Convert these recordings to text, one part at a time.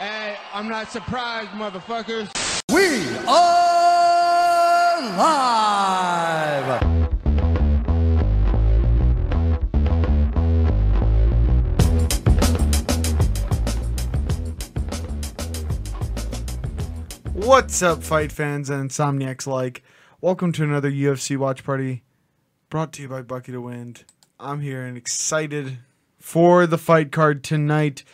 I'm not surprised, motherfuckers. We are live. What's up, fight fans and insomniacs alike? Welcome to another UFC watch party brought to you by Bucket of Wind. I'm here and excited for the fight card tonight.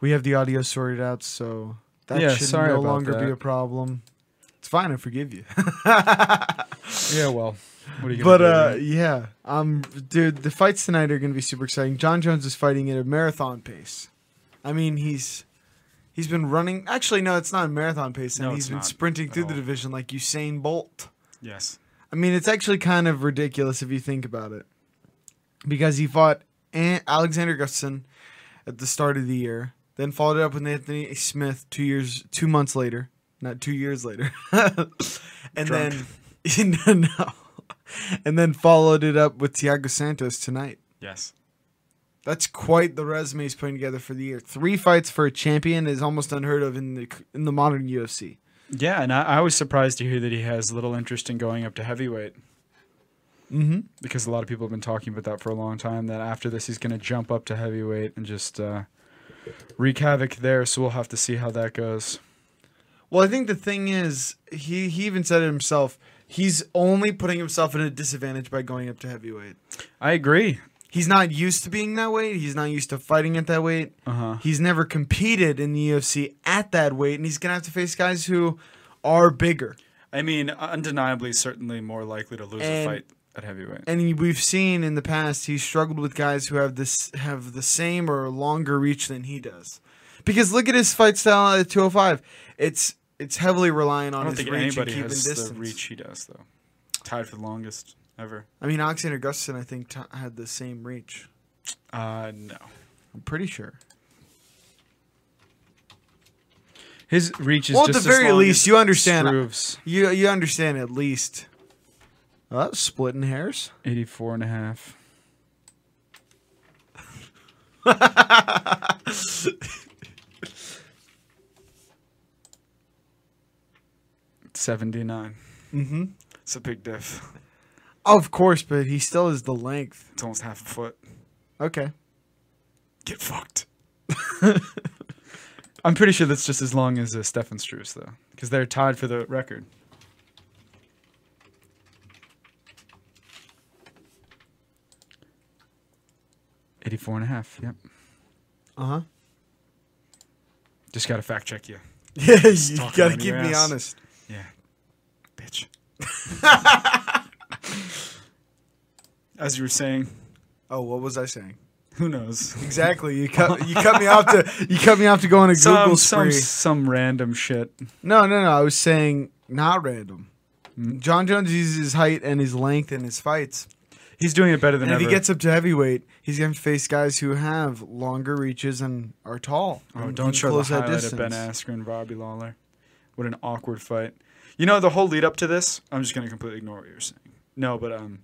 We have the audio sorted out, so that Yeah, should sorry no about longer be that. a problem. It's fine, I forgive you. Yeah, well, what are you but gonna do? uh, yeah, um, dude, the fights tonight are gonna be super exciting. John Jones is fighting at a marathon pace. I mean, he's he's been running. Actually, no, it's not a marathon pace, and No, he's it's been not sprinting at through the all. division like Usain Bolt. yes, I mean, it's actually kind of ridiculous if you think about it, because he fought An- Alexander Gustafsson at the start of the year, then followed it up with Anthony Smith two years, two months later, not two years later, and then no, no. and then followed it up with Thiago Santos tonight. yes, That's quite the resume he's putting together for the year. Three fights for a champion is almost unheard of in the in the modern UFC. yeah. And I, I was surprised to hear that he has little interest in going up to heavyweight Mm-hmm. because a lot of people have been talking about that for a long time. That after this, he's going to jump up to heavyweight and just uh, wreak havoc there. So we'll have to see how that goes. Well, I think the thing is, he, he even said it himself. He's only putting himself at a disadvantage by going up to heavyweight. I agree. He's not used to being that weight. He's not used to fighting at that weight. Uh huh. He's never competed in the UFC at that weight, and he's going to have to face guys who are bigger. I mean, undeniably, certainly more likely to lose And- a fight at heavyweight. And we've seen in the past he's struggled with guys who have this have the same or longer reach than he does. Because look at his fight style at 205. It's it's heavily reliant I on don't his think reach and anybody keeping has distance. the reach he does, though. Tied for the longest ever. I mean, Alexander Gustafsson, I think, t- had the same reach. Uh, no. I'm pretty sure. His reach is Well, at just the as very long least, as you understand- Struve's You you understand at least. Oh, that was splitting hairs. 84 and a half. Seventy nine. Mm-hmm. It's a big diff. Of course, but he still is the length. It's almost half a foot. Okay. Get fucked. I'm pretty sure that's just as long as uh, Stefan Struess though, because they're tied for the record. Eighty-four and a half. Yep. Uh Uh-huh. huh. Just gotta fact check you, Yeah, you Talking gotta on keep your me ass. honest. bitch. As you were saying, Oh, what was I saying? who knows? Exactly. You cut you cut me off to you cut me off to go on a Google Some spree. some some random shit. No, no, no. I was saying not random. Mm-hmm. John Jones uses his height and his length in his fights. He's doing it better than And if ever. he gets up to heavyweight, he's going to face guys who have longer reaches and are tall. oh, and don't can show the highlight of Ben Askren, Bobby Lawler. What an awkward fight. You know the whole lead up to this. I'm just gonna completely ignore what you're saying. No, but um,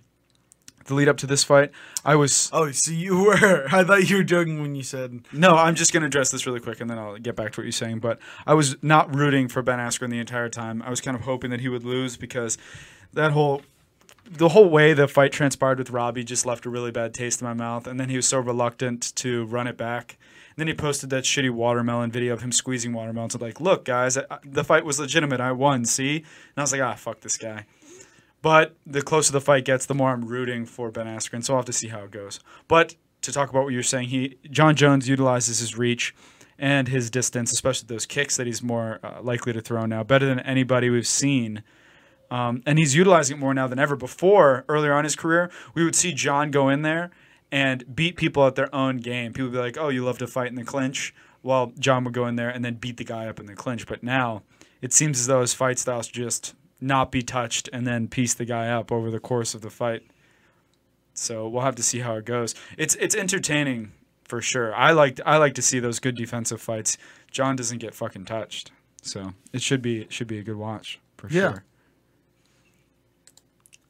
the lead up to this fight, I was Oh, so you were. I thought you were joking when you said. No, I'm just going to address this really quick and then I'll get back to what you're saying. But I was not rooting for Ben Askren the entire time. I was kind of hoping that he would lose because that whole. The whole way the fight transpired with Robbie just left a really bad taste in my mouth, and then he was so reluctant to run it back. And then he posted that shitty watermelon video of him squeezing watermelons. I'm like, look, guys, I, I- the fight was legitimate. I won. See? And I was like, ah, fuck this guy. But the closer the fight gets, the more I'm rooting for Ben Askren. So I'll have to see how it goes. But to talk about what you're saying, he John Jones utilizes his reach and his distance, especially those kicks that he's more uh, likely to throw now, better than anybody we've seen. Um, and he's utilizing it more now than ever. Before, earlier on in his career, we would see John go in there and beat people at their own game. People would be like, "Oh, you love to fight in the clinch." Well, John would go in there and then beat the guy up in the clinch. But now, it seems as though his fight styles just not be touched and then piece the guy up over the course of the fight. So we'll have to see how it goes. It's it's entertaining for sure. I like I like to see those good defensive fights. John doesn't get fucking touched, so it should be it should be a good watch for Yeah. sure.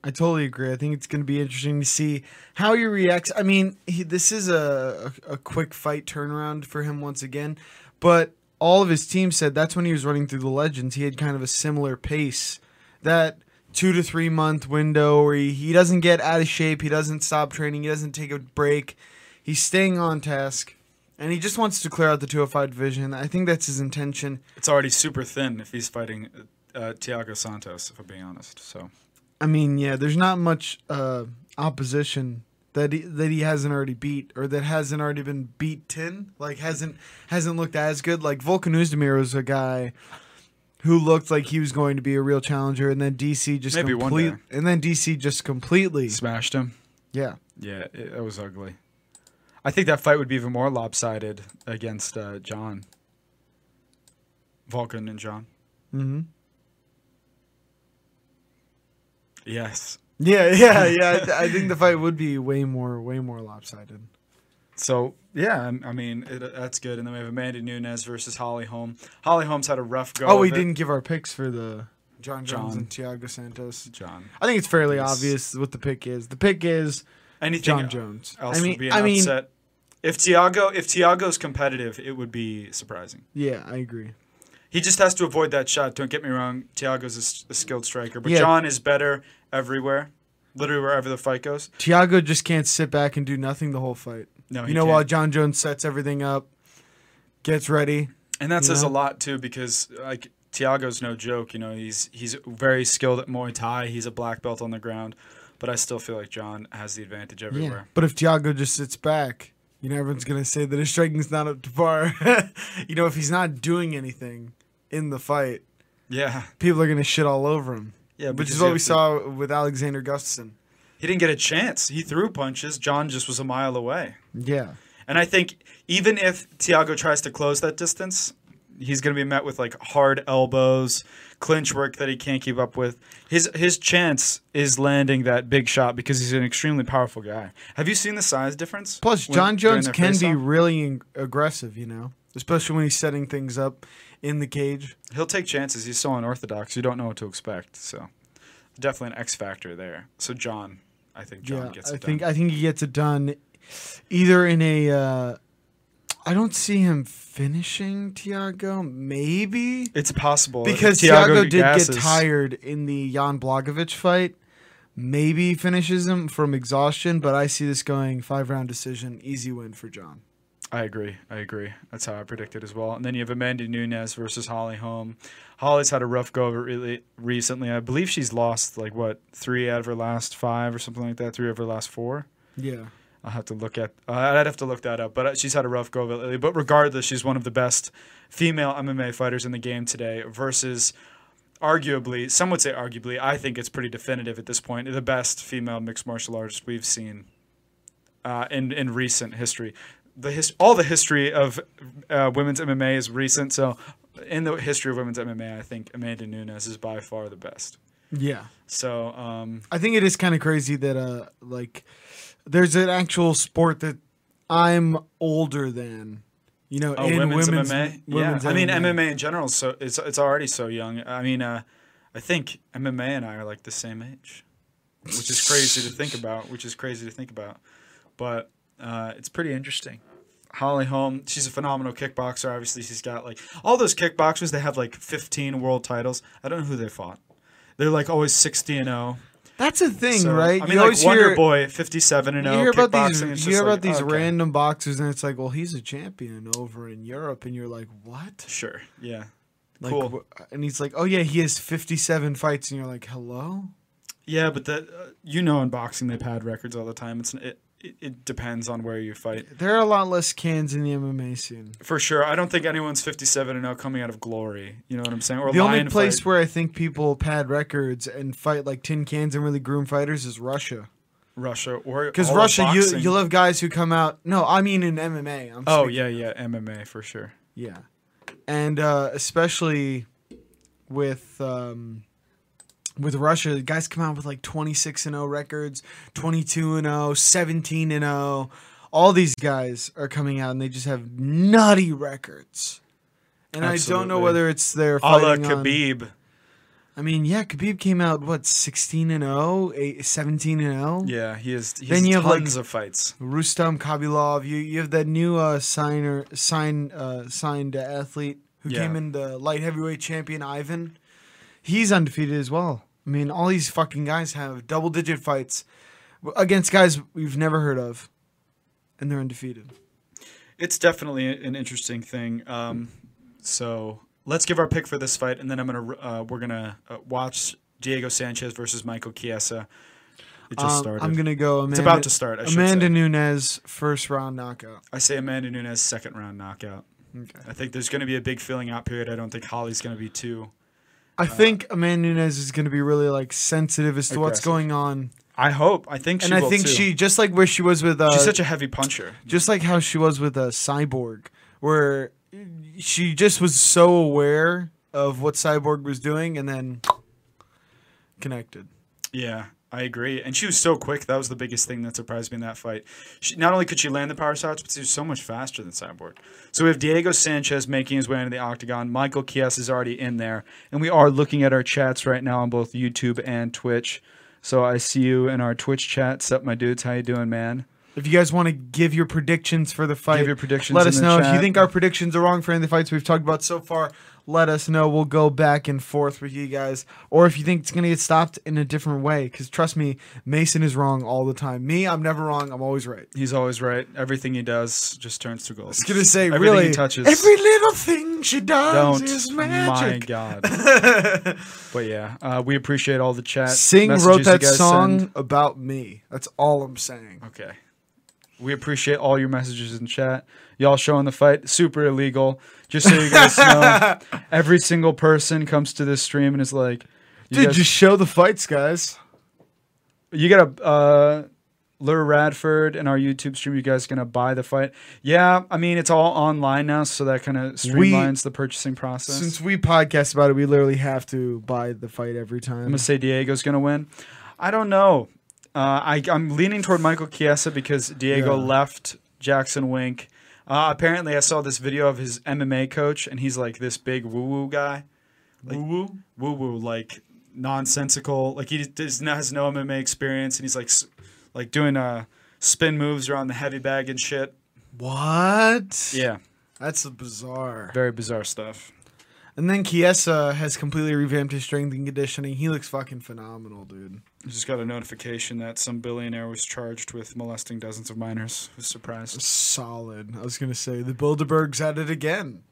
I totally agree. I think it's going to be interesting to see how he reacts. I mean, he, this is a, a a quick fight turnaround for him once again, but all of his team said that's when he was running through the legends. He had kind of a similar pace, that two to three month window where he, he doesn't get out of shape, he doesn't stop training, he doesn't take a break, he's staying on task, and he just wants to clear out the 205 division. I think that's his intention. It's already super thin if he's fighting uh, Tiago Santos, if I'm being honest. So I mean, yeah, there's not much uh, opposition that he, that he hasn't already beat or that hasn't already been beaten. Like hasn't hasn't looked as good. Like Volkan Uzdemir was a guy who looked like he was going to be a real challenger, and then DC just Maybe one complete- day. and then DC just completely smashed him. yeah. Yeah, it, it was ugly. I think that fight would be even more lopsided against uh, John. Vulcan and John. Mm-hmm. Yes. Yeah, yeah, yeah. I, th- I think the fight would be way more, way more lopsided. So yeah, I'm- I mean it, uh, that's good. And then we have Amanda Nunes versus Holly Holm. Holly Holm's had a rough go. Oh, of we it. didn't give our picks for the John Jones John. and Tiago Santos. John. I think it's fairly Yes. obvious what the pick is. The pick is Anything John Jones. else I mean, would be an I mean, upset. If Tiago, if Tiago's competitive, it would be surprising. yeah, I agree. He just has to avoid that shot. Don't get me wrong. Tiago's a s- a, skilled striker, but Yeah. John is better everywhere, literally wherever the fight goes. Tiago just can't sit back and do nothing the whole fight. No, he you know, can't. while John Jones sets everything up, gets ready. And that says Yeah. a lot too, because like Tiago's no joke. You know, he's he's very skilled at Muay Thai. He's a black belt on the ground, but I still feel like John has the advantage everywhere. But if Tiago just sits back, you know, everyone's gonna say that his striking's not up to par. you know, if he's not doing anything in the fight, Yeah, people are gonna shit all over him. yeah. Which because is he what we has to- saw with Alexander Gustafsson. He didn't get a chance. He threw punches. John just was a mile away. Yeah. And I think even if Tiago tries to close that distance, he's going to be met with like hard elbows, clinch work that he can't keep up with. His his chance is landing that big shot because he's an extremely powerful guy. Have you seen the size difference? Plus, when- John during Jones their can be face-off? really ing- aggressive. You know, especially when he's setting things up in the cage. He'll take chances. He's so unorthodox. You don't know what to expect. So definitely an X factor there. So John, I think John yeah, gets I it think done. I think he gets it done, either in a. Uh, I don't see him finishing Tiago. Maybe it's possible because Thiago Tiago did gasses- get tired in the Jan Blagovic fight. Maybe he finishes him from exhaustion, but I see this going five round decision, easy win for John. I agree. I agree. That's how I predicted as well. And then you have Amanda Nunes versus Holly Holm. Holly's had a rough go of it really recently. I believe she's lost like what three out of her last five or something like that. Three of her last four. Yeah, I'll have to look at. Uh, I'd have to look that up. But uh, she's had a rough go of it lately. But regardless, she's one of the best female MMA fighters in the game today. Versus, arguably, some would say arguably. I think it's pretty definitive at this point. The best female mixed martial artist we've seen uh, in in recent history. The his, all the history of uh, women's MMA is recent. So, in the history of women's MMA, I think Amanda Nunes is by far the best. yeah. So, um, I think it is kind of crazy that uh like there's an actual sport that I'm older than, you know, Oh, in women's, women's, MMA. women's yeah, I mean MMA. MMA in general. is So it's it's already so young. I mean, uh, I think MMA and I are like the same age, which is crazy to think about. Which is crazy to think about, but uh, it's pretty interesting. Holly Holm, she's a phenomenal kickboxer. Obviously, she's got like all those kickboxers. They have like 15 world titles. I don't know who they fought. They're like always 60 and 0. That's a thing, So, right? I you mean, like always Wonder hear, Boy, 57 and you 0. hear about kickboxing. It's these, you just hear like, about these okay, random boxers, and it's like, well, he's a champion over in Europe, and you're like, what? Sure. Yeah. Like, Cool. wh- And he's like, oh yeah, he has 57 fights, and you're like, hello. Yeah, but that uh, you know, in boxing they pad records all the time. It's it, it, it depends on where you fight There are a lot less cans in the MMA scene. for sure. I don't think anyone's fifty seven and now coming out of glory. You know what I'm saying? Or The only lion place fight. where I think people pad records and fight like tin cans and really groom fighters is Russia. Russia or Because all of Russia, you boxing. you'll have guys who come out. No, I mean in MMA. I'm oh speaking- yeah yeah MMA for sure. yeah, and uh, especially with um, with Russia, guys come out with like 26 and 0 records, 22 and 0, 17 and 0. All these guys are coming out and they just have nutty records. And I don't know Absolutely. whether it's their A la fighting on- Khabib. I mean, yeah, Khabib came out what 16 and 0, eight- 17 and oh? 0. Yeah, he is. He's Then you have, like- tons of fights. Rustam Kabilov. You you have that new uh, signer sign uh, signed uh, athlete who Yeah. came in the light heavyweight champion Ivan. He's undefeated as well. I mean, all these fucking guys have double digit fights w- against guys we've never heard of, and they're undefeated. It's definitely an interesting thing. Um, so let's give our pick for this fight, and then I'm gonna uh, we're gonna uh, watch Diego Sanchez versus Michael Chiesa. It just Um, started. I'm gonna go. Amanda, it's about to start. I, should Amanda say. Nunes first round knockout. I say Amanda Nunes second round knockout. Okay. I think there's gonna be a big filling out period. I don't think Holly's gonna be too. I Uh, think Amanda Nunes is gonna be really like sensitive as to what's Aggressive. going on, I hope. I think she. and I will, think too. she just like where she was with uh, She's such a heavy puncher. just like how she was with a cyborg where she just was so aware of what cyborg was doing and then connected Yeah, I agree. And she was so quick. That was the biggest thing that surprised me in that fight. She, not only could she land the power shots, but she was so much faster than Cyborg. So we have Diego Sanchez making his way into the octagon. Michael Chiesa is already in there. And we are looking at our chats right now on both YouTube and Twitch. So I see you in our Twitch chat. Sup, my dudes. How you doing, man? if you guys want to give your predictions for the fight Give your predictions let in us the know if you chat. think our predictions are wrong for any of the fights we've talked about so far let us know we'll go back and forth with you guys or if you think it's going to get stopped in a different way because trust me mason is wrong all the time me i'm never wrong i'm always right He's always right. Everything he does just turns to gold. I was it's gonna say Everything really he touches. every little thing she does is don't. My magic God. but yeah, uh, we appreciate all the chat. Sing wrote messages you that guys song send. about me. That's all I'm saying. Okay. We appreciate all your messages in chat. Y'all showing the fight super illegal. Just so you guys know, every single person comes to this stream and is like, "You Dude, guys- just show the fights, guys. you got to uh, lure Radford in our YouTube stream. You guys gonna buy the fight? Yeah, I mean it's all online now, so that kind of streamlines the purchasing process. Since we podcast about it, we literally have to buy the fight every I'm time. gonna say Diego's gonna win. I don't know. Uh, I, I'm leaning toward Michael Chiesa because Diego Yeah. left Jackson Wink. Uh, apparently, I saw this video of his MMA coach, and he's like this big woo woo guy, like, woo woo woo like nonsensical. Like he does not, has no MMA experience, and he's like s- like doing uh spin moves around the heavy bag and shit. What? Yeah, That's bizarre. very bizarre stuff. And then Kiesa has completely revamped his strength and conditioning. He looks fucking phenomenal, dude. I just got a notification that some billionaire was charged with molesting dozens of minors. I was surprised. Solid. I was gonna say the Bilderberg's at it again.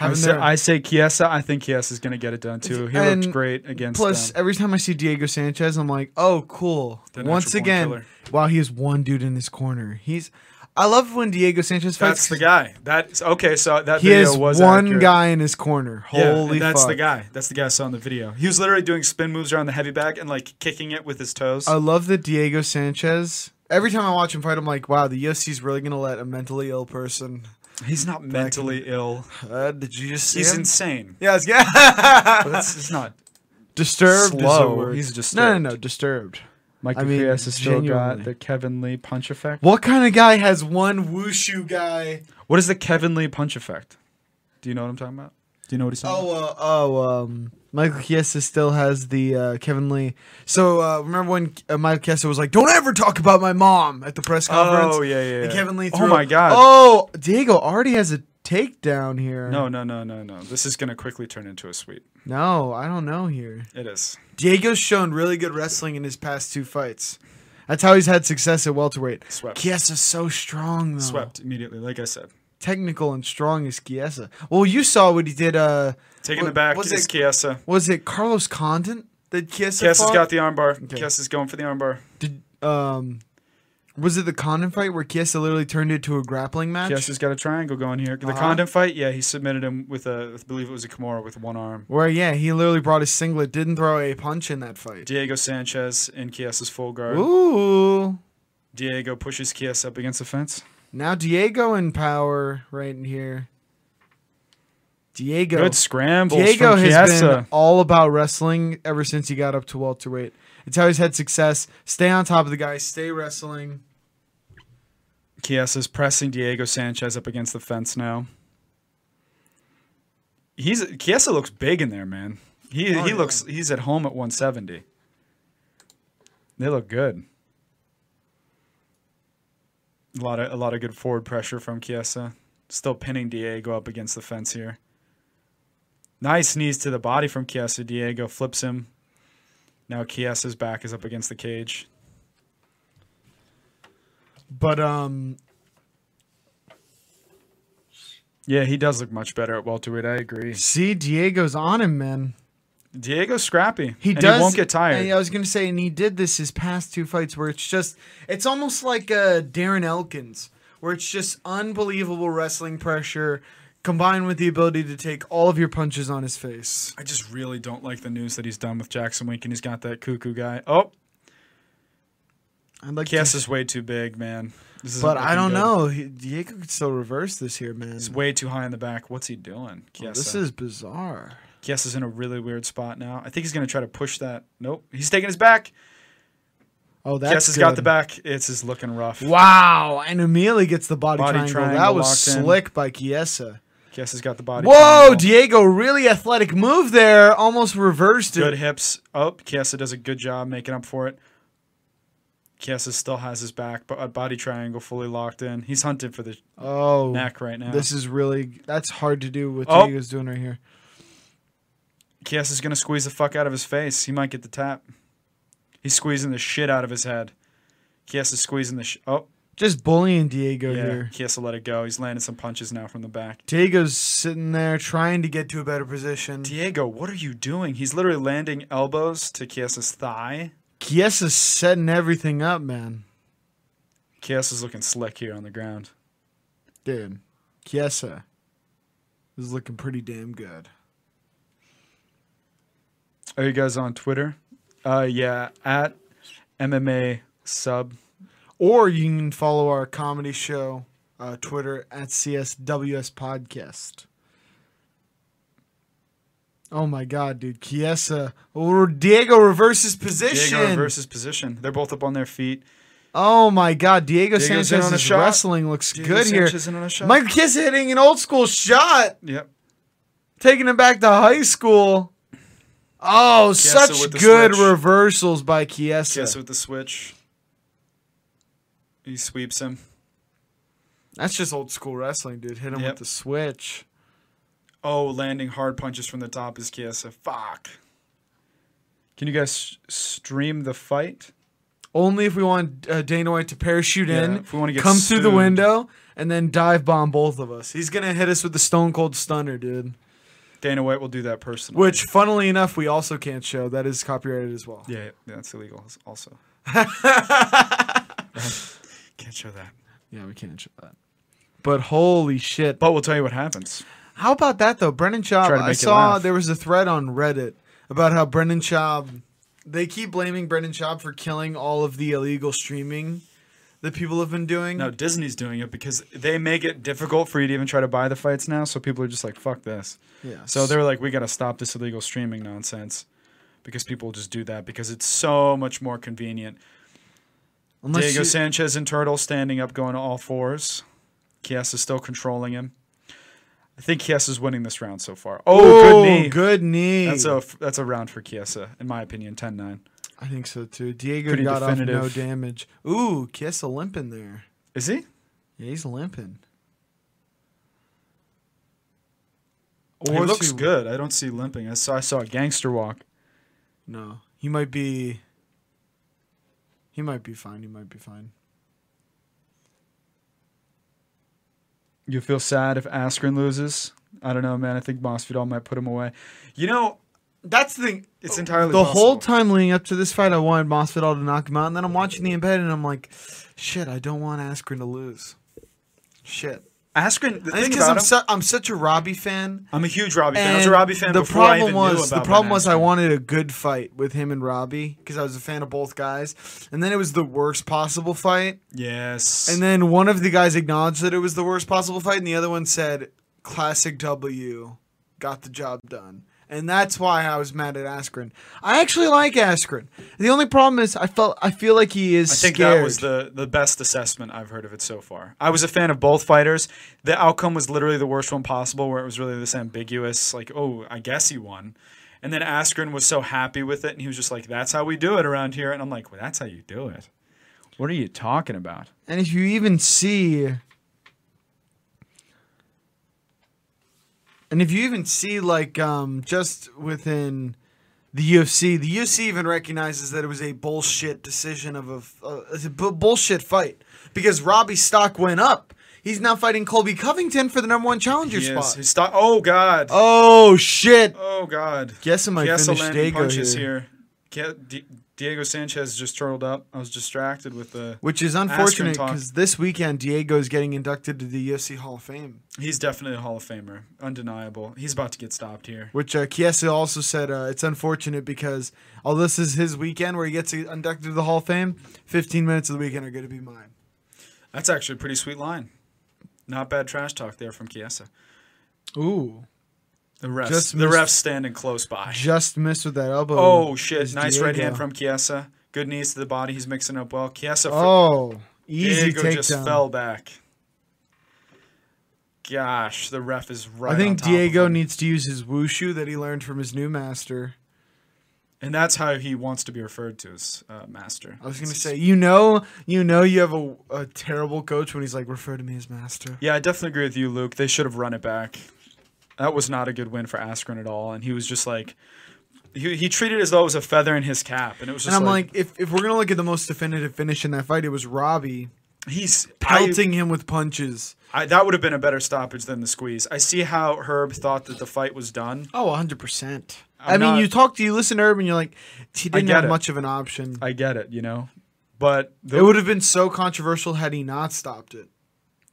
I Having say, their- I say Chiesa. I think Chiesa's going to get it done too. He And looked great against Plus, them. every time I see Diego Sanchez, I'm like, oh, cool. The Once natural born again, killer. wow, he has one dude in his corner. He's, I love when Diego Sanchez That's fights. the guy. That's okay. So that He video has was one accurate. guy in his corner. Yeah, and Holy that's fuck. the guy. That's the guy I saw in the video. He was literally doing spin moves around the heavy bag and like kicking it with his toes. I love that Diego Sanchez. Every time I watch him fight, I'm like, wow, the UFC's really gonna let a mentally ill person. he's not mentally ill. Uh, did you just see He's him? insane. Yes, yeah. But that's he's not. disturbed. Slow. Is a word. He's No, disturbed. no, no, disturbed. Michael I mean, Chiesa still genuinely. got the Kevin Lee punch effect. What kind of guy has one wushu guy? What is the Kevin Lee punch effect? Do you know what I'm talking about? Do you know what he's talking Oh, uh, oh, um, Michael Chiesa still has the uh, Kevin Lee. So uh, remember when uh, Michael Chiesa was like, "Don't ever talk about my mom" at the press about? conference. Oh yeah, yeah. And yeah. Kevin Lee. Oh threw my him- god. Oh, Diego already has a takedown here. No, no, no, no, no. This is gonna quickly turn into a sweep. no, I don't know here. It is. Diego's shown really good wrestling in his past two fights. That's how he's had success at welterweight. Swept. Chiesa's so strong though. Swept immediately, like I said. Technical and strong is Chiesa. Well, you saw what he did. Uh, Taking What- the back what's is it- Chiesa. was it Carlos Condon that Chiesa? Chiesa's fought? got the armbar. Okay. Chiesa's going for the armbar. Did um, was it the Condon fight where Kiesa literally turned it to a grappling match? Chiesa's got a triangle going here. The Uh-huh. Condon fight, yeah, he submitted him with a, I believe it was a Kimura with one arm. Where yeah, he literally brought his singlet, didn't throw a punch in that fight. Diego Sanchez in Chiesa's full guard. Ooh, Diego pushes Chiesa up against the fence. now Diego in power right in here. Diego, Good scrambles Diego from has Chiesa. been all about wrestling ever since he got up to welterweight. It's how he's had success. Stay on top of the guy. Stay wrestling. Chiesa's pressing Diego Sanchez up against the fence now. He's Chiesa looks big in there, man. He Oh, he yeah. looks he's at home at 170. They look good. A lot of a lot of good forward pressure from Chiesa. Still pinning Diego up against the fence here. Nice knees to the body from Chiesa. Diego flips him. Now Chiesa's back is up against the cage. But um, Yeah, he does look much better at welterweight. I agree. see, Diego's on him, man. Diego's scrappy. He and does. uh, He won't get tired. and I was gonna say, and he did this his past two fights, where it's just, it's almost like uh, Darren Elkins, where it's just unbelievable wrestling pressure combined with the ability to take all of your punches on his face. I just really don't like the news that he's done with Jackson Wink and he's got that cuckoo guy. Oh, I'd like to- Chiesa's way too big, man. This isn't but I looking don't good. know. He, Diego could still reverse this here, man. He's way too high in the back. What's he doing? Chiesa. This is bizarre. Chiesa's in a really weird spot now. I think he's going to try to push that. Nope. He's taking his back. Oh, that's Chiesa's got good. the back. It's is looking rough. Wow, and Amelia gets the body, Body triangle. triangle That was locked in. slick by Chiesa. Chiesa's got the body. Whoa, control. Diego, really athletic move there. Almost reversed it. Good hips. Oh, Chiesa does a good job making up for it. Chiesa still has his back, but a body triangle fully locked in. He's hunting for the Oh, neck right now. this is really that's hard to do with Oh. what he was doing right here. Chiesa's going to squeeze the fuck out of his face. He might get the tap. He's squeezing the shit out of his head. Chiesa's squeezing the sh- Oh, Just bullying Diego yeah. here. Chiesa let it go. He's landing some punches now from the back. Diego's sitting there trying to get to a better position. Diego, what are you doing? He's literally landing elbows to Chiesa's thigh. Chiesa's setting everything up, man. Chiesa's looking slick here on the ground. Dude, Chiesa is looking pretty damn good. Are you guys on Twitter? Uh, yeah, at MMA sub. Or you can follow our comedy show uh, Twitter at CSWS Podcast. Oh my God, dude. Chiesa. Or Diego reverses position. Diego versus position. They're both up on their feet. Oh my God, Diego, Diego Sanchez Sanchez's Sanchez's shot. wrestling looks Diego good Sanchez in on a here. shot. Michael Kiss hitting an old school shot, Yep. taking him back to high school. Oh, such with the good switch. reversals by Chiesa. Chiesa with the switch. He sweeps him. That's just old school wrestling, dude. Hit him Yep. with the switch. Oh, landing hard punches from the top is Chiesa. Fuck. Can you guys s- stream the fight? Only if we want uh, Dana White to parachute Yeah, in, if we wanna get come through sued. the window, and then dive bomb both of us. He's gonna hit us with the Stone Cold Stunner, dude. Dana White will do that personally. Which, funnily enough, we also can't show. That is copyrighted as well. Yeah, yeah, that's illegal s- also. Can't show that. Yeah, we can't show that. But holy shit. But we'll tell you what happens. How about that though? Brendan Schaub. Try to I make it saw laugh. there was a thread on Reddit about how Brendan Schaub. They keep blaming Brendan Schaub for killing all of the illegal streaming that people have been doing. No, Disney's doing it because they make it difficult for you to even try to buy the fights now. So people are just like, fuck this. yeah. So they're like, we got to stop this illegal streaming nonsense because people just do that because it's so much more convenient. unless Diego you- Sanchez and Turtle standing up, going to all fours. Chiesa still controlling him. I think Chiesa's winning this round so far. Oh, oh, good knee. Good knee. That's a that's a round for Chiesa, in my opinion, 10-9. I think so too. Diego Pretty got definitive. off no damage. Ooh, kiss a limping there. Is he? Yeah, he's limping. He is looks good. I don't see limping. I saw I saw a gangster walk. No, he might be. He might be fine. He might be fine. You feel sad if Askren loses? I don't know, man. I think Masvidal might put him away. You know, That's the thing. it's entirely the whole possible. time leading up to this fight, I wanted Masvidal to knock him out, and then I'm watching the embed, and I'm like, shit, I don't want Askren to lose. Shit. Askren. The And it's thing because about I'm, I'm, su- I'm such a Robbie fan. I'm a huge Robbie fan. I was a Robbie fan The before I problem even knew was about the problem Ben was I Askren. wanted a good fight with him and Robbie because I was a fan of both guys, and then it was the worst possible fight. Yes. And then one of the guys acknowledged that it was the worst possible fight, and the other one said, "Classic W, got the job done." And that's why I was mad at Askren. I actually like Askren. The only problem is I felt I feel like he is I think scared. that was the, the best assessment I've heard of it so far. I was a fan of both fighters. The outcome was literally the worst one possible, where it was really this ambiguous, like, oh, I guess he won. And then Askren was so happy with it, and he was just like, that's how we do it around here. And I'm like, well, that's how you do it. What are you talking about? and if you even see And if you even see like um, just within the UFC, the UFC even recognizes that it was a bullshit decision of a, f- uh, it's a bu- bullshit fight because Robbie's stock went up. He's now fighting Colby Covington for the number one challenger He is. spot. He sto- oh God. Oh, Oh shit! God. Guessing my Gastelani finished Diego punches here. here. Ga- Di- Diego Sanchez just turtled up. I was distracted with the. Which is Ask him unfortunate talk. because this weekend Diego is getting inducted to the UFC Hall of Fame. He's definitely a Hall of Famer, undeniable. He's about to get stopped here. Which uh, Chiesa also said uh, it's unfortunate because although this is his weekend where he gets inducted to the Hall of Fame, 15 minutes of the weekend are going to be mine. That's actually a pretty sweet line. Not bad trash talk there from Chiesa. Ooh, The refs, Just the missed- refs standing close by. just missed with that elbow. Oh shit! is Nice right Diego. hand from Chiesa. Good knees to the body. He's mixing up well. Chiesa. for Oh, easy Diego takedown. just fell back. Gosh, the ref is right. I on think top of Diego him. needs to use his wushu that he learned from his new master. and that's how he wants to be referred to as uh, master. I was going to say, you know, you know, you have a, a terrible coach when he's like, refer to me as master. Yeah, I definitely agree with you, Luke. They should have run it back. That was not a good win for Askren at all, and he was just like, he, he treated it as though it was a feather in his cap, and it was And just I'm like, like, if, if we're gonna look at the most definitive finish in that fight, it was Robbie he's I- pelting him with punches. I, that would have been a better stoppage than the squeeze. I see how Herb thought that the fight was done. Oh, 100 percent. I'm I mean, not- you talk to you listen to Herb, and you're like, he didn't get have it. much of an option. I get it, you know, but the It would have been so controversial had he not stopped it.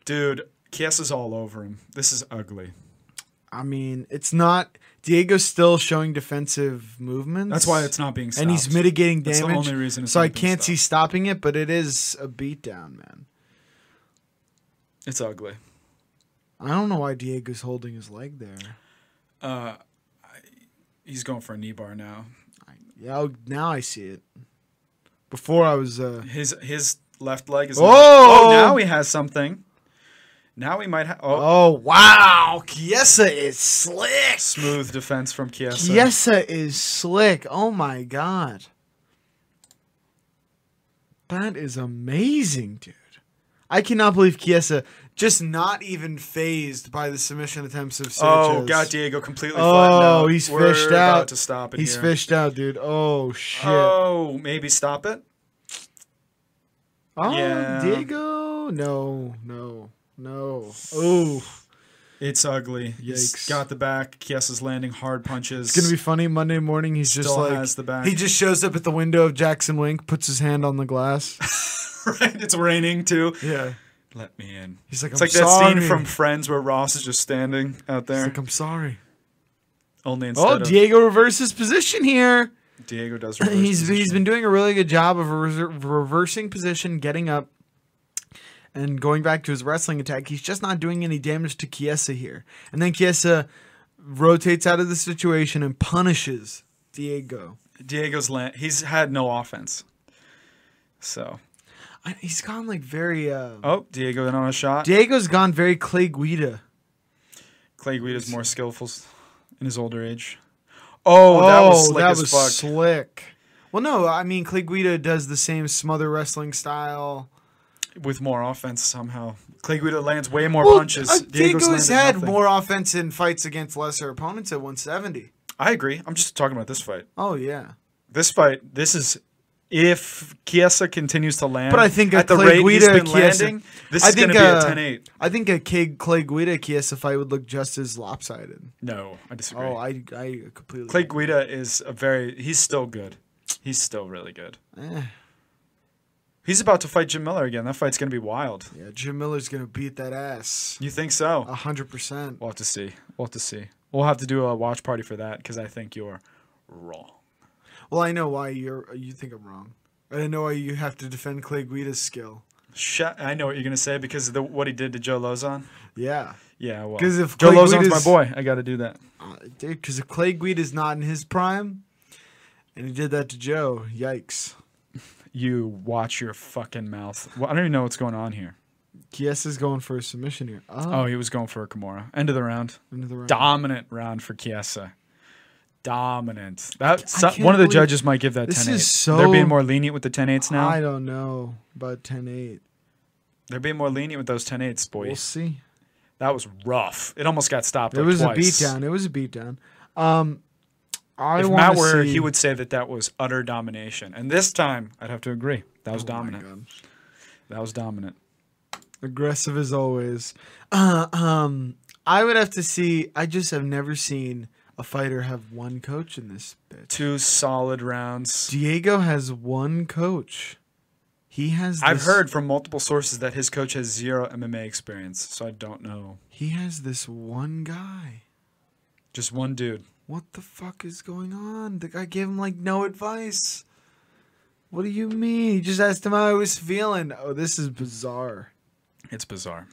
dude, Kiesa's all over him. This is ugly. I mean, it's not Diego's still showing defensive movements. That's why it's not being stopped. and he's mitigating That's damage. the only reason it's so not I being can't see stopping it, but it is a beatdown, man. It's ugly. I don't know why Diego's holding his leg there. He's going for a knee bar now. Yeah, oh, now I see it. Before I was uh, His his left leg is. Oh! oh now he has something. Now he might have. Oh, Oh wow, Kiesa is slick. smooth defense from Kiesa. Kiesa is slick. Oh my god. That is amazing, dude. I cannot believe Kiesa just not even phased by the submission attempts of Sanchez. Oh, got Diego completely flattened out. Oh, he's We're fished about out. to stop it He's here. fished out, dude. Oh shit. Oh, maybe stop it. oh, yeah. Diego. No, no, no. Oh. It's ugly. Yikes. He's got the back. Kiesa's landing hard punches. It's gonna be funny Monday morning. He's just Still like has the back. he just shows up at the window of Jackson Wink, puts his hand on the glass. right. It's raining too. yeah, Let me in. he's like, It's I'm like sorry. that scene from Friends where Ross is just standing out He's there. like, I'm sorry. Only instead Oh, of Diego reverses position here. Diego does. reverse He's he's position. been doing a really good job of reser- reversing position, getting up, and going back to his wrestling attack. He's just not doing any damage to Kiesa here. And then Kiesa rotates out of the situation and punishes Diego. Diego's land. He's had no offense. So I, he's gone like very. Uh, oh, Diego in on a shot. Diego's gone very Clay Guida. Clay Guida's more skillful s- in his older age. Oh, that was slick that as was fuck. slick. Well, no, I mean, Clay Guida does the same smother wrestling style. With more offense somehow. Clay Guida lands way more punches. uh, Diego's landed Diego's had nothing. more offense in fights against lesser opponents at 170. I agree. I'm just talking about this fight. Oh yeah, This fight, this is if Kiesa continues to land but I think a at the Clay rate he's Guida been Chiesa- landing, this I is going think to be a uh, 10-8. I think a K- Clay Guida Kiesa fight would look just as lopsided. No, I disagree. Oh, I I completely. Clay Guida is a very he's still good. He's still really good. Eh. He's about to fight Jim Miller again. That fight's going to be wild. yeah, Jim Miller's gonna beat that ass. You think so? A hundred percent. We'll have to see. We'll have to see. We'll have to do a watch party for that because I think you're wrong. Well, I know why you're. You think I'm wrong. I know why you have to defend Clay Guida's skill. Shut, I know what you're gonna say because of the, what he did to Joe Lozon. Yeah. Yeah, well, 'Cause if Joe Clay Lozon's my Guida's- boy, I got to do that. Uh, dude, because if Clay Guida's not in his prime, and he did that to Joe, yikes. You watch your fucking mouth. Well, I don't even know what's going on here. Kiesa's going for a submission here. Oh, Oh, he was going for a Kimura. End of the round. another round. Dominant round for Kiesa. Dominant. That I so, can't one of the believe- judges might give that 10-8. This is They're so- being more lenient with the 10-8s now. I don't know about 10 8. They're being more lenient with those 10-8s, boys. We'll see. That was rough. It almost got stopped. It like was twice. a beatdown. It was a beatdown. Um, I If want Matt to were, see. he would say that that was utter domination. And this time, I'd have to agree. That Oh was dominant. That was dominant. aggressive as always. Uh, um, I would have to see. I just have never seen a fighter have one coach in this bitch. Two solid rounds. Diego has one coach. He has. This, I've heard from multiple sources that his coach has zero MMA experience, so I don't know. he has this one guy. Just one dude. What the fuck is going on? The guy gave him like no advice. What do you mean? He just asked him how he was feeling. Oh, this is bizarre. It's bizarre.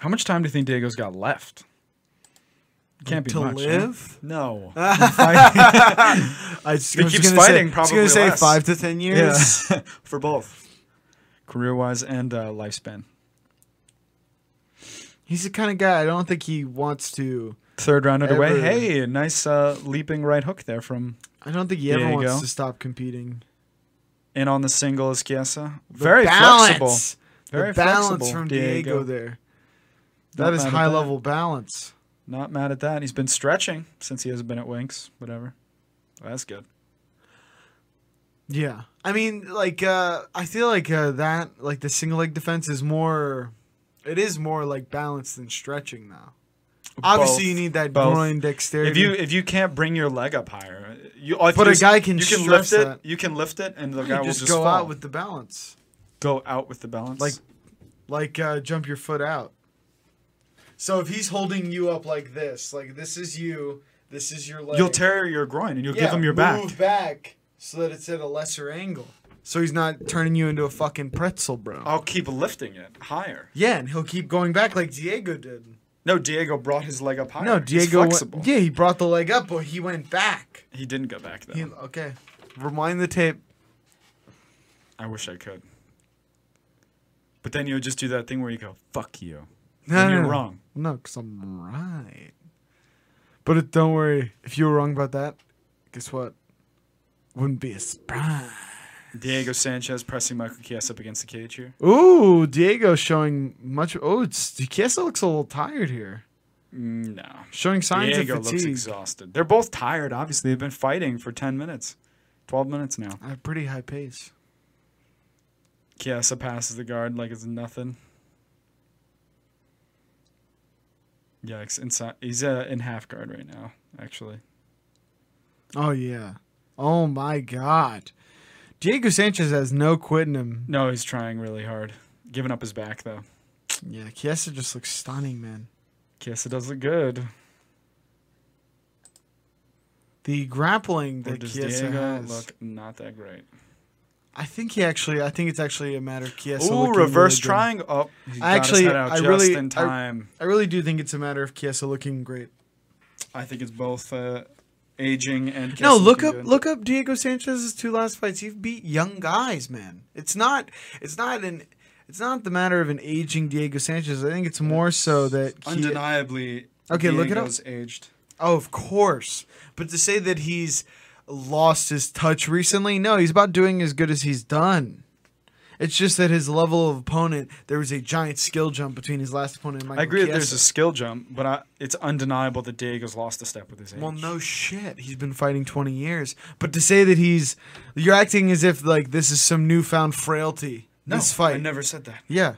How much time do you think Diego's got left? Can't be To much. huh? live? No. I just, He was keeps gonna say- fighting, I was probably gonna say less. five to ten years. Yeah. For both. Career wise and uh, lifespan. He's the kind of guy I don't think he wants to. Third round it away. Ever. Hey, a nice uh, leaping right hook there from I don't think he There ever you wants go. to stop competing. in on the single is Chiesa. The Very flexible. balance. Very the balance flexible, from Diego, Diego. there. Not That is mad at high that. level balance. Not mad at that. He's been stretching since he hasn't been at Winks. Whatever. That's good. Yeah. I mean, like, uh, I feel like uh, that, like, the single leg defense is more, it is more, like, balanced than stretching now. Obviously, Both. you need that Both. groin dexterity. If you if you can't bring your leg up higher, you all you have But to do a is- guy can you can stress lift it. that. You can lift it, and the You guy will just, just go fall. out with the balance. go out with the balance. Like- Like, uh, jump your foot out. So if he's holding you up like this, like, this is you, this is your leg. you'll tear your groin, and you'll Yeah, give him your Move back. back so that it's at a lesser angle. So he's not turning you into a fucking pretzel, bro. I'll keep lifting it higher. Yeah, and he'll keep going back like Diego did. No, Diego brought his leg up higher. No, He's Diego. went- flexible. yeah, he brought the leg up, but he went back. He didn't go back though. He, okay, rewind the tape. I wish I could. But then you would just do that thing where you go, "Fuck you." No, Then no, you're no. wrong. No, cause I'm right. But it, don't worry, if you were wrong about that, guess what? Wouldn't be a surprise. Diego Sanchez pressing Michael Chiesa up against the cage here. Ooh, Diego showing much. Oh, it's Chiesa looks a little tired here, Mm, No. showing signs Diego of looks fatigue. exhausted. They're both tired. Obviously, they've been fighting for ten minutes, twelve minutes now. At a pretty high pace. Kiesa passes the guard like it's nothing. Yikes! Inside, he's uh, in half guard right now. Actually, Oh yeah. Oh my God. Diego Sanchez has no quit in him. no, he's trying really hard. Giving up his back though. Yeah, Kiesa just looks stunning, man. Kiesa does look good. The grappling Or that does Kiesa Diego has. look not that great? I think he actually. I think it's actually a matter of Kiesa. Ooh, looking reverse really good. triangle. Oh, he got Actually, his head out I just really- I- in time. I really do think it's a matter of Kiesa looking great. I, think it's both uh, aging and. no, Chiesa look looking up good. look up Diego Sanchez's two last fights. He beat young guys, man. It's not it's not an it's not the matter of an aging Diego Sanchez. I think it's more so that Kie- Undeniably. Okay, look it up. Diego's aged. Oh, of course. But to say that he's lost his touch recently, no, he's about doing as good as he's done. It's just that his level of opponent, there was a giant skill jump between his last opponent and Michael I agree that Chiesa. there's a skill jump, but I, it's undeniable that Diego's lost a step with his age. Well, no shit. He's been fighting 20 years. But to say that he's. You're acting as if, like, this is some newfound frailty. this fight. I never said that. yeah.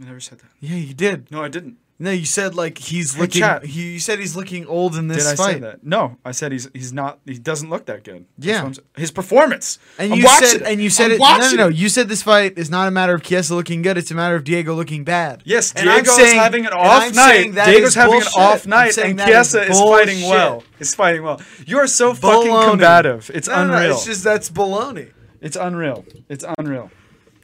I never said that. Yeah, you did. No, I didn't. No, you said, like, he's Hey, looking. Chad. he, you said he's looking old in Did this I fight. say that? No, I said he's he's not. He doesn't look that good. That's Yeah. what I'm s- his performance. And I'm you watching said, it. and you said I'm it. No, no, watching no. it. You said this fight is not a matter of Chiesa looking good; it's a matter of Diego looking bad. Yes, And I'm Diego's saying- having an and off I'm saying night. that Diego's is having bullshit. an off I'm night, saying and that is Chiesa is fighting bullshit. well. Is fighting well. You are so Baloney. fucking combative. It's No, no, no, unreal. it's just that's baloney. It's unreal. It's unreal.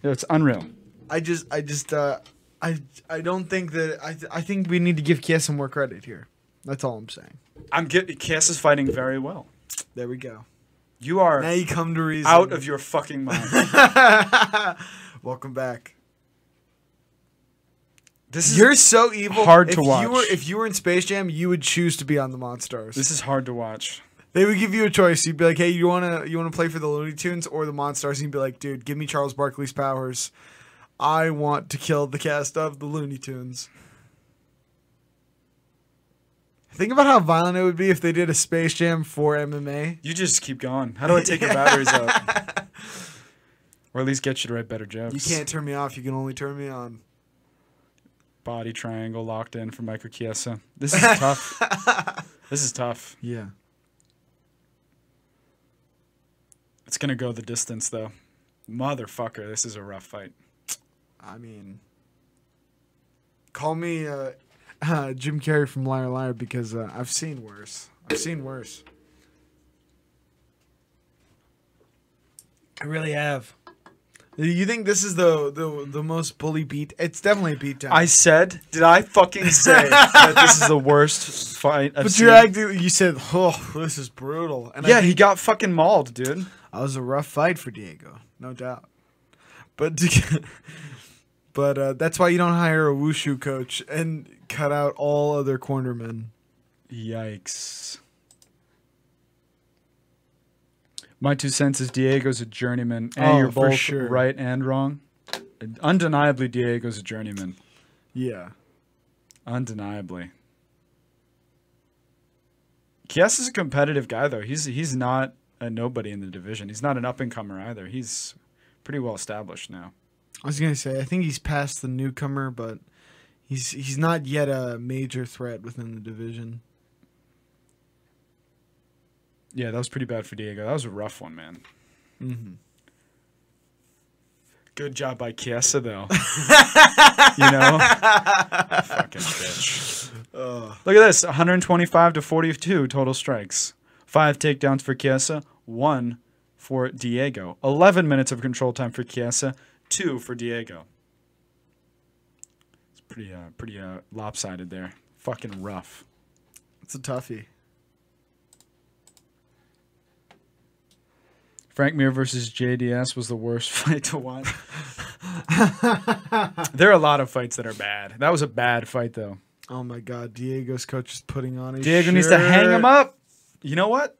Yo, it's unreal. I just, I just, uh, I, I don't think that I, th- I think we need to give Chiesa more credit here. That's all I'm saying. I'm get Cass is fighting very well. There we go. You are Now you come to reason. out of your fucking mind. Welcome back. This is You're so evil. Hard if to You watch. were, if you were in Space Jam, you would choose to be on the Monstars. this is hard to watch. They would give you a choice. You'd be like, "Hey, you wanna you wanna play for the Looney Tunes or the Monstars?" And you'd be like, "Dude, give me Charles Barkley's powers. I want to kill the cast of the Looney Tunes." Think about how violent it would be if they did a Space Jam for MMA. You just keep going. How do I take your batteries out? Or at least get you to write better jokes. You can't turn me off. You can only turn me on. Body triangle locked in for Michael Chiesa. This is tough. this is tough. Yeah. It's gonna go the distance though. Motherfucker, this is a rough fight. I mean, call me uh, uh, Jim Carrey from Liar Liar because uh, I've seen worse. I've seen worse. I really have. You think this is the the, the most bully beat? It's definitely a beatdown. I said, did I fucking say that this is the worst fight I've but seen? you acted, you said, "Oh, this is brutal." And yeah, I, he got fucking mauled, dude. that was a rough fight for Diego, no doubt. But to- but uh, that's why you don't hire a wushu coach and cut out all other cornermen. Yikes. My two cents is Diego's a journeyman. And Oh, you're for both sure. right and wrong. Undeniably, Diego's a journeyman. Yeah. Undeniably. Kies is a competitive guy, though. He's he's not a nobody in the division. He's not an up and comer either. He's pretty well established now. I was gonna say I think he's past the newcomer, but he's he's not yet a major threat within the division. Yeah, that was pretty bad for Diego. That was a rough one, man. Mm-hmm. Mhm. Good job by Kiesa, though. you know? Fucking bitch. Look at this 125 to 42 total strikes. Five takedowns for Kiesa, one for Diego. 11 minutes of control time for Kiesa, two for Diego. It's pretty, uh, pretty uh, lopsided there. Fucking rough. It's a toughie. Frank Mir versus JDS was the worst fight to watch. there are a lot of fights that are bad. That was a bad fight, though. Oh my God, Diego's coach is putting on a Diego needs to hang shirt. him up. You know what?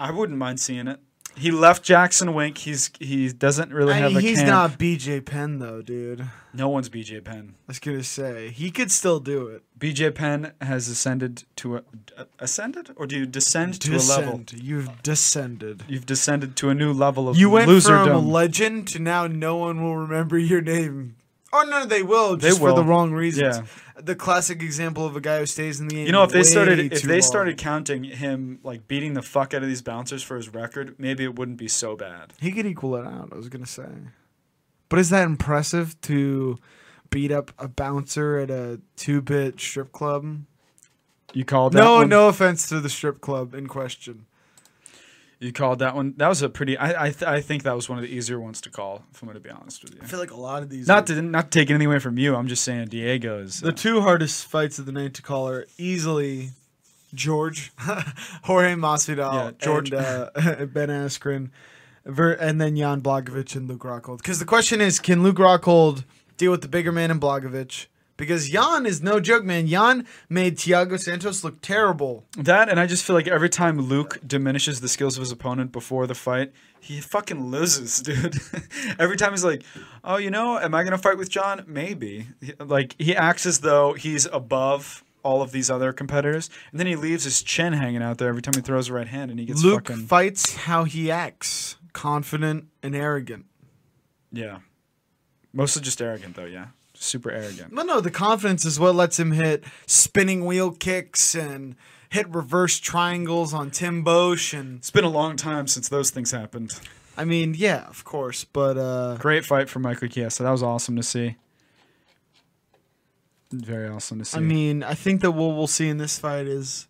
I wouldn't mind seeing it. He left Jackson Wink. He's he doesn't really I have mean, a he's camp. not BJ Penn though, dude. I No one's BJ Penn. was gonna say he could still do it. BJ Penn has ascended to a ascended, or do you descend to a level? Descend. You've descended. You've descended to a new level of You went loserdom. from legend to now no one will remember your name. Oh no, they will They just for the will. wrong reasons. The classic example of a guy who stays in the game. You know, if they way started, if too they long. started counting him like beating the fuck out of these bouncers for his record, maybe it wouldn't be so bad. He could equal it out, I was gonna say. But is that impressive to beat up a bouncer at a two bit strip club? You called that no, one? no offense to the strip club in question. You called that one. That was a pretty. I I, th- I think that was one of the easier ones to call. If I'm going to be honest with you. feel like a lot of these Not to not to take anything away from you. I'm just saying Diego's. the two hardest fights of the night to call are easily George, Jorge Masvidal, Yeah, George. and uh, Ben Askren, ver- and then Jan Blagovic and Luke Rockhold. Because the question is, can Luke Rockhold deal with the bigger man in Blagovic? Because Jan is no joke, man. Jan made Thiago Santos look terrible. that and I just feel like every time Luke diminishes the skills of his opponent before the fight, he fucking loses, dude. every time he's like, "Oh, you know, am I going to fight with John? Maybe." He- Like he acts as though he's above all of these other competitors, and then he leaves his chin hanging out there every time he throws a right hand, and he gets Luke fucking fights how he acts, confident and arrogant. yeah. Mostly just arrogant though, yeah. Super arrogant. But no, the confidence is what lets him hit spinning wheel kicks and hit reverse triangles on Tim Bosch and It's been a long time since those things happened. I mean, yeah, of course, but uh Great fight for Michael Chiesa. That was awesome to see. Very awesome to see. I mean, I think that what we'll see in this fight is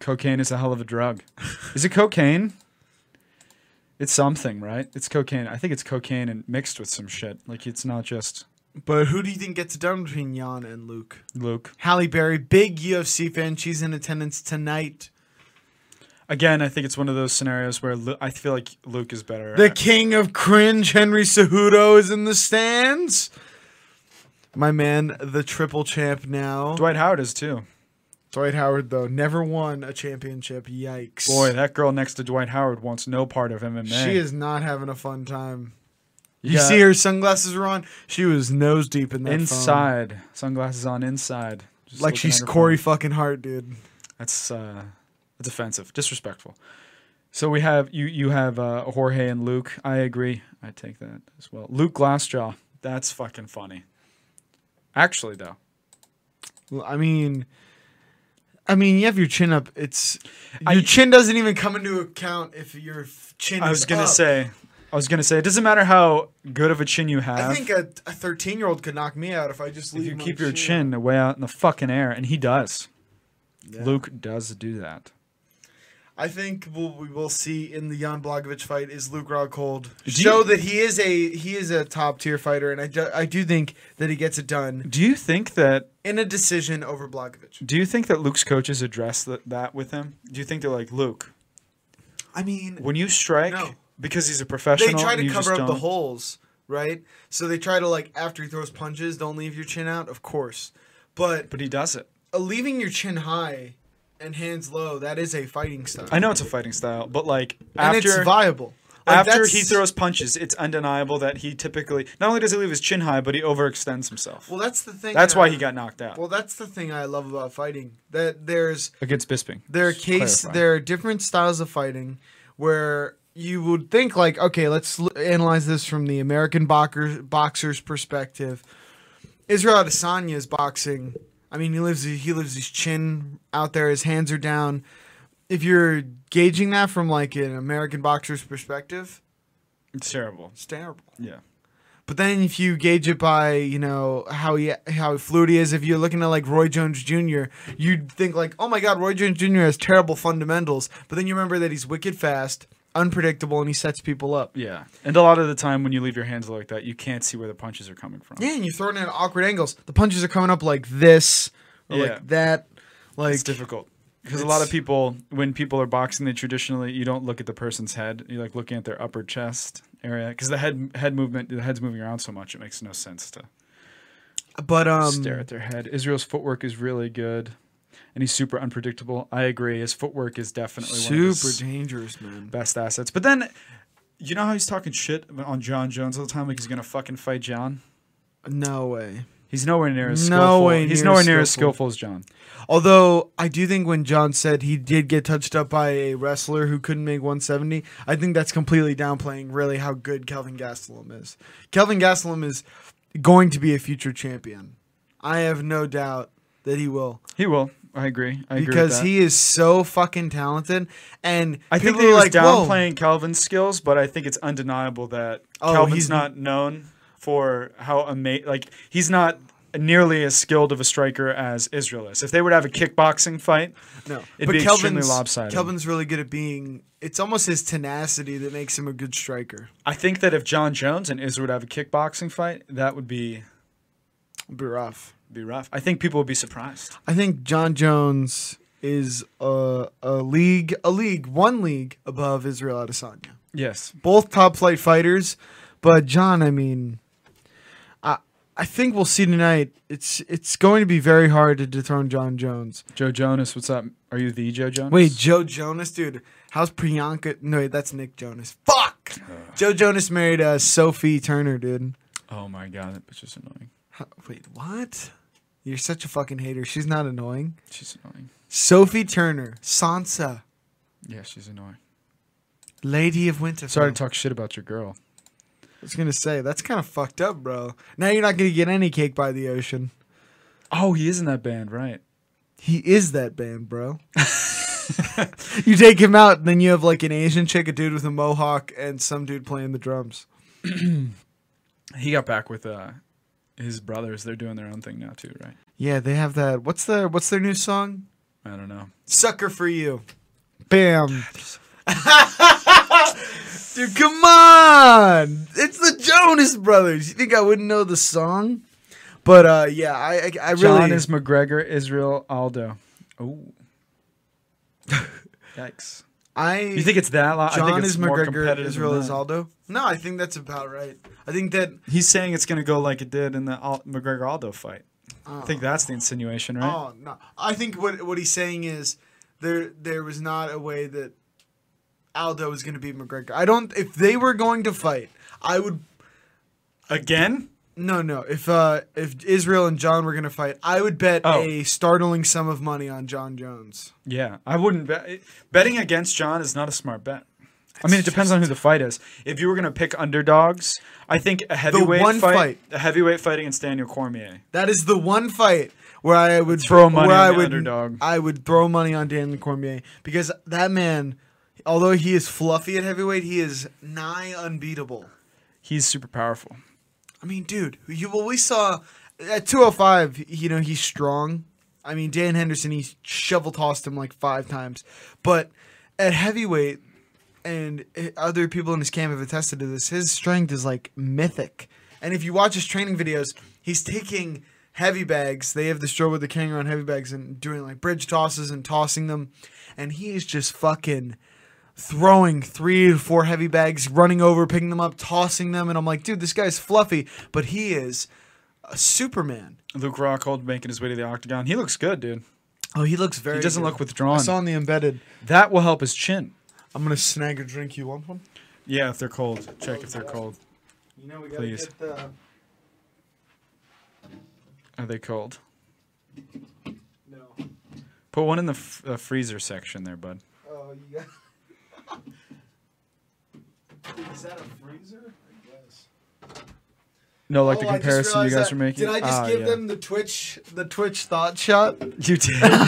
cocaine is a hell of a drug. Is it cocaine? It's something, right? It's cocaine. I think it's cocaine and mixed with some shit. Like it's not just but who do you think gets it done between Jan and Luke? Luke. Halle Berry, big UFC fan, she's in attendance tonight. Again, I think it's one of those scenarios where Lu- I feel like Luke is better. The at- king of cringe, Henry Cejudo, is in the stands. My man, the triple champ now. Dwight Howard is too. Dwight Howard, though, never won a championship. Yikes. Boy, that girl next to Dwight Howard wants no part of MMA. She is not having a fun time. You Yeah. see her sunglasses were on. She was nose deep in that phone. inside, sunglasses on inside. Just Just like looking she's at her Corey phone. fucking Hart, dude. That's uh, that's offensive, disrespectful. So we have you. You have uh, Jorge and Luke. I agree. I take that as well. Luke Glassjaw. That's fucking funny. Actually, though, Well, I mean, I mean, you have your chin up. It's I- your chin doesn't even come into account if your f- chin. I is was gonna up. say, I was gonna say, it doesn't matter how good of a chin you have. I think a a thirteen year old could knock me out if I just if leave you my keep your chin way out in the fucking air, and he does. Luke does do that. I think what we will see in the Jan Blagovic fight is Luke Rockhold you- show that he is a he is a top tier fighter, and I do, I do think that he gets it done Do you think that? in a decision over Blagovic. Do you think that Luke's coaches address that, that with him? Do you think they're like Luke? I mean, When you strike, No. because he's a they professional, try and to you just cover up the don't- holes, right? So they try to like after he throws punches, don't leave your chin out, of course. But But he does it. uh, leaving your chin high and hands low, that is a fighting style, I know it's a fighting style, but like and after it's viable. Like, after that's- he throws punches, it's undeniable that he typically not only does he leave his chin high, but he overextends himself. well, that's the thing. That's why uh, he got knocked out Well, that's the thing I love about fighting. That there's against Bisping. there are Just case clarifying. there are different styles of fighting where you would think like okay let's l- analyze this from the american boxer, boxer's perspective israel adesanya is boxing i mean he lives he lives his chin out there his hands are down if you're gauging that from like an american boxer's perspective It's terrible. it's terrible Yeah. but then if you gauge it by, you know, how he how fluid he is, if you're looking at like Roy Jones Jr., you'd think like, oh my God, Roy Jones Jr. has terrible fundamentals. But then you remember that he's wicked fast, unpredictable, and he sets people up. Yeah. And a lot of the time when you leave your hands like that, you can't see where the punches are coming from. Yeah, and you're throwing it at awkward angles. The punches are coming up like this or Yeah. like that. Like It's difficult. Because a lot of It's- people, when people are boxing, they traditionally you don't look at the person's head. You're like looking at their upper chest area because the head head movement, the head's moving around so much, it makes no sense to but um stare at their head. Israel's footwork is really good, and he's super unpredictable. I agree. His footwork is definitely one of super his dangerous, man. best assets. But then, you know how he's talking shit on John Jones all the time, like he's gonna fucking fight John. No way. He's nowhere near as No skillful. way he's near nowhere near as skillful. skillful as John. Although I do think when John said he did get touched up by a wrestler who couldn't make 170, I think that's completely downplaying really how good Kelvin Gastelum is. Kelvin Gastelum is going to be a future champion. I have no doubt that he will He will. I agree. I agree with because that. he is so fucking talented. And I think people they are was like, "Whoa." downplaying Calvin's skills, but I think it's undeniable that Oh, Calvin's he's- not known for how amazing. Like he's not nearly as skilled of a striker as Israel is. If they were to have a kickboxing fight, No, It'd but be Kelvin's, extremely lopsided. Kelvin's really good at being. It's almost his tenacity that makes him a good striker. I think that if John Jones and Israel would have a kickboxing fight, that would be It'd be rough. be rough. I think people would be surprised. I think John Jones is a, a league, a league, one league above Israel Adesanya. Yes, Both top flight fighters, but John, I mean, I I think we'll see tonight. It's it's going to be very hard to dethrone John Jones. Joe Jonas, what's up? Are you the Joe Jonas? Wait, Joe Jonas, dude, how's Priyanka? No, wait, that's Nick Jonas. Fuck, Joe Jonas married uh, Sophie Turner, dude. oh my god, that bitch is annoying. How, wait, what? You're such a fucking hater. She's not annoying. She's annoying. Sophie Turner, Sansa, Yeah, she's annoying. Lady of Winterfell. Sorry to talk shit about your girl. I was gonna say that's kind of fucked up, bro. Now you're not gonna get any cake by the ocean. Oh, he is in that band, right? He is that band, bro. you take him out, and then you have like an Asian chick, a dude with a mohawk, and some dude playing the drums. He got back with uh his brothers. They're doing their own thing now too, right? Yeah, they have that. What's their What's their new song? I don't know. Sucker for you. Bam. dude, come on! It's the Jonas Brothers. You think I wouldn't know the song? But uh, yeah, I I, I really John is McGregor, Israel Aldo. Oh. Yikes. I You think it's that lot? I John think it's is more McGregor, competitive Israel than is that. Aldo. No, I think that's about right. I think that He's saying it's going to go like it did in the Al- McGregor Aldo fight. I think that's the insinuation, right? oh no, I think what what he's saying is there there was not a way that Aldo was going to beat McGregor. I don't. If they were going to fight, I would Again? No, no. If uh, if Israel and John were gonna fight, I would bet Oh. a startling sum of money on John Jones. Yeah, I wouldn't bet. eh, Betting against John is not a smart bet. I mean, it depends on who the fight is. If you were gonna pick underdogs, I think a heavyweight one fight, fight. a heavyweight fight against Daniel Cormier. That is the one fight where I would Throw money where on I the would, underdog. I would throw money on Daniel Cormier because that man, although he is fluffy at heavyweight, he is nigh unbeatable. He's super powerful. I mean, dude, you always saw at 205, you know, he's strong. I mean, Dan Henderson, he shovel tossed him like five times. But at heavyweight, and eh, other people in his camp have attested to this, his strength is like mythic. And if you watch his training videos, he's taking heavy bags. They have this drill with the king on heavy bags and doing like bridge tosses and tossing them. And he is just fucking throwing three to four heavy bags, running over, picking them up, tossing them, and I'm like, dude, this guy's fluffy, but he is a Superman. Luke Rockhold making his way to the octagon. He looks good, dude. Oh, he looks very. He doesn't good. look withdrawn. I saw in the embedded. That will help his chin. I'm gonna snag a drink. You want one? Yeah, if they're cold, check if they're cold. You know we gotta Please. get the. Are they cold? No. Put one in the f- uh, freezer section there, bud. Oh, you got. Is that a freezer? I guess. No, like Oh, the I just comparison you realized guys that- were making. Did I just Ah, give yeah. them the Twitch, the Twitch thought shot? You did.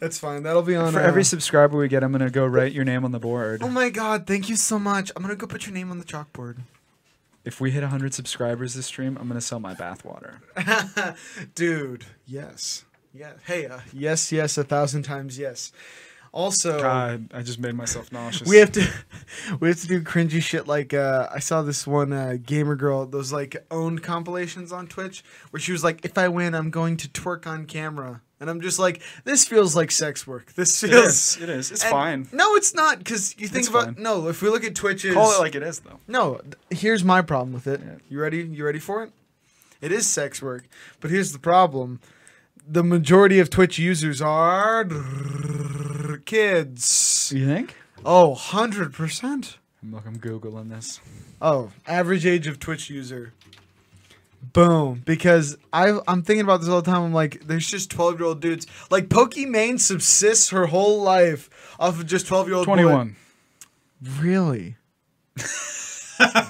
That's fine. That'll be on For uh, every subscriber we get, I'm gonna go write your name on the board. Oh my god! Thank you so much. I'm gonna go put your name on the chalkboard. If we hit 100 subscribers this stream, I'm gonna sell my bathwater. Dude, yes. Yeah. Hey, uh, yes, yes, a thousand times yes. Oh. Also, God, I just made myself nauseous. we have to we have to do cringy shit like uh, I saw this one uh, gamer girl those like owned compilations on Twitch where she was like, "If I win, I'm going to twerk on camera," and I'm just like, "This feels like sex work. This It feels." is. It is. It's and- fine. No, it's not because you think It's about fine. no. If we look at Twitch's Call it like it is, though. no, th- here's my problem with it. Yeah. You ready? You ready for it? It is sex work, but here's the problem. The majority of Twitch users are kids. You think? Oh, 100%. I'm look. I'm googling this. Oh, average age of Twitch user. Boom. Because I, I'm thinking about this all the time. I'm like, there's just 12 year old dudes. Like, Pokimane subsists her whole life off of just 12 year old 21. Really?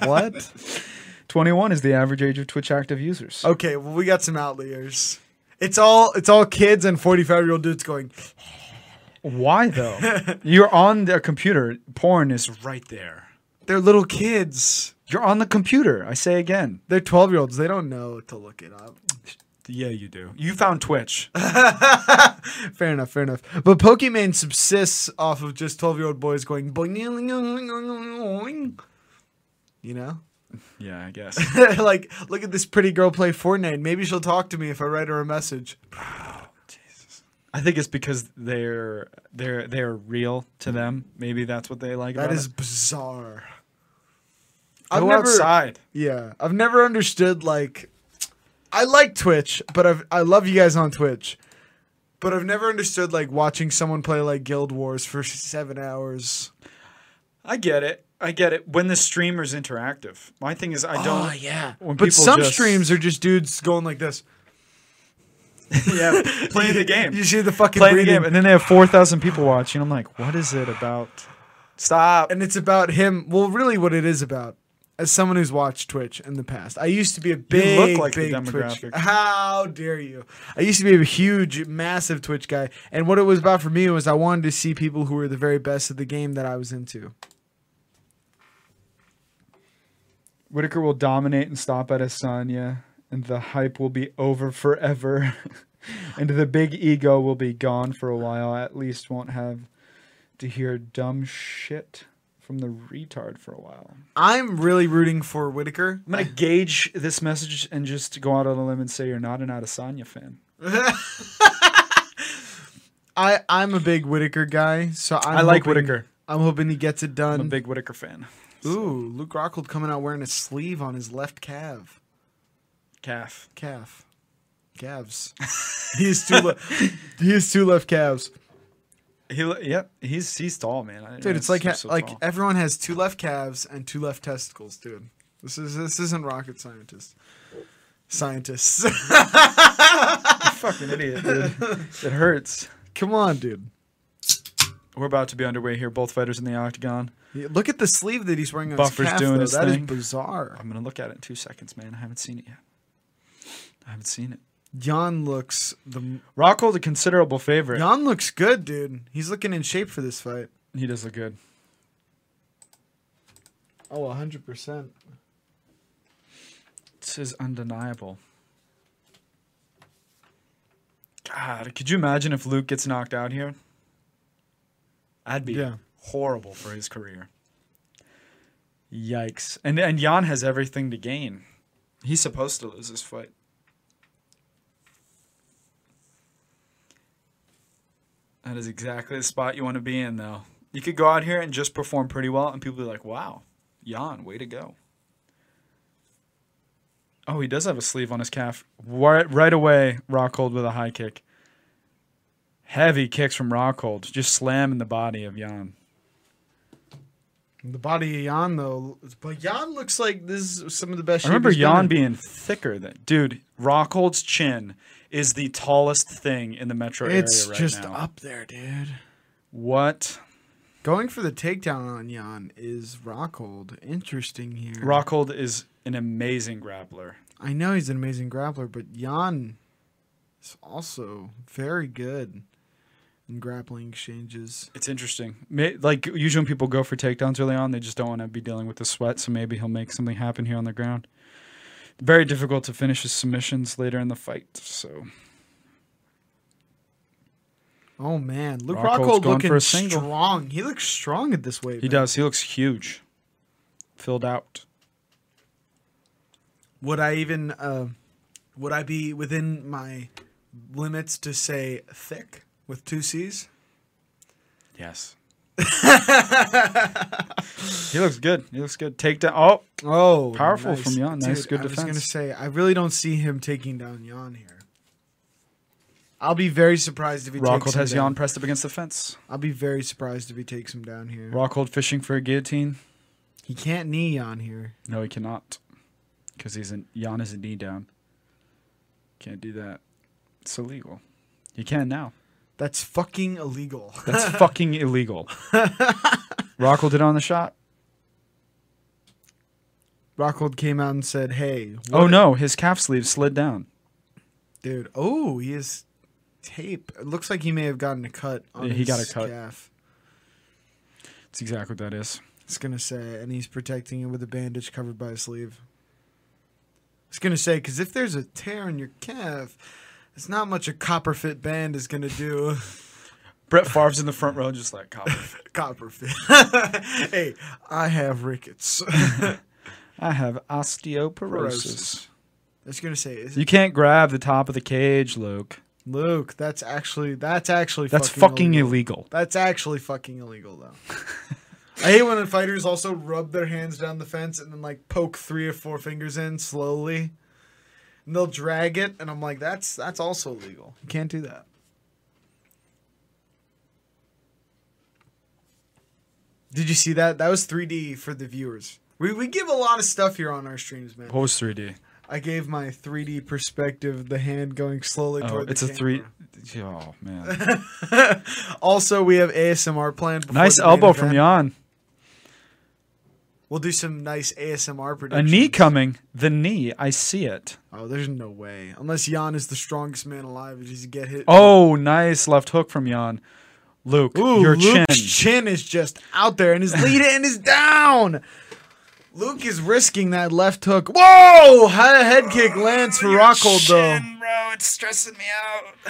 what? 21 is the average age of Twitch active users. Okay, well we got some outliers. It's all it's all kids and 45 year old dudes going. Why though? You're on the computer. Porn is right there. They're little kids. You're on the computer. I say again. They're 12 year olds. They don't know to look it up. Yeah, you do. You found Twitch. Fair enough, fair enough. But Pokemon subsists off of just 12 year old boys going boing, boing, boing, boing, boing. You know? yeah, I guess. like, look at this pretty girl play Fortnite. Maybe she'll talk to me if I write her a message. I think it's because they're they're they're real to them. Maybe that's what they like. Mm. That about is it. bizarre. Go outside. Yeah, I've never understood like I like Twitch, but I've I love you guys on Twitch. But I've never understood like watching someone play like Guild Wars for 7 hours. I get it. I get it. When the streamer's interactive, my thing is I don't. Ah, yeah. When but people some just- streams are just dudes going like this. yeah, playing the game, You see the fucking playing the breathing. game, and then they have four thousand people watching. I'm like, what is it about? Stop. and it's about him. Well, really what it is about as someone who's watched Twitch in the past. I used to be a big like the big Twitch. demographic. How dare you? I used to be a huge massive Twitch guy, and what it was about for me was I wanted to see people who were the very best of the game that I was into. Whitaker will dominate and stop at Asanya, and the hype will be over forever. and the big ego will be gone for a while. I at least won't have to hear dumb shit from the retard for a while. I'm really rooting for Whitaker. I'm gonna gauge this message and just go out on a limb and say you're not an Adesanya fan. I I'm a big Whitaker guy, so I'm i like hoping- Whitaker. I'm hoping he gets it done. I'm a big Whitaker fan. Ooh, Luke Rockhold coming out wearing a sleeve on his left calf. Calf. Calf. Calves. he has two. Le- he has two left calves. He lo- yep. He's he's tall, man. I didn't Dude, realize it's like he ha- was so like tall. everyone has two left calves and two left testicles, dude. This is this isn't rocket scientist. Scientists. Fucking idiot, dude. it hurts. Come on, dude. We're about to be underway here. Both fighters in the octagon. Yeah, Look at the sleeve that he's wearing on Buffer's his calf. doing though. his That is thing. bizarre. I'm gonna look at it in two seconds, man. I haven't seen it yet. I haven't seen it. Jan looks the Rockhold a considerable favorite. Jan looks good, dude. He's looking in shape for this fight. He does look good. Oh, 100%. This is undeniable. God, could you imagine if Luke gets knocked out here? That'd be Yeah. horrible for his career. Yikes. And and Jan has everything to gain. He's supposed to lose this fight. That is exactly the spot you want to be in though. You could go out here and just perform pretty well and people be like, "Wow, Jan, way to go." Oh, he does have a sleeve on his calf. Right, right away, Rockhold with a high kick. Heavy kicks from Rockhold, just slamming the body of Jan. The body of Jan, though. But Jan looks like this is some of the best I remember shape he's been Jan in. being thicker than dude. Rockhold's chin is the tallest thing in the metro It's area right just now. up there, dude. What Going for the takedown on Jan is Rockhold. Interesting here. Rockhold is an amazing grappler. I know he's an amazing grappler, but Jan is also very good in grappling exchanges. It's interesting. May, like usually when people go for takedowns early on, they just don't want to be dealing with the sweat. So maybe he'll make something happen here on the ground. Very difficult to finish his submissions later in the fight. So Oh man, Luke Rockhold's Rockhold going for looking a single. strong. He looks strong at this weight. he man. does. He looks huge, filled out. Would I even? Uh, would I be within my limits to say thick with two C's? Yes. he looks good. He looks good. Takedown. Oh, Oh, Powerful from Jan. Nice, good I was gonna defense. say, I really don't see him taking down Jan here. I'll be very surprised if he Rockhold takes him has down. Jan pressed up against the fence. I'll be very surprised if he takes him down here. Rockhold fishing for a guillotine. He can't knee Jan here. No, he cannot, because he's in, Jan is a knee down. Can't do that. It's illegal. You can now. That's fucking illegal. That's fucking illegal. Rockhold did on the shot. Rockhold came out and said, "Hey, Oh what- no, his calf sleeve slid down. dude! Oh, he is tape. It looks like he may have gotten a cut on Yeah, he his got a cut. calf. That's exactly what that is. It's gonna say, and he's protecting it with a bandage covered by a sleeve. It's gonna say, because if there's a tear in your calf, it's not much a copper fit band is gonna do. Brett Favre's in the front row, just like cop. copper fit. hey, I have rickets. I have Porosis. osteoporosis. It's gonna say, is You can't grab the top of the cage, Luke. Luke, that's actually that's actually That's fucking, fucking illegal. illegal. That's actually fucking illegal though. I hate when fighters also rub their hands down the fence and then like poke three or four fingers in slowly. And they'll drag it and I'm like that's that's also illegal. You can't do that. Did you see that? That was 3D for the viewers. We we give a lot of stuff here on our streams, man. What was 3D? I gave my 3D perspective, the hand going slowly Oh, toward it's the a three. camera. Oh man, also, we have ASMR planned. before nice the main elbow from event. Jan. We'll do some nice ASMR A predictions. knee coming. The knee. I see it. Oh, there's no way. Unless Jan is the strongest man alive, if he's get hit. Oh, nice left hook from Jan. Luke, Ooh, your Luke's chin. chin is just out there, and his lead in is down. Luke is risking that left hook. Whoa! High head kick lands Oh, for Rockhold though. bro. It's stressing me out.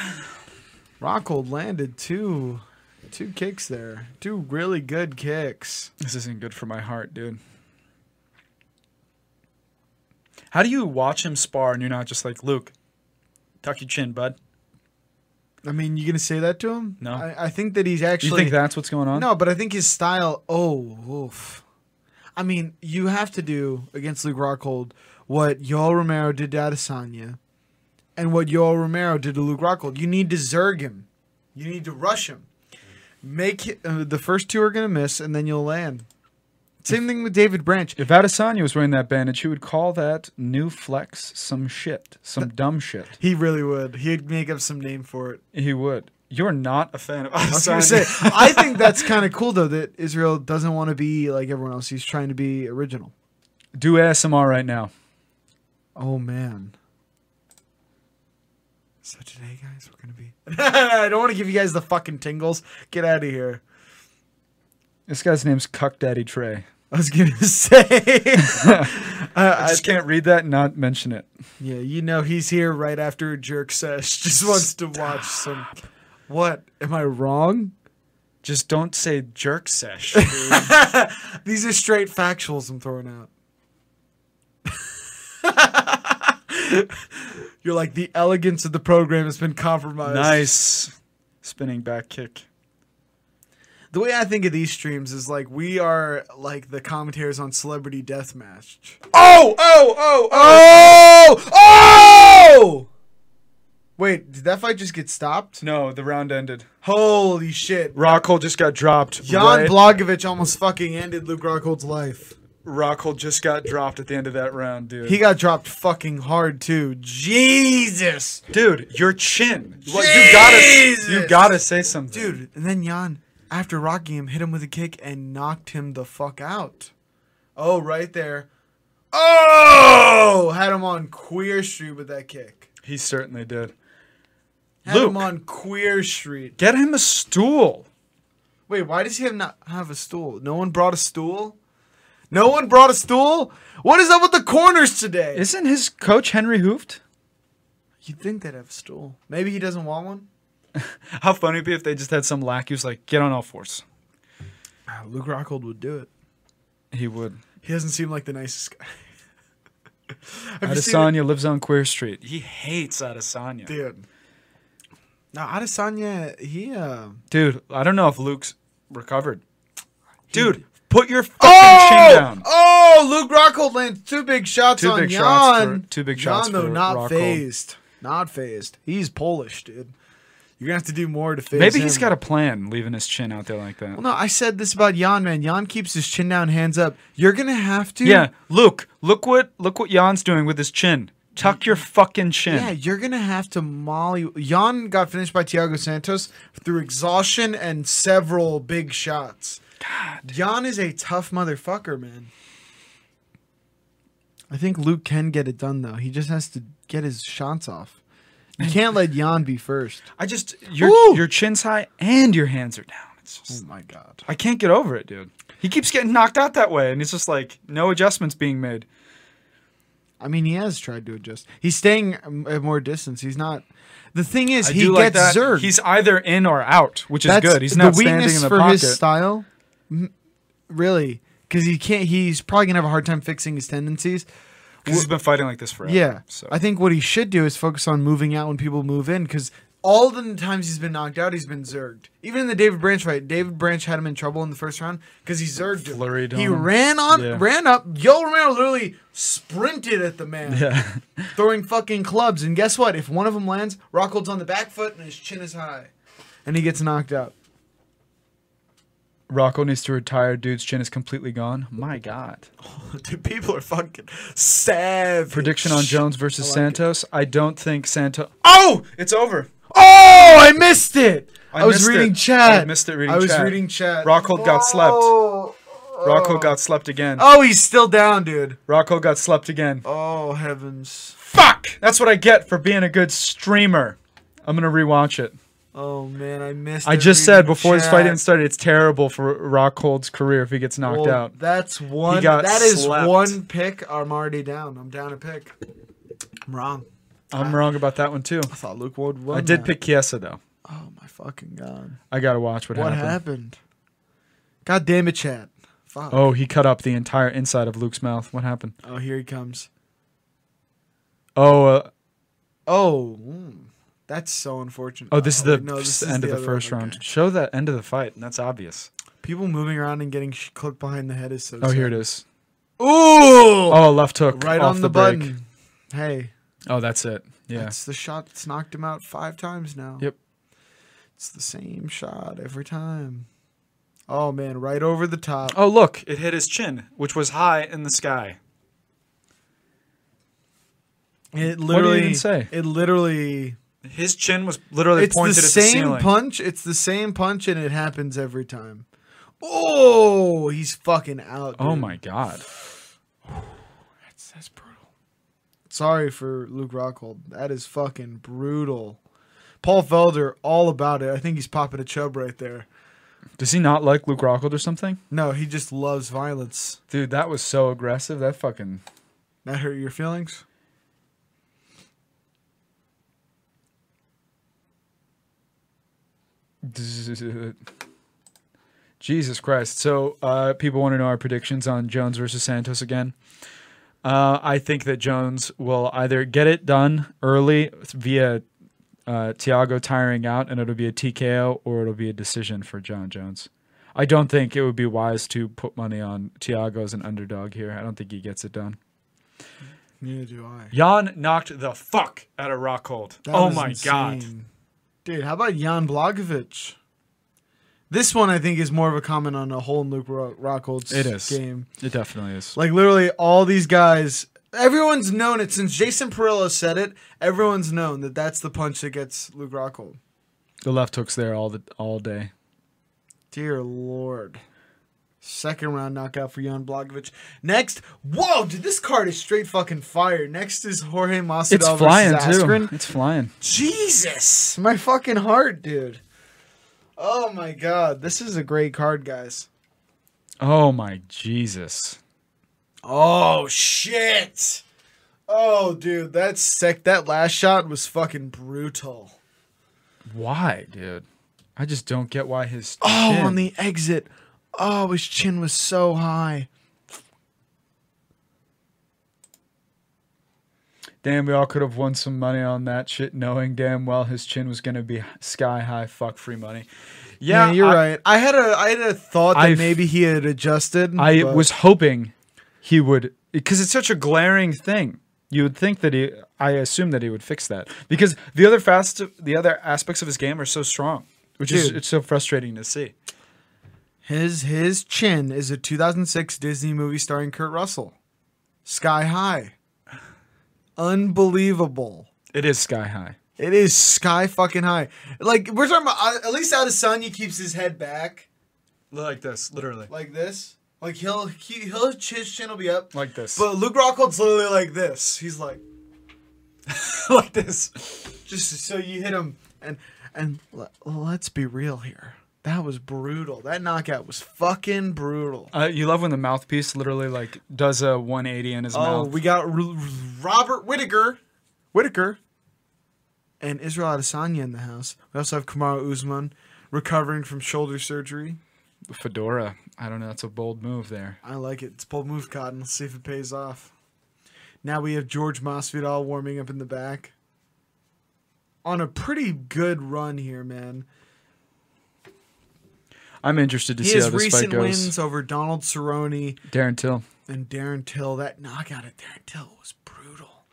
Rockhold landed two, two kicks there. Two really good kicks. This isn't good for my heart, dude. How do you watch him spar and you're not just like Luke? Tuck your chin, bud. I mean, you gonna say that to him? No. I, I think that he's Do actually. you think that's what's going on? No, but I think his style. Oh, oof. I mean, you have to do against Luke Rockhold what Yoel Romero did to Adesanya, and what Yoel Romero did to Luke Rockhold. You need to zerg him. You need to rush him. Make hi- uh, the first two are gonna miss, and then you'll land. Same thing with David Branch. If Adesanya was wearing that bandage, he would call that new flex some shit, some dumb shit. He really would. He'd make up some name for it. He would. You're not a fan of Adesanya. I was gonna say, I think that's kind of cool though that Israel doesn't want to be like everyone else. He's trying to be original. Do ASMR right now. Oh man. So today, guys, we're gonna be. I don't want to give you guys the fucking tingles. Get out of here. This guy's name's Cuck Daddy Trey. I was gonna say. uh, I just can't read that and not mention it. yeah, you know he's here right after a jerk sesh. Just wants to watch some. What am I wrong? Just don't say jerk sesh. These are straight factuals I'm throwing out. You're like the elegance of the program has been compromised. nice. Spinning back kick. The way I think of these streams is like we are like the commentators on Celebrity Deathmatch. Oh, oh, oh, Oh! Oh! Wait, did that fight just get stopped? No, the round ended. Holy shit. Rockhold just got dropped. Jan right- Blagovic almost fucking ended Luke Rockhold's life. Rockhold just got dropped at the end of that round, dude. He got dropped fucking hard too. Jesus. dude, your chin. What, you gotta, you Jesus. gotta say something, Dude, and then Jan, after rocking him, hit him with a kick and knocked him the fuck out. Oh, right there. Oh! Had him on Queer Street with that kick. He certainly did. Had him Luke. on Queer Street. Get him a stool. Wait, why does he have not have a stool? No one brought a stool? No one brought a stool? What is up with the corners today? Isn't his coach Henry Hooft? You'd think they'd have a stool. Maybe he doesn't want one? How funny it'd be if they just had some lackey who's like, get on all fours. Ah, Luke Rockhold would do it. He would. He doesn't seem like the nicest guy. Have you seen it? Adesanya lives on Queer Street. He hates Adesanya. Dude, dude. Now Adesanya, he uh, I don't know if Luke's recovered. Dude, put your fucking chin oh, down. oh, Luke Rockhold lands two big shots Two on big Jan. shots for- two big shots Jan, though, for not Rockhold. phased, not phased. He's Polish, dude. You're gonna have to do more to phase. Maybe him. he's got a plan leaving his chin out there like that. Well, no, I said this about Jan, man. Jan keeps his chin down, hands up. You're gonna have to. Yeah, Luke, look what look what Jan's doing with his chin. Tuck your fucking chin. Yeah, you're gonna have to molly. Jan got finished by Thiago Santos through exhaustion and several big shots. God, Jan is a tough motherfucker, man. I think Luke can get it done though. He just has to get his shots off. You can't let Jan be first. I just your Ooh. your chin's high and your hands are down. It's just Oh, my god. I can't get over it, dude. He keeps getting knocked out that way, and it's just like no adjustments being made. I mean, he has tried to adjust. He's staying um, at more distance. He's not. The thing is, I he do gets like that. zerged. He's either in or out, which is good. He's not standing in the for pocket. his style, M- really, because he can't. He's probably gonna have a hard time fixing his tendencies. 'Cause he's been fighting like this forever. Yeah, So I think what he should do is focus on moving out when people move in, because all the times he's been knocked out, he's been zerged. Even in the David Branch fight, David Branch had him in trouble in the first round because he zerged him. Flurried he on him. ran on, Yeah. ran up. Yo Romero literally sprinted at the man, yeah. throwing fucking clubs. And guess what? If one of them lands, Rockhold's on the back foot and his chin is high, and he gets knocked out. Rocco needs to retire. Dude's chin is completely gone. My God. Dude, people are fucking savage. Prediction on Jones versus I like it. Santos. I don't think Santos. Oh, it's over. Oh, I missed it. I, was missed reading it. chat. I missed it reading I was chat. reading chat. Rockhold got slept. Oh, Rocco got slept again. oh, he's still down, dude. Rocco got slept again. Oh heavens. Fuck! That's what I get for being a good streamer. I'm gonna rewatch it. Oh man, I missed. I it just said reading before this fight chat. even started, it's terrible for Rockhold's career if he gets knocked Well, out. That's one. got that is slept. one pick. I'm already down. I'm down a pick. I'm wrong. I'm wrong about that one too. I thought Luke Ward won. I did that. pick Kiesa though. Oh my fucking god! I gotta watch what, What happened. happened? God damn it, chat. Fuck. Oh, he cut up the entire inside of Luke's mouth. What happened? oh, here he comes. Oh, uh, Oh, mm. that's so unfortunate. oh, this is the wait, no, this is end of the other first one, round. okay. Show the end of the fight. That's obvious. People moving around and getting sh- clipped behind the head is so. Oh, here it is. Ooh! Oh, left hook right off on the, the, break. button. Hey, Oh, that's it. Yeah. that's the shot that's knocked him out five times now. Yep. It's the same shot every time. Oh man, right over the top. Oh, look, it hit his chin, which was high in the sky. It literally even say? It literally His chin was literally It's the pointed at the same ceiling. punch. It's the same punch and it happens every time. Oh, he's fucking out. oh dude. my god. That's brutal. Sorry for Luke Rockhold. That is fucking brutal. Paul Felder, all about it. I think he's popping a chub right there. Does he not like Luke Rockhold or something? No, he just loves violence. Dude, that was so aggressive. That fucking That hurt your feelings? Jesus Christ. So, uh, people want to know our predictions on Jones versus Santos again. Uh, I think that Jones will either get it done early via uh, Tiago tiring out, and it'll be a TKO, or it'll be a decision for John Jones. I don't think it would be wise to put money on Tiago as an underdog here. I don't think he gets it done. Neither do I. Jan knocked the fuck out of Rockhold. That oh was my god. insane. Dude, how about Jan Blagovic? This one I think is more of a comment on a whole in Luke Ro- Rockhold's It is. game. It definitely is. Like literally all these guys, everyone's known it since Jason Perillo said it. Everyone's known that that's the punch that gets Luke Rockhold. The left hook's there all the all day. Dear Lord. Second round knockout for Jan Blagovic. Next, whoa, dude, this card is straight fucking fire. Next is Jorge Masvidal It's versus flying too. Askren. It's flying. Jesus, my fucking heart, dude. Oh my god, this is a great card, guys. Oh my Jesus. Oh shit. Oh dude, that's sick. That last shot was fucking brutal. Why, dude? I just don't get why his Oh, chin- on the exit. Oh, his chin was so high. damn. We all could have won some money on that shit, knowing damn well his chin was gonna be sky high. Fuck free money. Yeah, Yeah, you're I, right. I had a I had a thought that I've- maybe he had adjusted. I but- was hoping he would, because it's such a glaring thing. You would think that he. I assume that he would fix that because the other fast, the other aspects of his game are so strong, which is Dude. it's so frustrating to see. his his chin is a 2006 Disney movie starring Kurt Russell. Sky High. Unbelievable. It is sky high. It is sky fucking high. Like we're talking about uh, at least Adesanya keeps his head back Like this, literally. like this. Like he'll he, he'll his chin will be up. Like this. But Luke Rockhold's literally like this. He's like like this. just so you hit him and and le- let's be real here. That was brutal. That knockout was fucking brutal. Uh, you love when the mouthpiece literally like does a 180 in his Oh, mouth. we got R- R- Robert Whitaker, Whitaker, and Israel Adesanya in the house. We also have Kamaru Usman recovering from shoulder surgery. Fedora. I don't know. That's a bold move there. I like it. It's a bold move, Cotton. Let's see if it pays off. Now we have George Masvidal warming up in the back. On a pretty good run here, man. I'm interested to He see how has this fight recent goes. wins over Donald Cerrone Darren Till. and Darren Till. That knockout at Darren Till was brutal.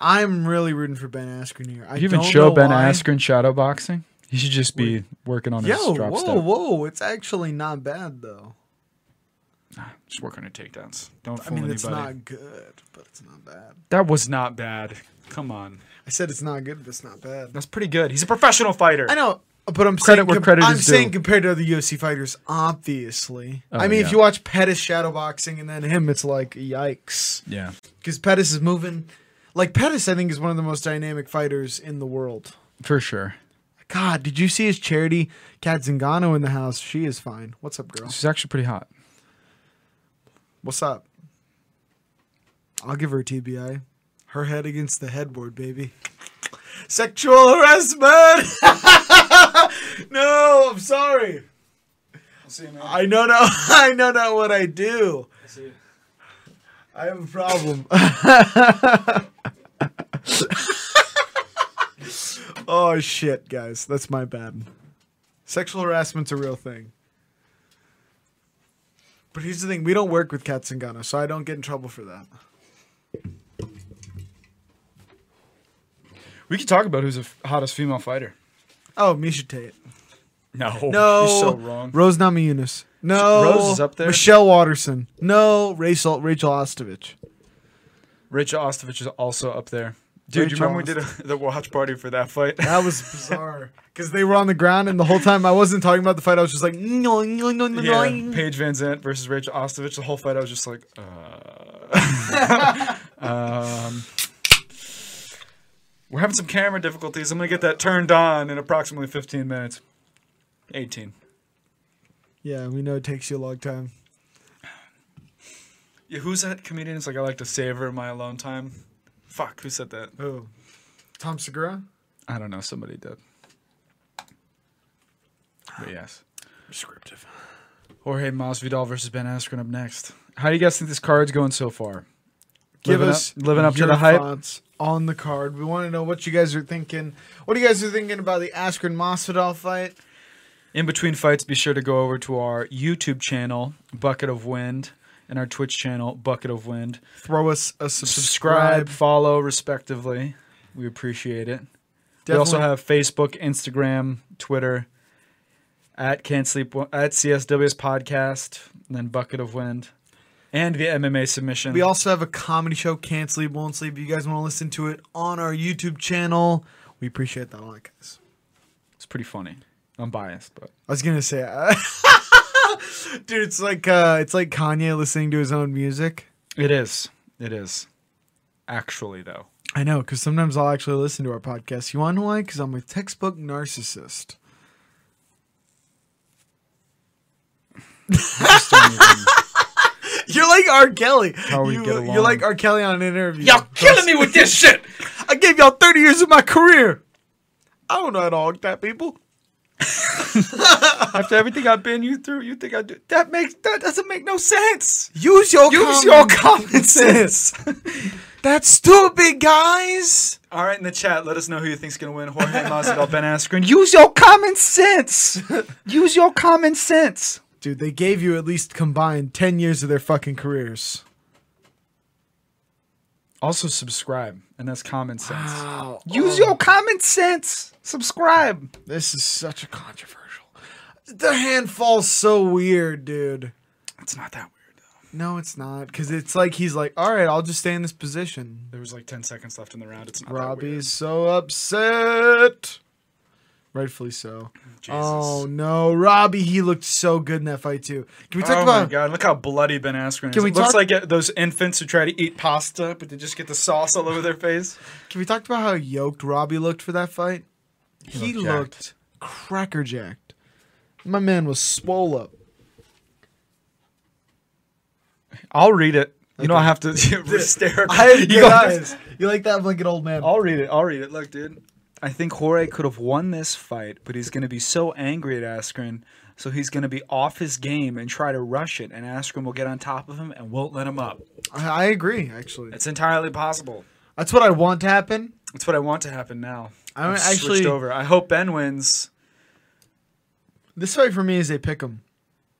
I'm really rooting for Ben Askren here. I You even don't show know Ben why. Askren shadow boxing. He should just be working on his Yo, drop whoa, step. whoa! It's actually not bad though. Just work on your takedowns. Don't I fool mean, anybody. it's not good, but it's not bad. That was not bad. Come on. I said it's not good, but it's not bad. That's pretty good. He's a professional fighter. I know, but I'm Credit saying where com- credit I'm is saying due. compared to other UFC fighters, obviously. Oh, I mean, yeah. if you watch Pettis shadowboxing and then him, it's like yikes, Yeah. because Pettis is moving. Like Pettis, I think is one of the most dynamic fighters in the world. For sure. God, did you see his charity Kat Zingano in the house? She is fine. What's up, girl? She's actually pretty hot. What's up? I'll give her a TBI. Her head against the headboard, baby. Sexual harassment. no, I'm sorry. See, I know not. I know not what I do. I have a problem. oh shit, guys, that's my bad. Sexual harassment's a real thing. But here's the thing: we don't work with Kat Zingano, so I don't get in trouble for that. We could talk about who's the f- hottest female fighter. Oh, Misha Tate. No, No, you're so wrong. Rose Namajunas. No, Rose is up there. Michelle Watterson. No, Rachel Rachel Ostovich. Rich Ostovich is also up there. Dude, Rich you remember we did a, the watch party for that fight? That was bizarre because they were on the ground, and the whole time I wasn't talking about the fight. I was just like, no, no, no, no, yeah, no. Paige Van Zant versus Rachel Ostovich. The whole fight, I was just like, uh. um, we're having some camera difficulties. I'm gonna get that turned on in approximately 15 minutes. 18. Yeah, we know it takes you a long time. Yeah, who's that comedian? It's like I like to savor my alone time. Fuck, who said that? Oh, Tom Segura. I don't know. Somebody did. But yes. Descriptive. Jorge Masvidal versus Ben Askren up next. How do you guys think this card's going so far? Give Living us up, living up to your the hype. thoughts on the card. We want to know what you guys are thinking. What you guys are thinking about the Askren Masvidal fight? In between fights, be sure to go over to our YouTube channel, Bucket of Wind, and our Twitch channel, Bucket of Wind. Throw us a Subscribe, subscribe. follow, respectively. We appreciate it. We also Definitely- have Facebook, Instagram, Twitter, at Can't Sleep at CSW's podcast, and then Bucket of Wind, and via MMA submission. We also have a comedy show, Can't Sleep, Won't Sleep. You guys want to listen to it on our YouTube channel. We appreciate that a lot, guys. it's pretty funny. I'm biased, but I was gonna say, uh, dude, it's like uh, it's like Kanye listening to his own music. it is. It is. Actually, though. I know, because sometimes I'll actually listen to our podcast. You want to know why? Because I'm a textbook narcissist. Just don't even- You're like R. Kelly. How we you, get You're along. like R. Kelly on an interview. Y'all killing me with this shit. I gave y'all 30 years of my career. I don't know how to honk that, people. After everything I've been you through, you think I do that makes that doesn't make no sense. Use your Use common- your common sense. That's stupid, guys. All right, in the chat, let us know who you think's gonna win: Jorge Masvidal, Ben Askren. Use your common sense. Use your common sense. Dude, they gave you at least combined 10 years of their fucking careers. Also subscribe, and that's common sense. Wow. Use your common sense. Subscribe. This is such a controversial. The hand falls so weird, dude. It's not that weird though. No, it's not. Because it's like he's like, all right, I'll just stay in this position. There was like ten seconds left in the round. It's not that weird. Robbie's so upset. Rightfully so. Jesus. Oh, no. Robbie, he looked so good in that fight, too. Can we talk oh about. my god! Look how bloody Ben Askren is. Can we it looks talk- like uh, those infants who try to eat pasta, but they just get the sauce all over their face. Can we talk about how yoked Robbie looked for that fight? He, looked jacked. looked cracker jacked. My man was swole up. I'll read it. You don't Okay. have to stare. I have You Oh. good don't- eyes. You like that blinking old man? I'll read it. I'll read it. Look, dude. I think Jorge could have won this fight, but he's going to be so angry at Askren, so he's going to be off his game and try to rush it, and Askren will get on top of him and won't let him up. I, I agree, actually. It's entirely possible. That's what I want to happen. That's what I want to happen now. I mean, I've actually, switched over. I hope Ben wins. this fight for me is a pick 'em.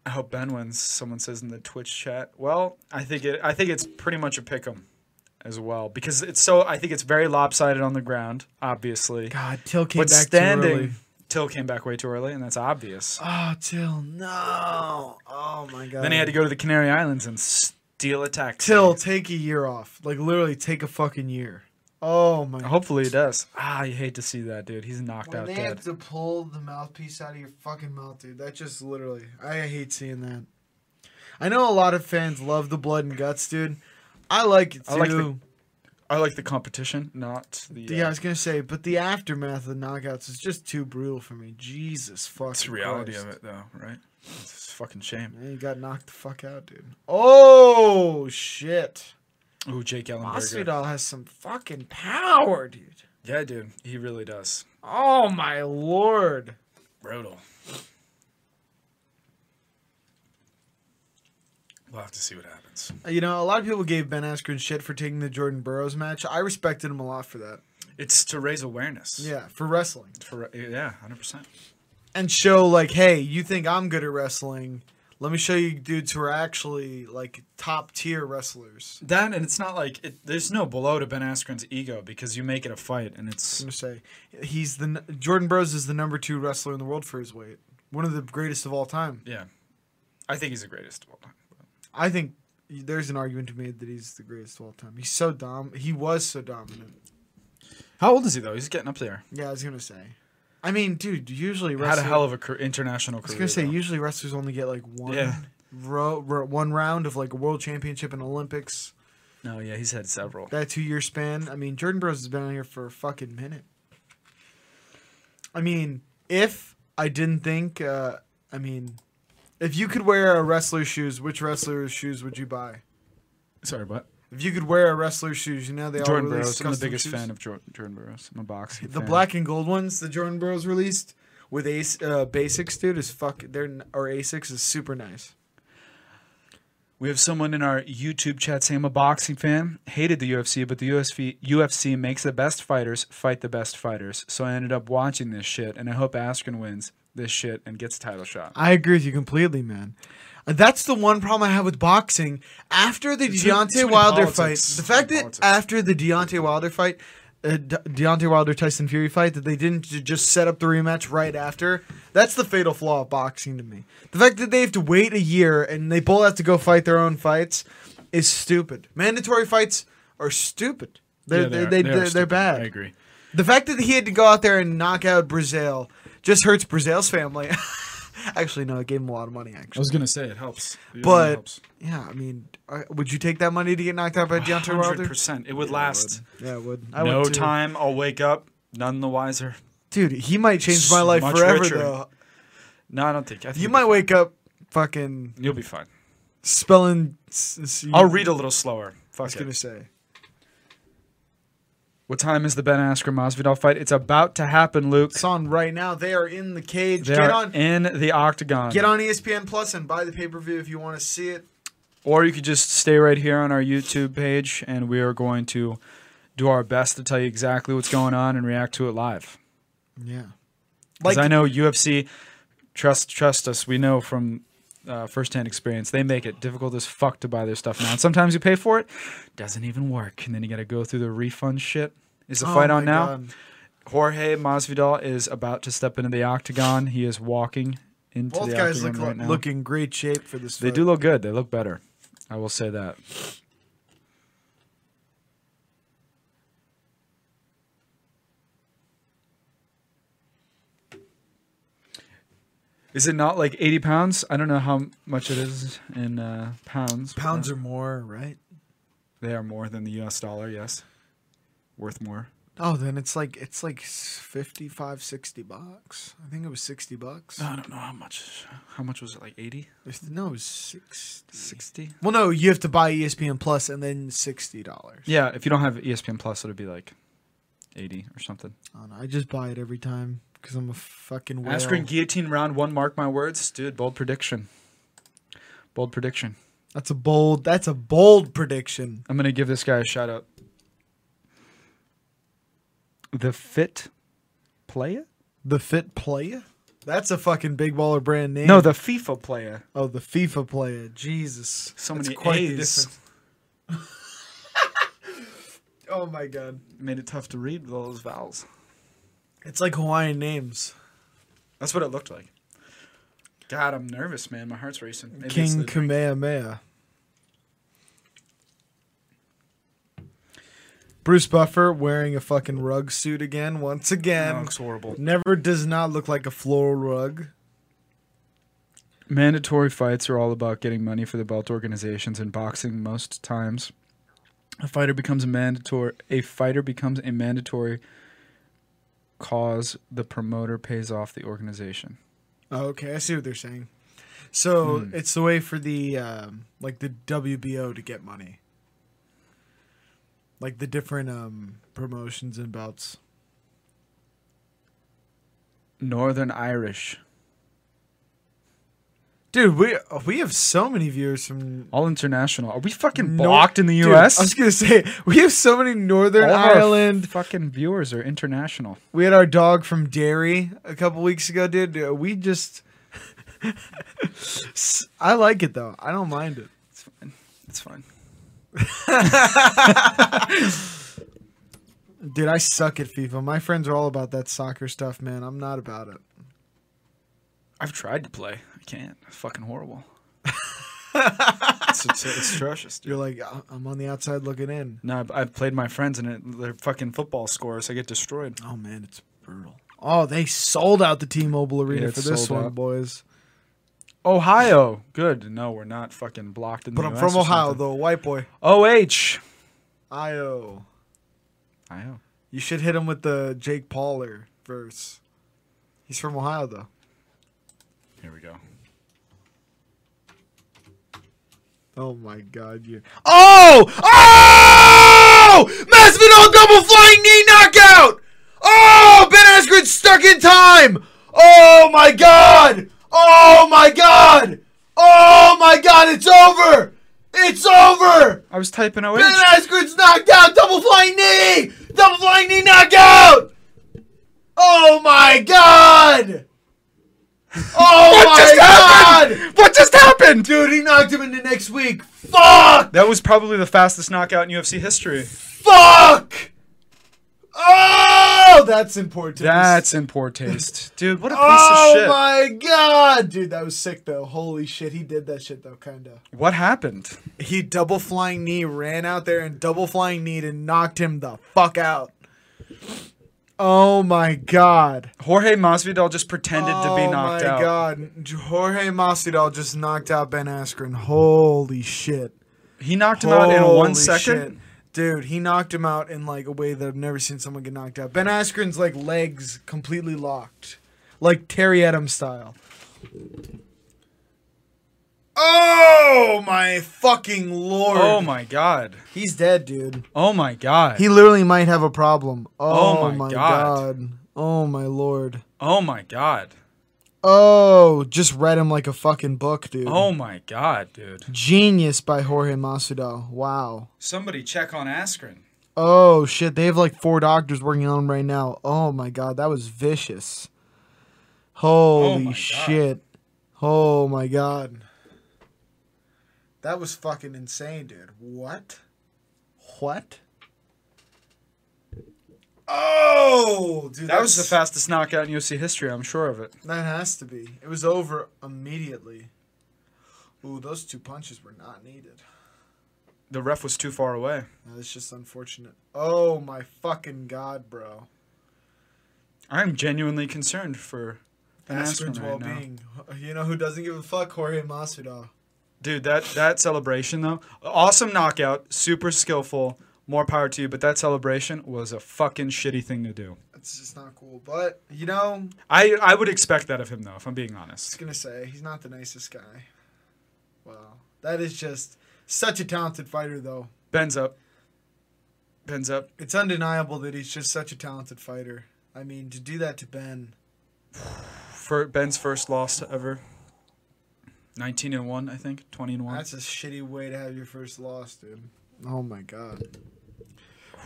I hope Ben wins. Someone says in the Twitch chat. Well, I think it. I think it's pretty much a pick 'em, as well because it's so. I think it's very lopsided on the ground, obviously. God, Till came but back standing, too early. Till came back way too early, and that's obvious. Oh, Till, no. Oh my God. Then he had to go to the Canary Islands and steal a taxi. Till, take a year off. Like literally, take a fucking year. Oh my. Hopefully he does. Ah, you hate to see that, dude. He's knocked When out they dead. have to pull the mouthpiece out of your fucking mouth, dude, that just literally, I hate seeing that. I know a lot of fans love the blood and guts, dude. I like it too. I like the- I like the competition, not the. uh, yeah. I was gonna say, but the aftermath of the knockouts is just too brutal for me. Jesus fucking. It's the reality of Christ. it, though, right? It's a fucking shame. Man, you got knocked the fuck out, dude. Oh shit! Ooh, Jake Ellenberger. Masvidal has some fucking power, dude. Yeah, dude. He really does. Oh my lord! Brutal. We'll have to see what happens. You know, a lot of people gave Ben Askren shit for taking the Jordan Burroughs match. I respected him a lot for that. It's to raise awareness. Yeah, for wrestling. For, yeah, 100%. and show like, hey, you think I'm good at wrestling? Let me show you dudes who are actually like top tier wrestlers. That, and it's not like. It, there's no below to Ben Askren's ego because you make it a fight, and I'm it's. gonna say he's the n- Jordan Bros is the number two wrestler in the world for his weight. one of the greatest of all time. Yeah, I think he's the greatest of all time. I think there's an argument to be made that he's the greatest of all time. He's so dom. He was so dominant. How old is he though? He's getting up there. Yeah, I was gonna say. I mean, dude, usually Had a wrestler- hell of a car- international I was career. gonna say though. usually wrestlers only get like one Yeah. ro- ro- one round of like a world championship and Olympics. no, yeah, he's had several. That two year span. I mean, Jordan Bros has been on here for a fucking minute. I mean, if I didn't think, uh, I mean, if you could wear a wrestler's shoes, which wrestler's shoes would you buy? Sorry, but If you could wear a wrestler's shoes, you know they Jordan all release Burroughs. I'm the custom biggest shoes. fan of Jordan, Jordan Burroughs. I'm a boxing. The fan. black and gold ones the Jordan Burroughs released with Ace uh, Basics, dude, is fuck. They're n- or Asics is super nice. We have someone in our YouTube chat saying I'm a boxing fan. Hated the UFC, but the UFC UFC makes the best fighters fight the best fighters. So I ended up watching this shit, and I hope Askren wins this shit and gets a title shot. I agree with you completely, man. Uh, That's the one problem I have with boxing. After the It's too- Deontay too many Wilder politics. fight, the fact Too many that politics. after the Deontay Wilder fight, uh, De- Deontay Wilder Tyson Fury fight, that they didn't ju- just set up the rematch right after, that's the fatal flaw of boxing to me. The fact that they have to wait a year and they both have to go fight their own fights is stupid. Mandatory fights are stupid. They're, they they, they, are stupid. bad. I agree. The fact that he had to go out there and knock out Brazil just hurts Brazil's family. actually, no, it gave him a lot of money. Actually, gonna say it helps, It But- helps. yeah, I mean, I- would you take that money to get knocked out by Deontay Wilder? 100%. It would last Yeah, I would. I no would too. time. I'll wake up none the wiser. dude. He might change my S- life much forever, richer. though. No, I don't think. I think You you'll might be wake up fucking fine. You'll be fine. spelling. s- s- I'll read a little slower. I Fuck was it. gonna say. What time is the Ben Askren Masvidal fight? It's about to happen, Luke. It's on right now. They are in the cage. They get are on. in the octagon. Get on E ESPN Plus and buy the pay per view if you want to see it. Or you could just stay right here on our YouTube page, and we are going to do our best to tell you exactly what's going on and react to it live. Yeah. Because Like I know UFC, trust trust us, we know from uh, firsthand experience, they make it difficult as fuck to buy their stuff now. And sometimes you pay for it, doesn't even work, and then you got to go through the refund shit. Is the Oh fight on my now? God. Jorge Masvidal is about to step into the octagon. He is walking into Both the guys octagon look right like, now. look in great shape for this. They fight. do look good. They look better. I will say that. Is it not like 80 pounds? I don't know how much it is in uh, pounds. pounds or more, right? They are more than the US dollar, yes. Worth more. Oh, then it's like it's like s- 55, 60 bucks. I think it was sixty bucks. I don't know how much. How much was it? Like 80? It's- no, it was six. 60? Well, no, you have to buy E ESPN Plus and then sixty dollars. Yeah, if you don't have E ESPN Plus, it'll be like 80 or something. I, don't know, I just buy it every time because I'm a fucking whale. Askren guillotine round one. Mark my words, dude. Bold prediction. Bold prediction. That's a bold. That's a bold prediction. I'm gonna give this guy a shout out. The fit player? The fit player. That's a fucking big baller brand name. No, the FIFA player. oh, the FIFA player. Jesus, So That's many the A's. difference. oh my god, Made it tough to read with all those vowels. it's like Hawaiian names. That's what it looked like. God, I'm nervous, man. My heart's racing. Maybe it's King the drink. Kamehameha. Bruce Buffer wearing a fucking rug suit again, once Oh, again. looks horrible. Never does not look like a floral rug. Mandatory fights are all about getting money for the belt organizations in boxing most times. A fighter becomes a mandatory a fighter becomes a mandatory cause the promoter pays off the organization. Oh, okay, I see what they're saying. So Hmm. it's the way for the um, like the WBO to get money, like the different um, promotions and belts. Northern Irish. Dude, we we have so many viewers from All international. Are we fucking Nor- blocked in the Dude, US? I was gonna say we have so many Northern All our Ireland. fucking viewers are international. We had our dog from Derry a couple weeks ago, dude. Uh, We just. S- I like it though. I don't mind it. It's fine. It's fine. Dude, I suck at FIFA. My friends are all about that soccer stuff, man. I'm not about it. I've tried to play. I can't. It's fucking horrible. it's, it's, it's atrocious, dude. You're like, "I- I'm on the outside looking in. No, I've, I've played my friends and it, their fucking football scores. I get destroyed. Oh man, it's brutal. Oh, they sold out the T-Mobile Arena Yeah, for it's this sold one, out. boys. Ohio, good. No, we're not fucking blocked in the But I'm US from or Ohio, something. though. White boy. OH. Io. Ohio. You should hit him with the Jake Pauler verse. He's from Ohio, though. Here we go. Oh my God, you. Oh! Oh! Masvidal double flying knee knockout! Oh! Ben Askren stuck in time! Oh my God! Oh my God! Oh my God! It's over! It's over! I was typing OH. Ben Askren's knocked out! Double flying knee! Double flying knee knockout! Oh my God! Oh my just God! happened? What just happened? Dude, he knocked him into next week. Fuck! That was probably the fastest knockout in UFC history. Fuck! Oh, that's important. That's in poor taste. Dude, what a piece oh of shit. my god, dude, that was sick though. Holy shit, he did that shit though, kinda. What happened? He double flying knee ran out there and double flying knee and knocked him the fuck out. Oh my god. Jorge Masvidal just pretended to be knocked oh my out. god, Jorge Masvidal just knocked out Ben Askren. Holy shit. He knocked him out in Holy one second. shit. Dude, he knocked him out in like a way that I've never seen someone get knocked out. Ben Askren's like legs completely locked, like Terry Adams style. Oh my fucking lord! Oh my god. he's dead, dude. Oh my god. He literally might have a problem. Oh, Oh my my, God. god. Oh my lord. oh my god. Oh, just read him like a fucking book, dude. Oh my god, dude. Genius by Jorge Masvidal. Wow. Somebody check on Askren. Oh shit, they have like four doctors working on him right now. Oh my god, that was vicious. Holy my God. shit. Oh my god. That was fucking insane, dude. What? What? Oh, dude, That was the that's- fastest knockout in UFC history, I'm sure of it. That has to be. It was over immediately. Ooh, those two punches were not needed. The ref was too far away. That's just unfortunate. Oh my fucking god, bro. I'm genuinely concerned for Ben Askren Askren's right now. well-being. You know who doesn't give a fuck? Jorge Masvidal. Dude, that that celebration though, awesome knockout, super skillful. More power to you, but that celebration was a fucking shitty thing to do. That's just not cool. But you know, I I would expect that of him though, if I'm being just honest. gonna say he's not the nicest guy. Wow, that is just such a talented fighter, though. Ben's up. Ben's up. It's undeniable that he's just such a talented fighter. I mean, to do that to Ben, For Ben's first loss ever. 19 and 1, I think. 20 and 1. that's a shitty way to have your first loss, dude. Oh my god.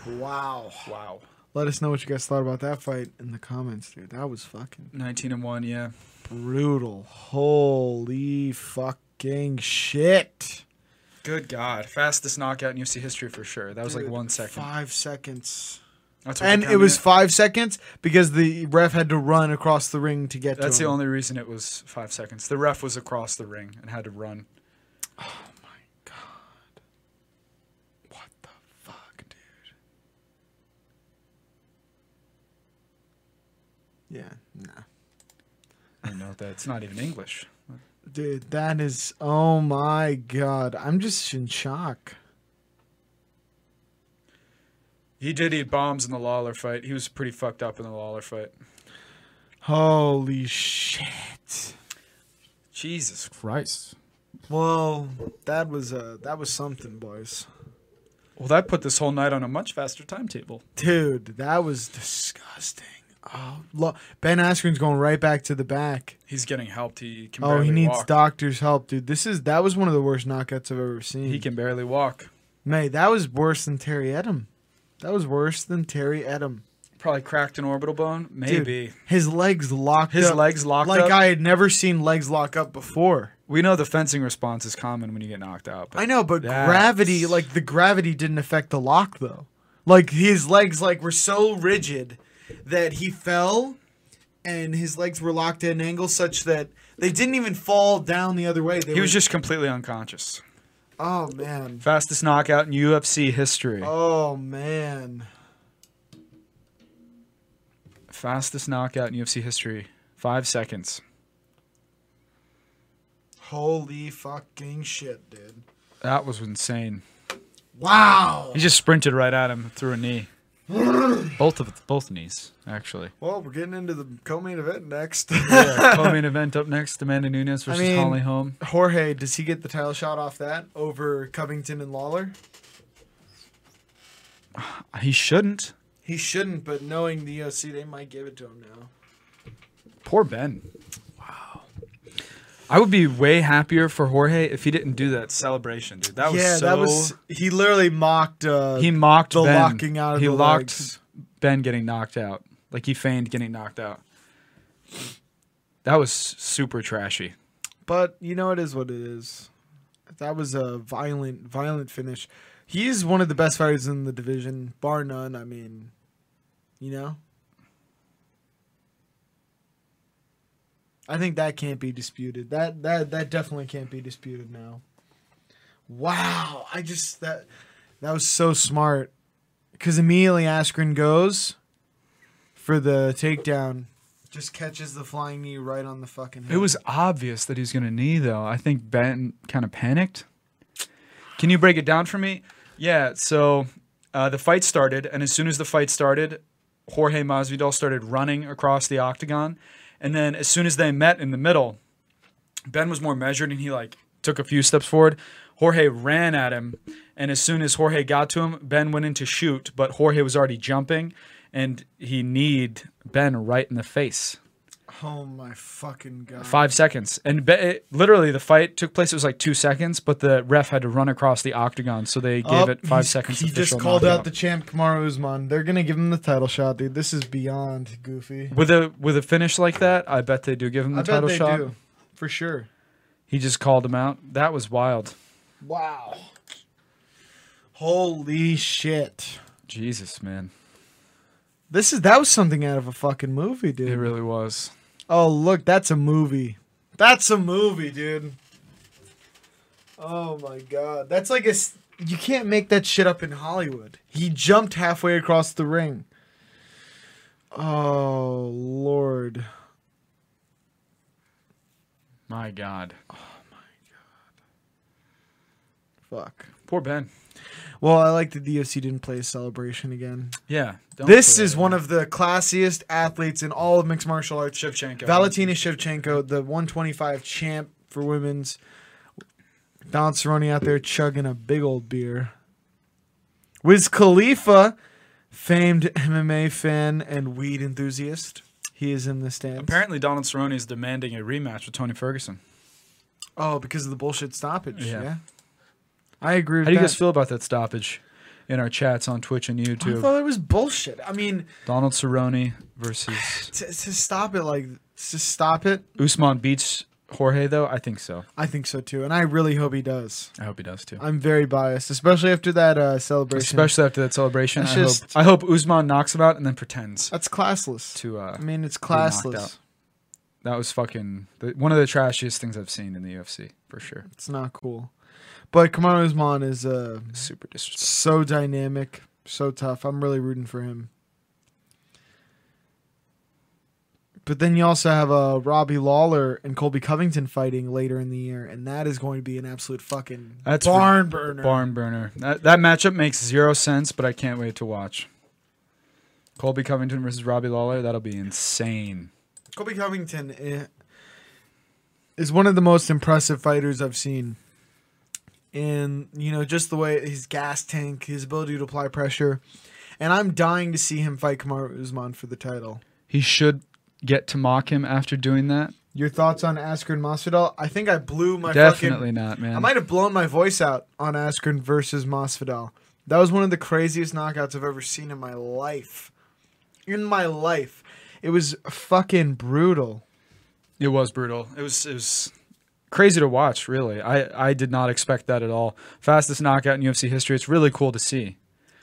Wow. wow. Let us know what you guys thought about that fight in the comments, dude. That was fucking 19 and 1, yeah. brutal. Holy fucking shit. Good God. Fastest knockout in UFC history for sure. That was like Dude, one second. Five seconds. That's what And they it was counted five seconds because the ref had to run across the ring to get That's to the him. only reason it was five seconds. The ref was across the ring and had to run. What the fuck, dude? Yeah, nah. I know that it's not even English. Dude, that is. Oh my god. I'm just in shock. He did eat bombs in the Lawler fight. He was pretty fucked up in the Lawler fight. Holy shit. Jesus Christ. Well, that was uh that was something, boys. Well, that put this whole night on a much faster timetable. Dude, that was disgusting. Oh, look, Ben Askren's going right back to the back. He's getting helped. He can Oh, barely he needs walk. doctor's help, dude. This is that was one of the worst knockouts I've ever seen. He can barely walk. Mate, that was worse than Terry Edom. That was worse than Terry Edom. Probably cracked an orbital bone. Maybe. His legs locked His up. legs locked like up. I had never seen legs lock up before. we know the fencing response is common when you get knocked out. But I know, but that's- gravity, like the gravity didn't affect the lock though. Like his legs like were so rigid that he fell and his legs were locked at an angle such that they didn't even fall down the other way. They He was were- just completely unconscious. oh man, Fastest knockout in UFC history. oh man. Fastest knockout in UFC history. Five seconds. Holy fucking shit, dude. That was insane. Wow. He just sprinted right at him through a knee. both of both knees, actually. Well, we're getting into the co-main event next. Yeah, co-main event up next: Amanda Nunes versus mean- Holly Holm. Jorge, does he get the title shot off that over Covington and Lawler? He shouldn't. He shouldn't, but knowing the UFC, they might give it to him now. Poor Ben. Wow. I would be way happier for Jorge if he didn't do that celebration, dude. That was yeah, so. that was he literally mocked. Uh, he mocked the Ben. locking out of he the locked legs. Ben getting knocked out. Like he feigned getting knocked out. That was super trashy. but you know it is what it is. That was a violent, violent finish. He is one of the best fighters in the division, bar none. I mean, you know, I think that can't be disputed. That that that definitely can't be disputed now. Wow, I just that that was so smart because immediately Askren goes for the takedown, just catches the flying knee right on the fucking. Head. It was obvious that he was going to knee, though. I think Ben kind of panicked. Can you break it down for me? Yeah, so uh, the fight started, and as soon as the fight started, Jorge Masvidal started running across the octagon. And then as soon as they met in the middle, Ben was more measured and he like took a few steps forward. Jorge ran at him, and as soon as Jorge got to him, Ben went in to shoot, but Jorge was already jumping, and he kneed Ben right in the face Oh my fucking god! five seconds. And be- it, literally, the fight took place. It was like two seconds, but the ref had to run across the octagon, so they gave Up. it five Oh, He's- seconds. He just official called out the knockout. champ Kamaru Usman. They're gonna give him the title shot, dude. This is beyond goofy. with a with a finish like that. I bet they do give him the I bet title they shot. do, for sure. He just called him out. That was wild. Wow. Holy shit! Jesus, man, This is that was something out of a fucking movie, dude. it really was. oh look, that's a movie. That's a movie, dude. Oh my god, that's like a. s- You can't make that shit up in Hollywood. He jumped halfway across the ring. Oh lord. My God, Fuck. poor Ben. Well, I like the DFC didn't play a celebration again. Yeah, don't this put it is in. one of the classiest athletes in all of mixed martial arts. Shevchenko. Valentina Shevchenko, the 125 champ for women's. Don Cerrone out there chugging a big old beer. Wiz Khalifa, famed MMA fan and weed enthusiast. He is in the stands. Apparently, Donald Cerrone is demanding a rematch with Tony Ferguson. Oh, because of the bullshit stoppage. Yeah. Yeah. I agree with How do you that. guys feel about that stoppage in our chats on Twitch and I YouTube? thought it was bullshit. I mean, Donald Cerrone versus to, to stop it like to stop it Usman beats Jorge, though? I think so. I think so too, and I really hope he does. I hope he does too. I'm very biased, especially after that uh, celebration. Especially after that celebration. I, That's just- hope, I hope Usman knocks him out and then pretends that's classless. to. Uh, I mean, it's knocked classless. out. that was fucking the, one of the trashiest things I've seen in the UFC for sure. It's not cool. But Kamaru Usman is uh, Super disrespectful. so dynamic, so tough. I'm really rooting for him. But then you also have uh, Robbie Lawler and Colby Covington fighting later in the year, and that is going to be an absolute fucking That's barn burner. Barn burner. That, that matchup makes zero sense, but I can't wait to watch. Colby Covington versus Robbie Lawler. That'll be insane. Colby Covington eh, is one of the most impressive fighters I've seen. And, you know, just the way his gas tank, his ability to apply pressure. And I'm dying to see him fight Kamaru Usman for the title. He should get to mock him after doing that. Your thoughts on Askren Masvidal? I think I blew my Definitely fucking... not, man. I might have blown my voice out on Askren versus Masvidal. That was one of the craziest knockouts I've ever seen in my life. In my life. It was fucking brutal. It was brutal. It was it was crazy to watch. Really, I I did not expect that at all. Fastest knockout in UFC history. It's really cool to see.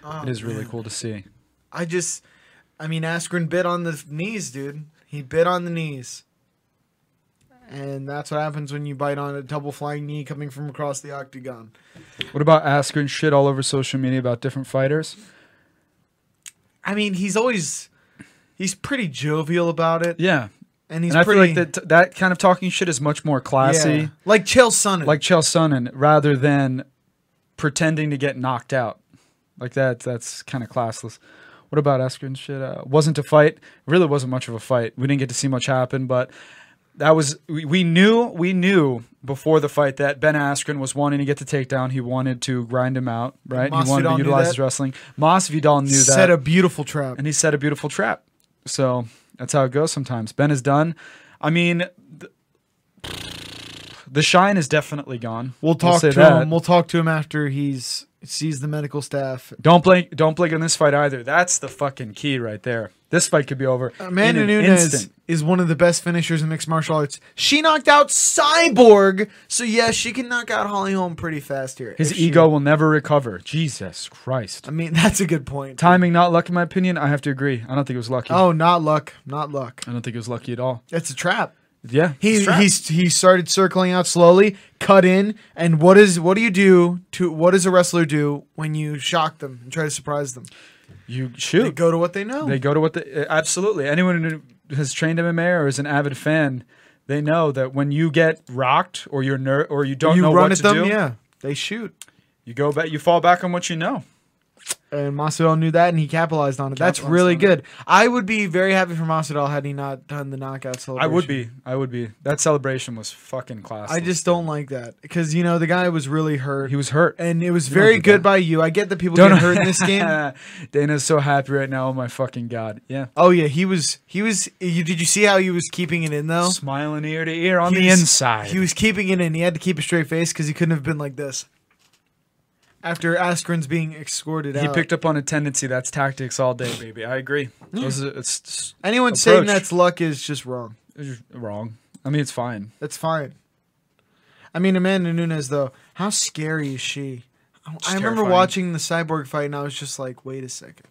Oh, It is man. really cool to see. I just, I mean, Askren bit on the knees, dude. He bit on the knees. And that's what happens when you bite on a double flying knee coming from across the octagon. What about Askren shit all over social media about different fighters? I mean, he's always he's pretty jovial about it, Yeah, and he's and I pretty feel like that that kind of talking shit is much more classy, yeah, like Chael Sonnen. like Chael Sonnen, rather than pretending to get knocked out. Like that, that's kind of classless. What about Askren shit? Uh, wasn't a fight. Really wasn't much of a fight. We didn't get to see much happen, but that was we, we knew we knew before the fight that Ben Askren was wanting to get the takedown. He wanted to grind him out, right? he wanted Masvidal to knew utilize that. his wrestling. Masvidal knew that set a beautiful trap. and he set a beautiful trap. So that's how it goes sometimes. Ben is done. I mean, th- the shine is definitely gone. We'll talk say to him. We'll talk to him after he's sees the medical staff. don't blink. Don't blink on this fight either. That's the fucking key right there. This fight could be over. Uh, Amanda in an Nunes instant. is one of the best finishers in mixed martial arts. She knocked out Cyborg, so yes, she can knock out Holly Holm pretty fast here. His If she- ego will never recover. Jesus Christ. I mean, that's a good point. Timing not luck in my opinion. I have to agree. I don't think it was lucky. Oh, not luck, not luck. I don't think it was lucky at all. That's a trap. Yeah. He it's trapped. he's he started circling out slowly, cut in, and what is what do you do to what does a wrestler do when you shock them and try to surprise them? you They shoot. go to what they know. They go to what the uh, absolutely anyone who has trained MMA or is an avid fan, they know that when you get rocked or you're ner- or you don't you know run what at to them, do, yeah. They shoot. you go back, you fall back on what you know. And Masvidal knew that, and he capitalized on it. That's Capitalized really on it. good. I would be very happy for Masvidal had he not done the knockout I celebration. would be, I would be. That celebration was fucking classic. I just don't like that because you know the guy was really hurt, he was hurt. and it was don't very do good that. by you. I get that people get hurt in this game. Dana's so happy right now. Oh my fucking god! Yeah, Oh yeah, he was. He was. You did you see how he was keeping it in though? smiling ear to ear on He the was- inside. He was keeping it in. He had to keep a straight face because he couldn't have been like this. After Askren's being escorted He out, picked up on a tendency. That's tactics all day, baby. I agree. Those are- it's, anyone saying approach. that's luck is just wrong. it's wrong. I mean, it's fine. That's fine. I mean, Amanda Nunes though, how scary is she? I- I remember terrifying. watching the cyborg fight and I was just like, wait a second.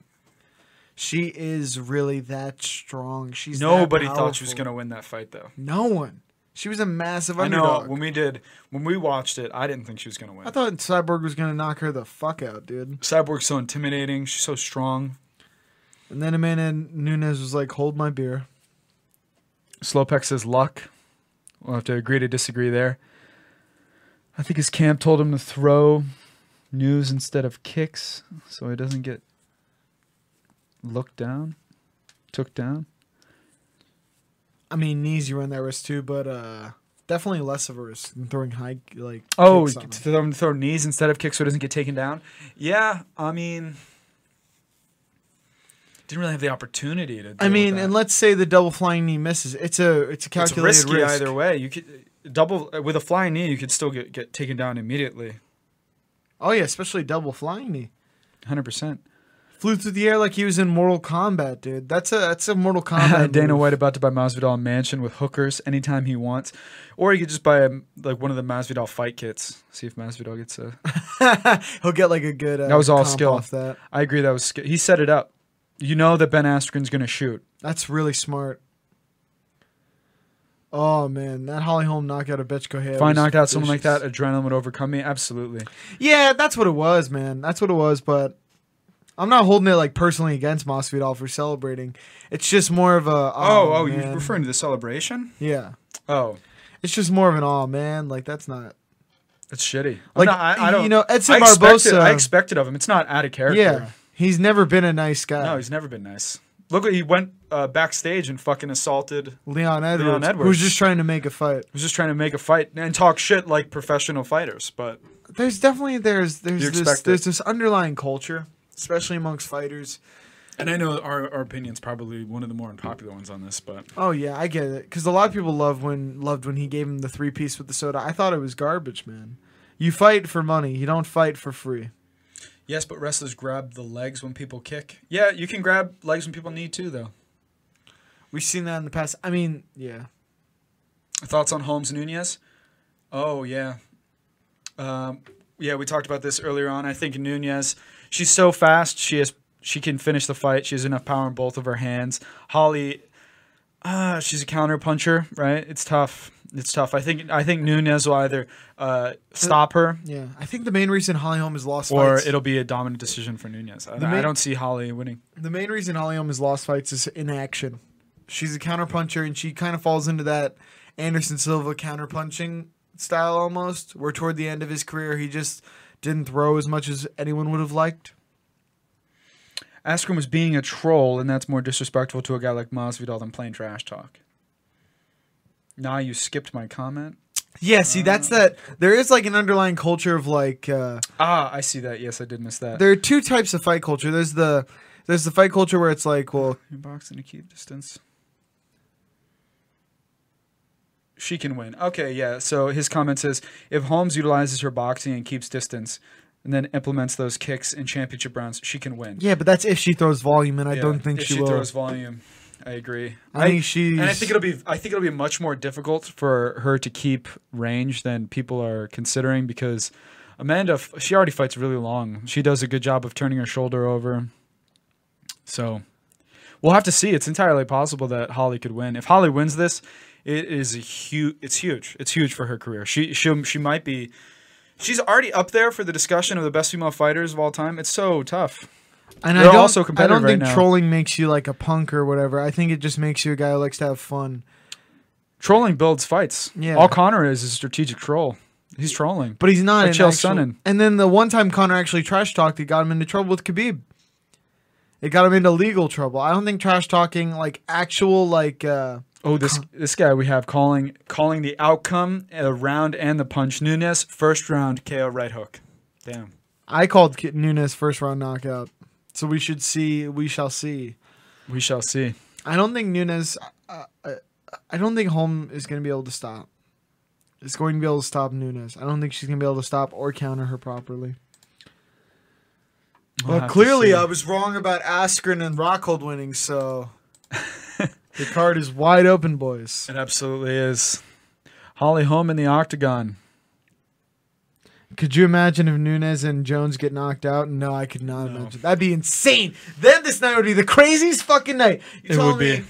She is really that strong. She's that Nobody thought she was powerful. gonna win that fight, though. No one. She was a massive I know underdog. I, when we did when we watched it, I didn't think she was gonna win. thought Cyborg was gonna knock her the fuck out, dude. Cyborg's so intimidating. She's so strong. And then Amanda Nunes was like, "Hold my beer." Slowpex says luck. We'll have to agree to disagree there. I think his camp told him to throw news instead of kicks, so he doesn't get looked down, took down. I mean, knees you run that risk too, but uh, definitely less of a risk than throwing high like. Oh, kicks on to them. throw, to throw knees instead of kicks so he doesn't get taken down. Yeah, I mean, didn't really have the opportunity to. Deal I mean, with that. and let's say the double flying knee misses. It's a it's a it's calculated risky risk. either way. You could double with a flying knee, you could still get, get taken down immediately. Oh yeah, especially double flying knee. Hundred percent. Flew through the air like he was in Mortal Kombat, dude. That's a that's a Mortal Kombat. Dana move. White about to buy Masvidal a mansion with hookers anytime he wants, or he could just buy him like one of the Masvidal fight kits. See if Masvidal gets a. He'll get like a good. Uh, That was all comp skill. Off that. I agree. That was sk- he set it up. You know that Ben Askren's gonna shoot. That's really smart. Oh man, that Holly Holm knockout of Bitch Gohea. If I was knocked out someone like vicious. that, adrenaline would overcome me. Absolutely. Yeah, that's what it was, man. That's what it was, but I'm not holding it like personally against Mosfidal for celebrating. It's just more of a oh Oh, oh, you're man." referring to the celebration? yeah. Oh, It's just more of an oh man, like that's not that's shitty. I'm Like, not- I, I you don't know, Edson I expected, Barbosa- I expected of him. It's not out of character. yeah. He's never been a nice guy. No, he's never been nice. Look, he went uh, backstage and fucking assaulted. Leon Edwards, Edwards. who's just trying to make a fight. Was just trying to make a fight and talk shit like professional fighters. But There's definitely there's there's You this expect it. there's this underlying culture, especially amongst fighters. and I know our our opinion's probably one of the more unpopular ones on this, but Oh yeah, I get it. Because a lot of people love when loved when he gave him the three piece with the soda. I thought it was garbage, man. You fight for money. You don't fight for free. yes, but wrestlers grab the legs when people kick. Yeah, you can grab legs when people need to, though. We've seen that in the past. I mean, yeah. Thoughts on Holmes Nunez? Oh yeah, um, yeah. We talked about this earlier on. I think Nunez. She's so fast. She has. She can finish the fight. She has enough power in both of her hands. Holly. uh, she's a counter puncher, right? It's tough. It's tough. I think I think Nunez will either uh, stop her Yeah, I think the main reason Holly Holm has lost or fights, it'll be a dominant decision for Nunez. I, main- I don't see Holly winning. the main reason Holly Holm has lost fights is inaction. She's a counterpuncher, and she kind of falls into that Anderson Silva counterpunching style almost, where toward the end of his career he just didn't throw as much as anyone would have liked. Askren was being a troll, and that's more disrespectful to a guy like Masvidal than plain trash talk. Nah, you skipped my comment. Yeah, see, that's Uh. that. There is like an underlying culture of like. Uh, Ah, I see that. Yes, I did miss that. there are two types of fight culture. There's the there's the fight culture where it's like, well, You box in to keep distance. She can win. Okay, yeah. So his comment says if Holmes utilizes her boxing and keeps distance and then implements those kicks in championship rounds, she can win. yeah, but that's if she throws volume, and I don't think if she, will. throws volume. I agree. I think she's- and I think it'll be I think it'll be much more difficult for her to keep range than people are considering because Amanda f- she already fights really long. She does a good job of turning her shoulder over. So we'll have to see. It's entirely possible that Holly could win. If Holly wins this, it is a huge it's huge. It's huge for her career. She she she might be She's already up there for the discussion of the best female fighters of all time. It's so tough. and I they're don't, also I competitive don't right think now. trolling makes you like a punk or whatever. I think it just makes you a guy who likes to have fun. Trolling builds fights. Yeah. All Connor is is a strategic troll. He's trolling. But he's Like not. an Chael actual- Sonnen. And then the one time Connor actually trash talked, it got him into trouble with Khabib. It got him into legal trouble. I don't think trash talking, like actual, like uh Oh, this this guy we have calling calling the outcome, the round and the punch. Nunes first round KO right hook. Damn. I called Kit Nunes first round knockout. So we should see. We shall see. We shall see. I don't think Nunes. Uh, uh, I don't think Holm is going to be able to stop. It's going to be able to stop Nunes. I don't think she's going to be able to stop or counter her properly. We'll have but to clearly, see. I was wrong about Askren and Rockhold winning. So the card is wide open, boys. It absolutely is. Holly Holm in the octagon. Could you imagine if Nunes and Jones get knocked out? No, I could not imagine. That'd be insane. Then this night would be the craziest fucking night. You It tell would be. me-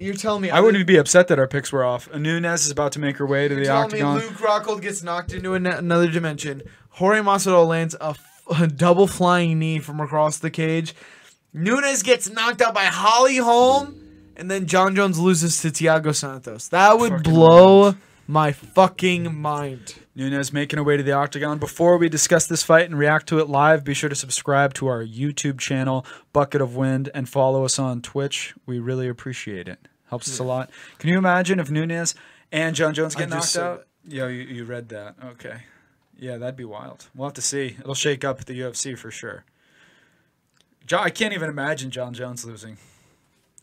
You're telling me. I wouldn't be upset that our picks were off. Nunes is about to make her way to the Tell octagon. me Luke Rockhold gets knocked into an- another dimension. Jorge Masvidal lands a, f- a double flying knee from across the cage. Nunes gets knocked out by Holly Holm, and then John Jones loses to Thiago Santos. That would Fucking blow my fucking mind. Nunez making her way to the octagon. Before we discuss this fight and react to it live, be sure to subscribe to our YouTube channel, Bucket of Wind, and follow us on Twitch. We really appreciate it. Helps us a lot. Can you imagine if Nunez and John Jones I get just knocked said out? Yeah, you, you read that. Okay. Yeah, that'd be wild. We'll have to see. It'll shake up the UFC for sure. Jo- I can't even imagine John Jones losing.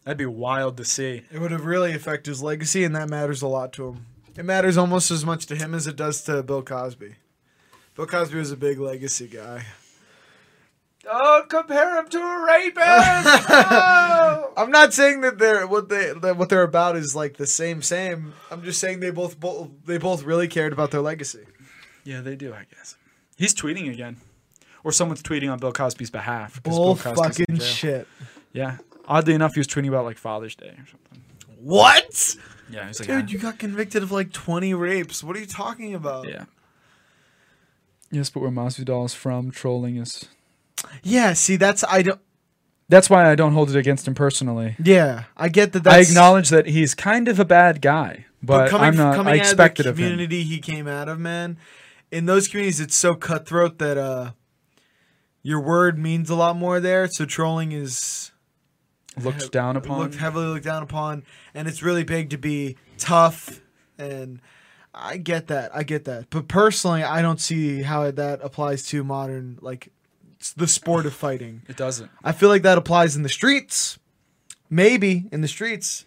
That'd be wild to see. It would have really affected his legacy, and that matters a lot to him. It matters almost as much to him as it does to Bill Cosby. Bill Cosby was a big legacy guy. Don't Oh, compare him to a rapist. I'm not saying that they're what they that what they're about is like the same same. I'm just saying they both, both they both really cared about their legacy. Yeah, they do, I guess. He's tweeting again. Or someone's tweeting on Bill Cosby's behalf. 'cause Bull Bill Cosby's in fucking jail. shit. Yeah. Oddly enough, he was tweeting about like Father's Day or something. What? Yeah, he's like, Dude, "Ah." you got convicted of like 20 rapes. What are you talking about? yeah. Yes, but where Masvidal is from, trolling is. Yeah, see that's I don't That's why I don't hold it against him personally. Yeah, I get that that's I acknowledge that he's kind of a bad guy, but, I'm not. I expected out of of, the him. community he came out of, man. In those communities it's so cutthroat that uh your word means a lot more there, so trolling is Looked down upon. looked heavily looked down upon, and it's really big to be tough. And I get that, I get that. But personally, I don't see how that applies to modern like s- the sport of fighting. it doesn't. I feel like that applies in the streets, maybe in the streets,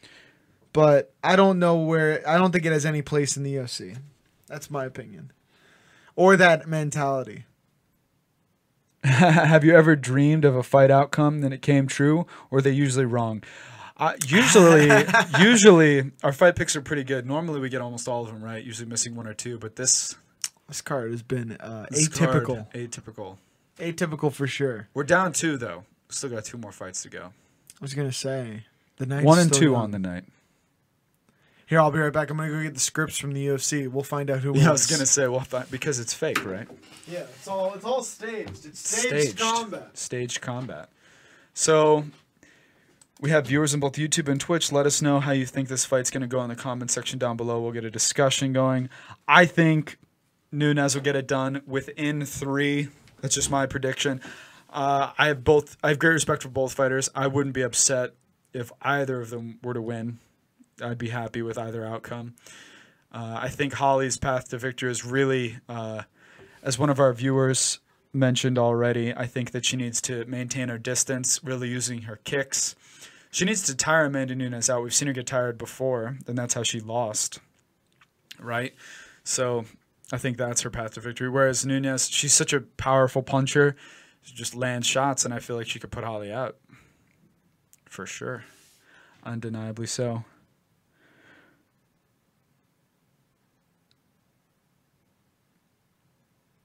but I don't know where. I don't think it has any place in the UFC. That's my opinion, or that mentality. Have you ever dreamed of a fight outcome and it came true, or are they usually wrong? Uh, usually, usually our fight picks are pretty good. Normally, we get almost all of them right. Usually, missing one or two, but this, This card has been uh, this card- atypical, atypical. atypical for sure. We're down two though. Still got two more fights to go. I was gonna say The night's One and still two young. on the night. Here, I'll be right back. I'm gonna go get the scripts from the UFC. We'll find out who. Yeah, wins. I was gonna say well, th- because it's fake, right? Yeah, it's all it's all staged. It's Staged combat. So we have viewers on both YouTube and Twitch. Let us know how you think this fight's going to go in the comment section down below. We'll get a discussion going. I think Nunez will get it done within three. That's just my prediction. Uh, I have both. I have great respect for both fighters. I wouldn't be upset if either of them were to win. I'd be happy with either outcome. Uh, I think Holly's path to victory is really, uh, as one of our viewers mentioned already, I think that she needs to maintain her distance, really using her kicks. She needs to tire Amanda Nunes out. We've seen her get tired before, and that's how she lost, right? So I think that's her path to victory. Whereas Nunes, she's such a powerful puncher. She just lands shots, and I feel like she could put Holly out for sure. Undeniably so.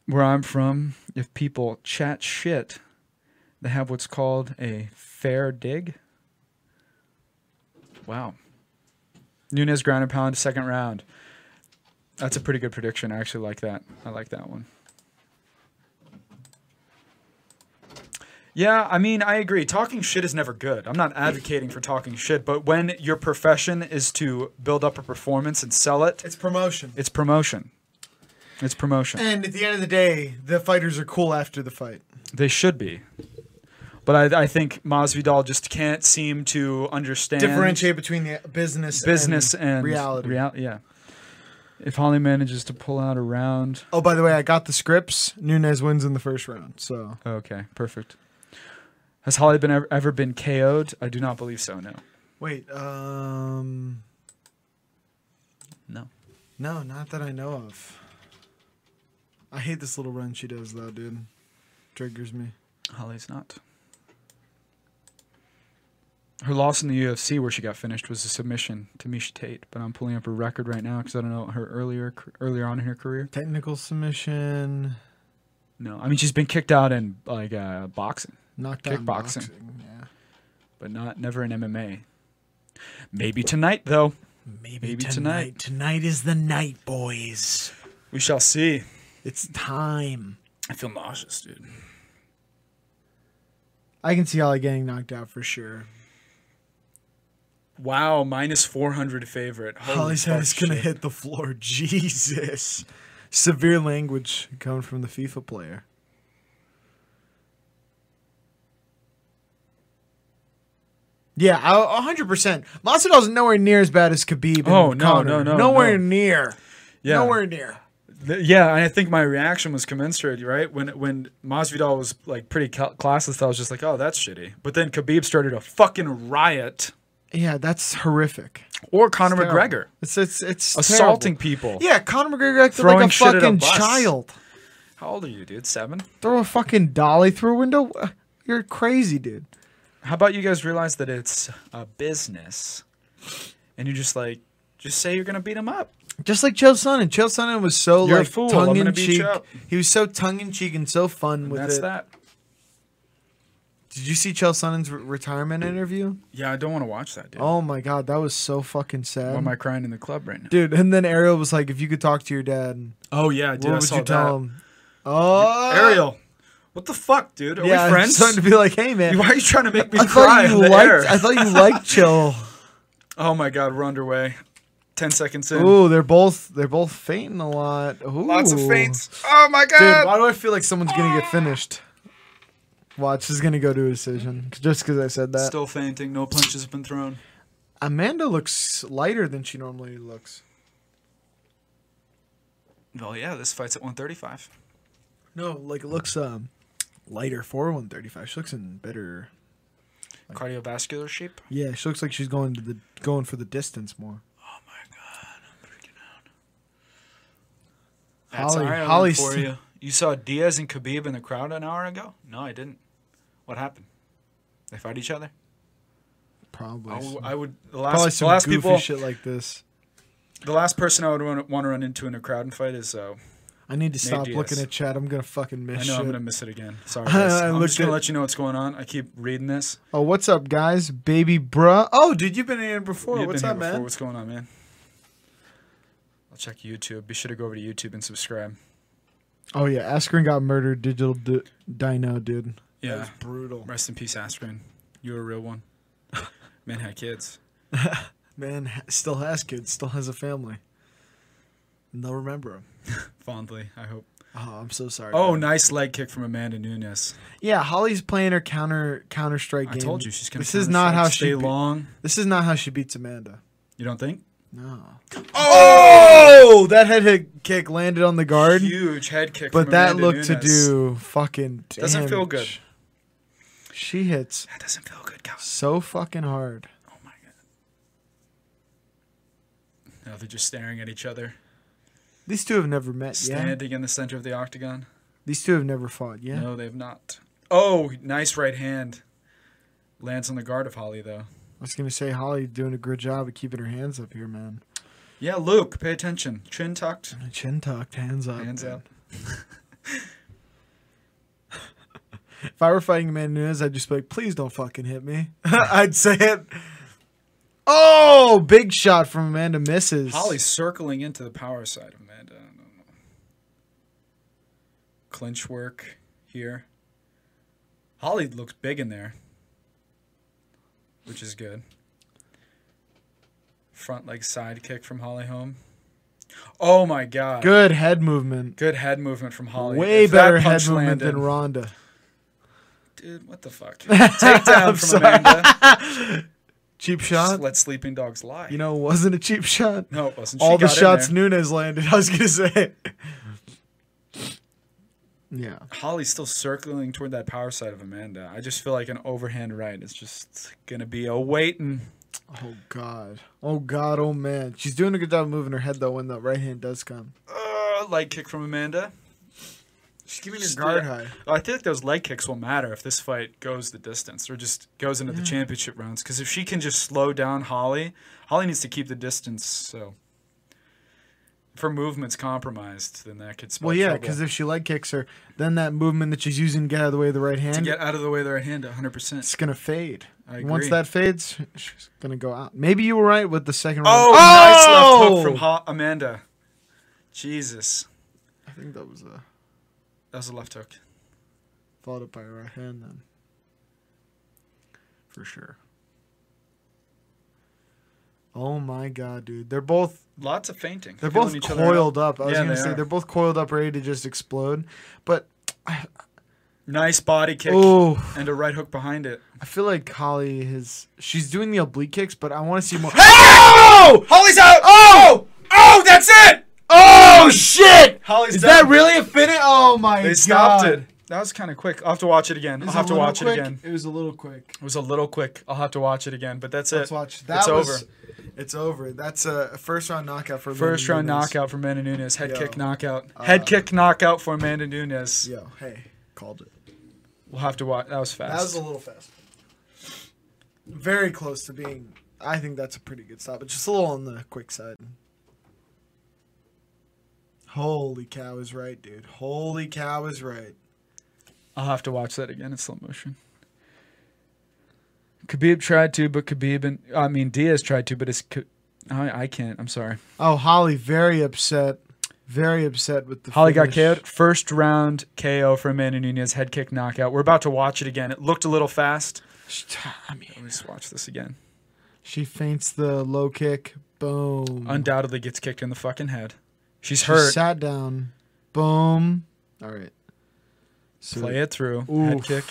where I'm from, if people chat shit, they have what's called a fair dig. Wow. Nunez ground and pound second round. That's a pretty good prediction. I actually like that. I like that one. Yeah, I mean, I agree. Talking shit is never good. I'm not advocating for talking shit, but when your profession is to build up a performance and sell it, It's promotion. it's promotion. It's promotion. And at the end of the day, the fighters are cool after the fight. They should be. But I, I think Masvidal just can't seem to understand Differentiate between the business, business and, reality. real- yeah. If Holly manages to pull out a round, oh, by the way, I got the scripts. Nunez wins in the first round. So oh, okay, perfect. Has Holly been ever, ever been KO'd? I do not believe so. No, wait, um, no. no, not that I know of. I hate this little run she does though, dude. Triggers me. Holly's not. Her loss in the UFC, where she got finished, was a submission to Misha Tate. But I'm pulling up her record right now because I don't know her earlier earlier on in her career. Technical submission, No, I mean she's been kicked out in like uh, boxing, knockdown, Kickboxing. boxing, Yeah. but not never in MMA. Maybe tonight though. Maybe, Maybe tonight. Tonight is the night, boys. We shall see. It's time. I feel nauseous, dude. I can see Ollie getting knocked out for sure. Wow, minus 400 favorite. Holy Holly's head fuck is going to shit. hit the floor. Jesus. Severe language coming from the FIFA player. Yeah, I- a hundred percent. Masvidal's nowhere near as bad as Khabib. and Oh, no, Conor. no, no, nowhere no. near. Yeah. Nowhere near. Th- yeah, and I think my reaction was commensurate, right? When when Masvidal was like pretty cl- classless, I was just like, "Oh, that's shitty." But then Khabib started a fucking riot, Yeah, that's horrific. or Conor Terrible. McGregor It's it's it's assaulting people. terrible. Yeah, Conor McGregor acted Throwing like a shit at a fucking bus. child. How old are you, dude? 7? Throw a fucking dolly through a window. Uh, You're crazy, dude. How about you guys realize that it's a business, and you're just like, just say you're gonna beat him up. Just like Chael Sonnen. Chael Sonnen was so You're a like fool. I'm tongue gonna in beat cheek. you up. He was so tongue in cheek and so fun with That's it. that. Did you see Chael Sonnen's re- retirement interview? Yeah, I don't want to watch that, dude. Oh my god, that was so fucking sad. Why am I crying in the club right now? Dude, and then Ariel was like, "If you could talk to your dad, Oh yeah, dude. what I would saw you that. tell him?" Oh, Ariel, what the fuck, dude? Are yeah, we friends? Starting to be like, "Hey man, Why are you trying to make me I cry thought in you the liked. air? I thought you liked Chael." oh my god, we're underway. Ten seconds in. Ooh, they're both they're both fainting a lot. Ooh. Lots of feints. Oh my Dude, god. why do I feel like someone's gonna get finished? Watch, this is gonna go to a decision just because I said that. Still fainting. No punches have been thrown. Amanda looks lighter than she normally looks. Well, yeah, this fight's at 135. No, like it looks um lighter for 135. She looks in better. Cardiovascular shape. Yeah, she looks like she's going to the going for the distance more. That's Holly- Ireland Holly's- for you. You saw Diaz and Khabib in the crowd an hour ago? No, I didn't. What happened? They fight each other. Probably. I some- w- I would. The probably last, the some last goofy people. shit like this. The last person I would want to run into in a crowd and fight is uh, I need to stop Diaz. looking at chat. I'm gonna fucking miss I know shit. I'm gonna miss it again. Sorry, I guys. I'm looked just gonna at- let you know what's going on. I keep reading this. Oh, what's up, guys? Baby bruh. Oh, dude, you've been in before. You've what's been up, here before. man? What's going on, man? I'll check YouTube. Be sure to go over to YouTube and subscribe. Oh yeah, Askren got murdered. Digital d- Dino, dude. That Yeah. was brutal. Rest in peace, Askren. You're a real one. Man had kids. Man ha- still has kids. Still has a family. And they'll remember him. Fondly, I hope. Oh, I'm so sorry. Oh, man. nice leg kick from Amanda Nunes. Yeah, Holly's playing her counter Counter Strike I game. told you she's gonna. This is not how stay she. be- long. this is not how she beats Amanda. You don't think? No. Oh, that head hit kick landed on the guard, Huge head kick. but from that Amanda looked to Nunes. do fucking. Damage. Doesn't feel good. She hits That doesn't feel good, guys. so fucking hard. Oh my god. Now they're just staring at each other, These two have never met yet. standing in the center of the octagon. These two have never fought yet. No, they've not. Oh, nice right hand. Lands on the guard of Holly though. I was gonna say Holly doing a good job of keeping her hands up here, man. Yeah, Luke, pay attention. Chin tucked. Chin tucked, hands up. Hands man. up. If I were fighting Amanda Nunes, I'd just be like, please don't fucking hit me. I'd say it. Oh, big shot from Amanda misses. Holly's circling into the power side of Amanda. I don't know. Clinch work here. Holly looks big in there, which is good. Front leg side kick from Holly Holm. Oh my god. good head movement. Good head movement from Holly. Way If that better head punch movement landed- than Ronda. Dude, what the fuck? Takedown from Amanda. Cheap Just shot. let sleeping dogs lie. You know, it wasn't a cheap shot. no, it wasn't. She All the got in shots there. Nunes landed. I was gonna say. yeah. Holly's still circling toward that power side of Amanda. I just feel like an overhand right is just gonna be a waiting. Oh God. Oh God. Oh man. She's doing a good job of moving her head though when the right hand does come. Uh, leg kick from Amanda. She's giving her guard high. I feel like those leg kicks will matter if this fight goes the distance or just goes into the championship rounds. Because if she can just slow down Holly, Holly needs to keep the distance. So if her movement's compromised, then that could spell Well, yeah, trouble. because if she leg kicks her, then that movement that she's using to get out of the way of the right to hand, get out of the way of their hand 100%. it's gonna fade. I Once agree. that fades, she's gonna go out. Maybe you were right with the second Oh, round. Oh! nice left hook from ha- Amanda. Jesus. I think that was uh, That was a left hook. followed up by a right hand then. For sure. Oh my god, dude! They're both Lots of fainting. They're Feeling both each other out. coiled up. I was Yeah, gonna they say are. they're both coiled up, ready to just explode. But Nice body kick oh, and a right hook behind it. I feel like Holly has she's doing the oblique kicks, but I want to see more. Oh! Holly's out! Oh! Oh, that's it! Oh shit! Holly's Is done. that really a finish? Oh my god! They stopped it. That was kind of quick. I'll have to watch it again. It was I'll have a to little watch quick. it again. It was a little quick. It was a little quick. I'll have to watch it again, but that's Let's it. watch. That it's was, over. It's over. That's a first round knockout for Amanda First round Nunes. knockout for Amanda Nunes. Head Yo. kick knockout. Uh, Head kick knockout for Amanda Nunes. Yo, hey, called it. We'll have to watch. That was fast. That was a little fast. Very close to being. I think that's a pretty good stop, but just a little on the quick side. Holy cow is right, dude. Holy cow is right. I'll have to watch that again in slow motion. Khabib tried to, but Khabib and I mean Diaz tried to, but it's K- I, I can't. I'm sorry. Oh, Holly, very upset. Very upset with the. Holly got finish. KO'd. First round KO for Amanda Nunez head kick knockout. We're about to watch it again. It looked a little fast. I mean, Let me just watch this again. she faints the low kick. Boom. Undoubtedly gets kicked in the fucking head. She's She hurt. Sat down. Boom. All right. So Play it through. Head Oof. kick.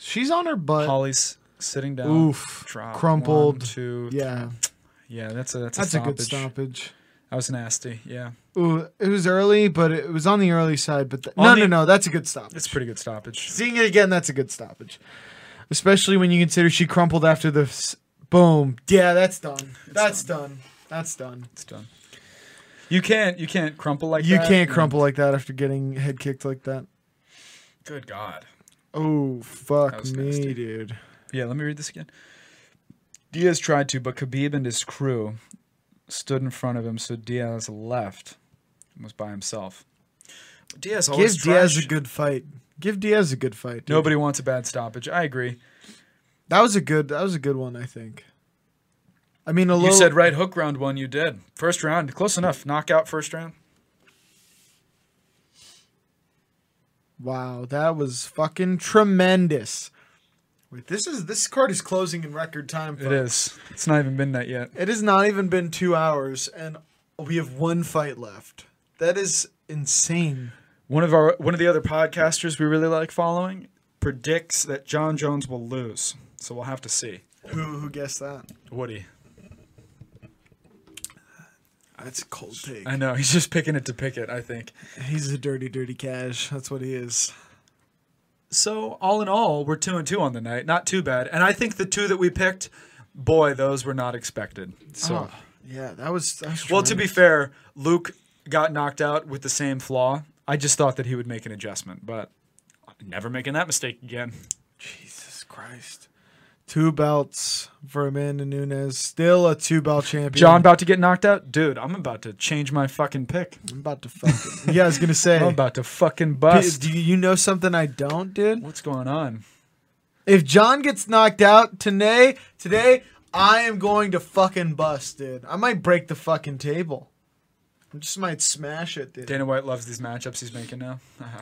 She's on her butt. Holly's sitting down. Oof. Drop. One, Crumpled. two. Yeah. Yeah, That's a that's a that's a stoppage. good stoppage. That was nasty. Yeah. Ooh, it was early, but it was on the early side. But th- On no, the- no, no, that's a good stoppage. That's a pretty good stoppage. Seeing it again, that's a good stoppage, especially when you consider she crumpled after the s- boom. Yeah, that's done. that's done. That's done. It's done. You can't you can't crumple like you that. can't and- crumple like that after getting head kicked like that. Good God. Oh That fuck was me, nasty. dude. Yeah, let me read this again. Diaz tried to, but Khabib and his crew stood in front of him, so Diaz left and was by himself. Diaz always Give Diaz trash. a good fight. Give Diaz a good fight. dude. Nobody wants a bad stoppage. I agree. That was a good. That was a good one. I think. I mean, a You little. said right hook round one. You did first round, close enough. Knockout first round. Wow, that was fucking tremendous. Wait, this is this card is closing in record time. It is. It's not even midnight yet. It has not even been two hours, and we have one fight left. That is insane. One of our one of the other podcasters we really like following predicts that John Jones will lose. So we'll have to see. Who who guessed that? Woody. That's a cold take. I know he's just picking it to pick it. I think. He's a dirty, dirty cash. That's what he is. So all in all, we're two and two on the night. Not too bad. And I think the two that we picked, boy, those were not expected. So. Oh, yeah, that was. That was Well, to be tremendous. fair, Luke got knocked out with the same flaw. I just thought that he would make an adjustment, but never making that mistake again. Jesus Christ. Two belts for Amanda Nunes. Still a two belt champion. John about to get knocked out? Dude, I'm about to change my fucking pick. I'm about to fucking. yeah, I was gonna say. I'm about to fucking P- bust. do you know something I don't, dude? What's going on? If John gets knocked out today, today I am going to fucking bust, dude. I might break the fucking table. I just might smash it, dude. Dana White loves these matchups he's making now. Uh-huh.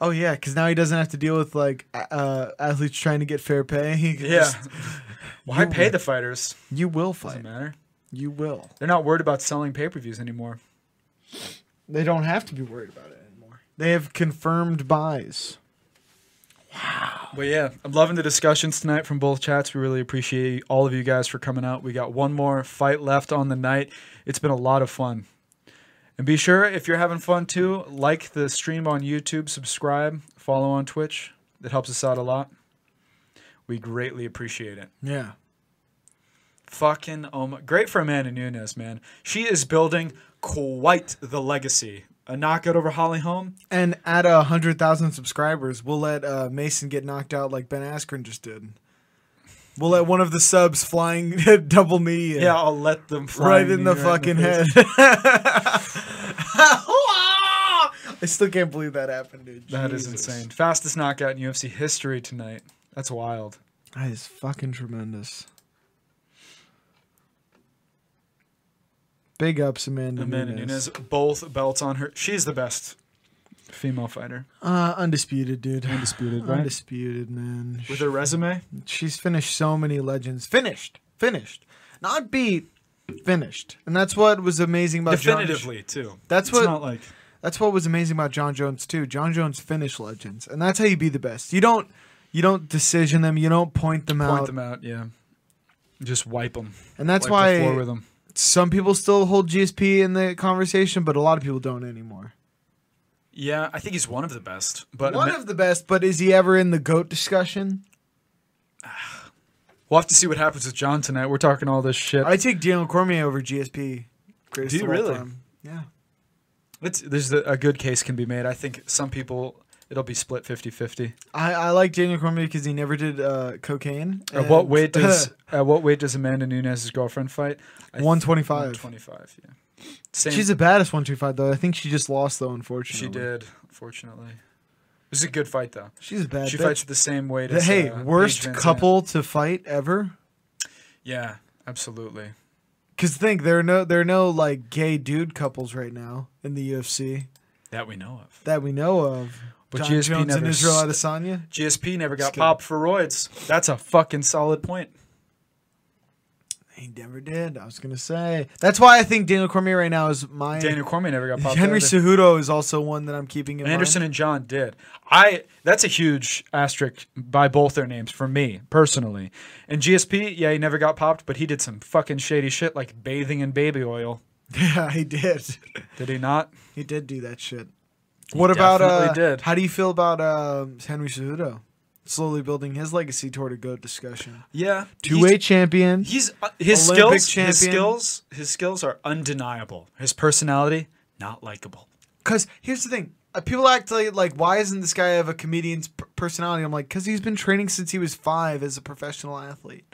Oh yeah, because now he doesn't have to deal with like a- uh, athletes trying to get fair pay. He can Yeah. just- Why You- pay the fighters? you will Doesn't fight. matter. You will. They're not worried about selling pay per views anymore. They don't have to be worried about it anymore. They have confirmed buys. But yeah, I'm loving the discussions tonight from both chats. We really appreciate all of you guys for coming out. We got one more fight left on the night. It's been a lot of fun. And be sure if you're having fun too, like the stream on YouTube, subscribe, follow on Twitch. It helps us out a lot. We greatly appreciate it. Yeah. Fucking oh my, great for Amanda Nunes, man. She is building quite the legacy. A knockout over Holly Holm. And at a hundred thousand subscribers, we'll let uh, Mason get knocked out like Ben Askren just did. We'll let one of the subs flying double knee. and- Yeah, I'll let them fly right in me the fucking face. head. I still can't believe that happened, dude. That is Jesus. insane. Fastest knockout in UFC history tonight. That's wild. That is fucking tremendous. Big ups, Amanda, Amanda Nunes, both belts on her. She's the best female fighter. Uh, undisputed, dude. Undisputed, right? Undisputed, man. With her resume, She's finished so many legends. Finished. Finished. Not beat. Finished. And that's what was amazing about John- definitively too. That's it's what- not like That's what was amazing about John Jones too. John Jones finished legends, and that's how you be the best. You don't you don't decision them. You don't point them point out, them out. Yeah, just wipe them. and that's the floor why with them. some people still hold GSP in the conversation, but a lot of people don't anymore. Yeah, I think he's one of the best. But One of the best, but is he ever in the goat discussion? we'll have to see what happens with John tonight. We're talking all this shit. I take Daniel Cormier over GSP. Greatest Do you of all really? time. Yeah. It's, there's a, a good case can be made. I think some people it'll be split 50-50. I, I like Daniel Cormier because he never did uh, cocaine. At what and- weight does at what weight does Amanda Nunes' girlfriend fight? I th- 125. 125, yeah. Same She's a badass 125 though. I think she just lost though, unfortunately. she did, unfortunately. It was a good fight though. She's a bad she bitch. fights the same weight The- as hey, uh, Paige worst Van Zandt. couple to fight ever. Yeah, absolutely. Cause think there are no there are no like gay dude couples right now in the UFC That we know of. that we know of. But John GSP Jones and never Israel st- Adesanya. GSP never got kidding. popped for roids. That's a fucking solid point. He never did. I was gonna say that's why I think Daniel Cormier right now is my Daniel Cormier never got popped. Henry either. Cejudo is also one that I'm keeping in Anderson and John did. I that's a huge asterisk by both their names for me personally. And GSP, yeah, he never got popped, but he did some fucking shady shit like bathing in baby oil. mind. Yeah, he did. Did he not? He did do that shit. what about uh? definitely did. How do you feel about uh, Henry Cejudo slowly building his legacy toward a goat discussion? Yeah. Two weight champion. He's uh, his Olympic skills. champion. His skills. His skills are undeniable. His personality, not likable. Because here's the thing. Uh, People act like, like, why isn't this guy have a comedian's p- personality? I'm like, because he's been training since he was five as a professional athlete.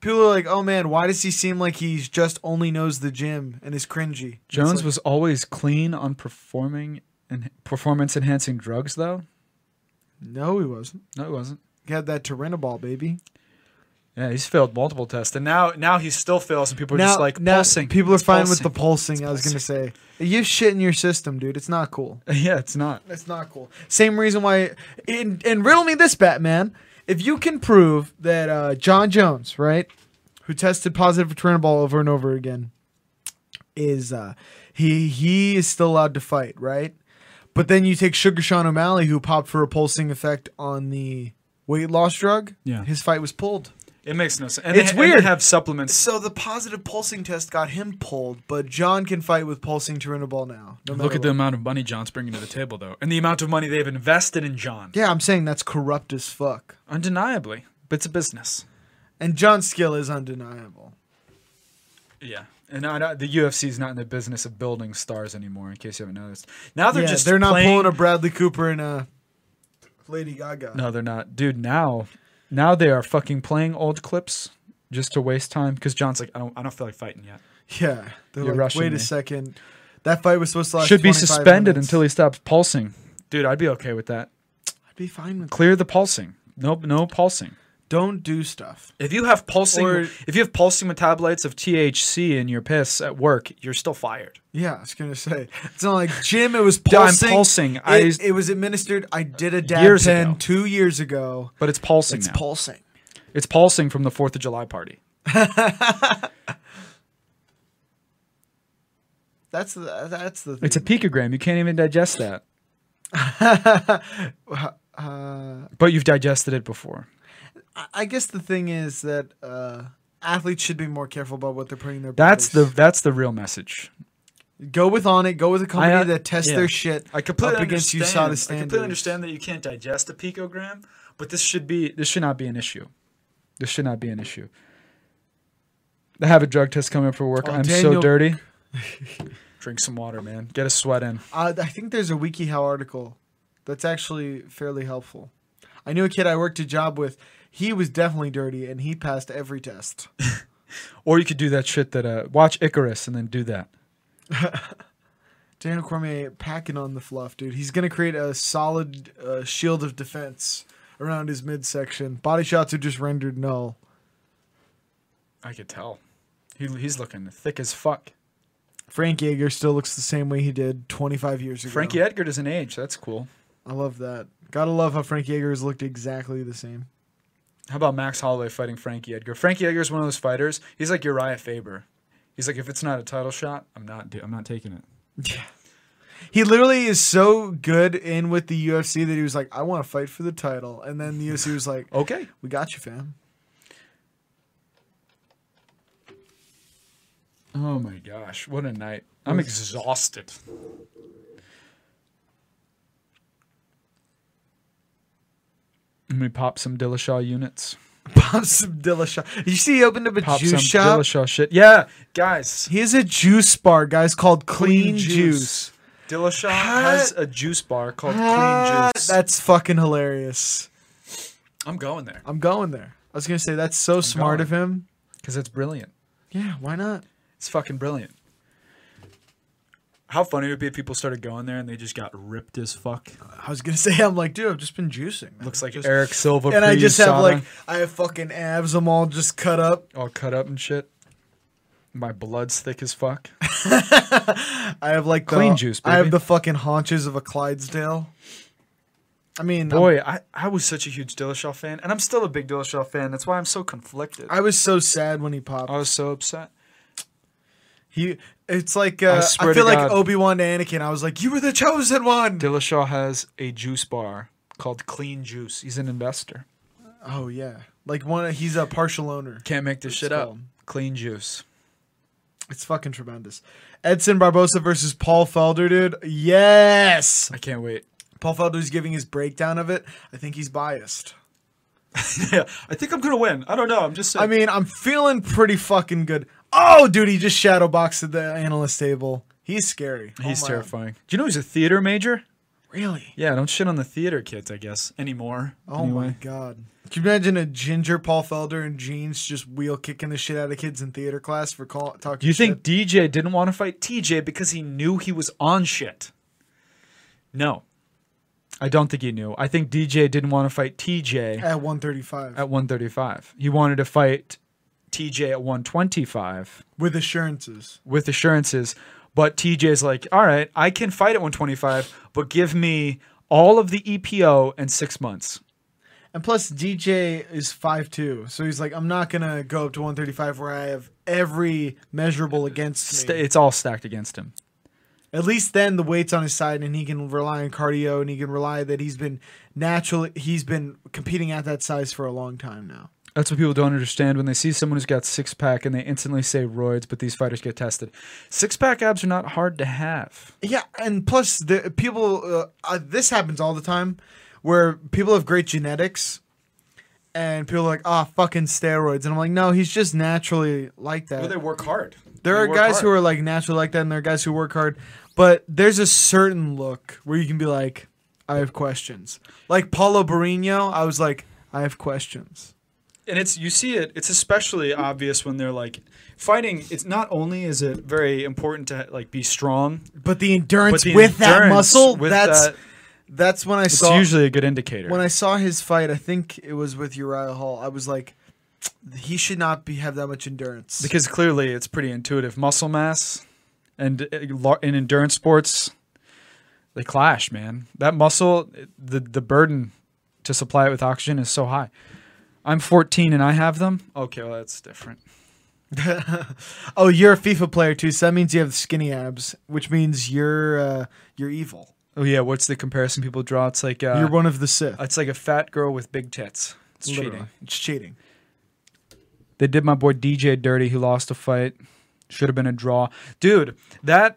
People are like, oh man, why does he seem like he's just only knows the gym and is cringy? It's Jones like, was always clean on performing en- performance enhancing drugs though? No, he wasn't. No, it wasn't. He had that Tyranobol, baby. Yeah, he's failed multiple tests, and now now he still fails, and people are just like pulsing. People are It's fine with pulsing." the pulsing. I was gonna say you shit in your system, dude. It's not cool. Yeah, it's not. It's not cool. Same reason why. And, and riddle me this, Batman. If you can prove that uh, John Jones, right, who tested positive for Trinobol over and over again, is uh, he he is still allowed to fight, right? But then you take Sugar Sean O'Malley, who popped for a pulsing effect on the weight loss drug. Yeah. his fight was pulled. It makes no sense. And they, It's and they weird. have supplements. So the positive pulsing test got him pulled, but John can fight with pulsing Trinobol now. no Look matter at the what. amount of money John's bringing to the table, though, and the amount of money they've invested in John. Yeah, I'm saying that's corrupt as fuck. Undeniably, but it's a business. And John's skill is undeniable. Yeah, and I, I, the UFC is not in the business of building stars anymore. In case you haven't noticed, now they're yeah, just they're not playing- pulling a Bradley Cooper and a Lady Gaga. No, they're not, dude. Now, now they are fucking playing old clips just to waste time because John's like, I don't, I don't feel like fighting yet. Yeah, they're You're like, rushing wait me." a second, that fight was supposed to last. Should be 25 suspended minutes." until he stops pulsing. Dude, I'd be okay with that. I'd be fine with. Clear the pulsing. No, no pulsing. Don't do stuff. If you have pulsing, Or- if you have pulsing metabolites of THC in your piss at work, you're still fired. Yeah, I was gonna say it's not like Jim. It was Yeah, I'm pulsing. pulsing. It, I used- it was administered. I did a dab Years pen ago. two years ago. But it's pulsing It's now. pulsing. it's pulsing from the Fourth of July party. That's the that's the. Thing. It's a picogram. You can't even digest that. Uh, But you've digested it before. I- I guess the thing is that uh, athletes should be more careful about what they're putting in their. That's the bodies. that's the real message. Go with on it. Go with a company I, uh, that tests yeah. their shit. I completely up against understand. USADA I standards. completely understand that you can't digest a picogram, but this should be this should not be an issue. This should not be an issue. I have a drug test coming for work. Oh, I'm so Daniel- dirty. Drink some water, man. Get a sweat in. Uh, I think there's a WikiHow article that's actually fairly helpful. I knew a kid I worked a job with. He was definitely dirty, and he passed every test. Or you could do that shit that uh, watch Icarus and then do that. Daniel Cormier packing on the fluff, dude. He's gonna create a solid uh, shield of defense around his midsection. Body shots are just rendered null. I could tell. He, he's looking thick as fuck. Frank Yeager still looks the same way he did 25 years ago. Frankie Edgar doesn't age. That's cool. I love that. Gotta love how Frank Yeager has looked exactly the same. How about Max Holloway fighting Frankie Edgar? Frankie Edgar is one of those fighters. He's like Uriah Faber. He's like, if it's not a title shot, I'm not. do- I'm not taking it. Yeah. He literally is so good in with the UFC that he was like, I want to fight for the title. And then the UFC was like, Okay. we got you, fam. Oh my gosh, what a night! I'm exhausted. Let me pop some Dillashaw units. Pop some Dillashaw. You see, he opened up a Pop juice some shop. Dillashaw shit. Yeah, guys. He has a juice bar, guys, called Clean, Juice. Dillashaw Huh? has a juice bar called Ah, Clean Juice. That's fucking hilarious. I'm going there I'm going there. I was going to say, that's so smart going. of him. because it's brilliant. Yeah, why not? It's fucking brilliant. How funny it would be if people started going there and they just got ripped as fuck. I was going to say, I'm like, dude, I've just been juicing. man. Looks like Just- Eric Silva. And I just have pre-USADA. like, I have fucking abs. I'm all just cut up. all cut up and shit. My blood's thick as fuck. I have like the, Clean juice, I baby. have the fucking haunches of a Clydesdale. I mean, I'm- Boy, I, I was such a huge Dillashaw fan, and I'm still a big Dillashaw fan. That's why I'm so conflicted. I, I was so sad when he popped. was so upset. He, it's like uh, I, swear to feel like God. Obi Wan to Anakin. I was like, you were the chosen one. Dillashaw has a juice bar called Clean Juice. He's an investor. Oh yeah, like one. He's a partial owner. Can't make this shit up. called? Clean Juice. It's fucking tremendous. Edson Barbosa versus Paul Felder, dude. Yes, I can't wait. Paul Felder's giving his breakdown of it. I think he's biased. yeah, I think I'm gonna win. I don't know. I'm just. I mean, I'm feeling pretty fucking good. Oh, dude, he just shadow boxed the analyst table. He's scary. Oh, he's my- terrifying. Do you know he's a theater major? Really? Yeah, don't shit on the theater kids. I guess anymore. Oh my god. Can you imagine a ginger Paul Felder in jeans just wheel kicking the shit out of kids in theater class for call- talking Do you shit? think DJ didn't want to fight TJ because he knew he was on shit? No, I don't think he knew. I think DJ didn't want to fight TJ At 135 at 135. He wanted to fight TJ at 125 with assurances. with assurances. But TJ's like, all right, I can fight at 125, but give me all of the EPO and six months. And plus, DJ is 5'2. So he's like, I'm not going to go up to 135 where I have every measurable against me. St- It's all stacked against him. At least then the weight's on his side and he can rely on cardio and he can rely that he's been naturally, he's been competing at that size for a long time now. That's what people don't understand when they see someone who's got six pack and they instantly say roids, but these fighters get tested. Six pack abs are not hard to have. Yeah, and plus the people uh, uh, this happens all the time where people have great genetics and people are like, "Ah, fucking steroids." And I'm like, "No, he's just naturally like that." work hard. there they are work guys who hard. are like naturally like that and there are guys who work hard, but there's a certain look where you can be like, "I have questions." Like Paulo Barreño, I was like, "I have questions." and it's you see it it's especially obvious when they're like fighting it's not only is it very important to like be strong But the endurance But the with that endurance muscle, with that's that- that's when I it's saw usually a good indicator when I saw his fight, I think it was with Uriah Hall. I was like, he should not be have that much endurance. because clearly it's pretty intuitive muscle mass and uh, lar- in endurance sports they clash man that muscle the the burden to supply it with oxygen is so high i'm 14 and i have them okay well that's different oh, you're a FIFA player too, so that means you have skinny abs, which means you're uh, you're evil. oh yeah what's the comparison people draw it's like uh, you're one of the Sith. it's like a fat girl with big tits it's Literally. cheating It's cheating. They did my boy DJ dirty, who lost a fight. Should have been a draw, dude. That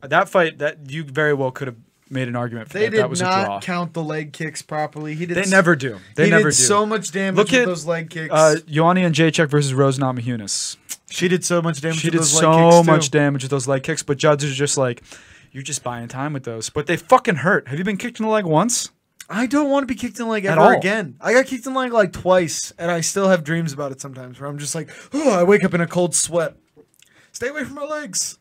that fight that you very well could have made an argument for. They that. did that was a draw. not count the leg kicks properly. He did. They never do. They he never did do. so much damage Look with at, those leg kicks. uh, Ioanni and Jacek versus Rose Namajunas. she did so much damage. She with did those leg so kicks much Too. damage with those leg kicks, but judges are just like, you're just buying time with those. But they fucking hurt. Have you been kicked in the leg once? I don't want to be kicked in the leg At ever all. again. I got kicked in the leg like twice, and I still have dreams about it sometimes where I'm just like, oh, I wake up in a cold sweat. Stay away from my legs.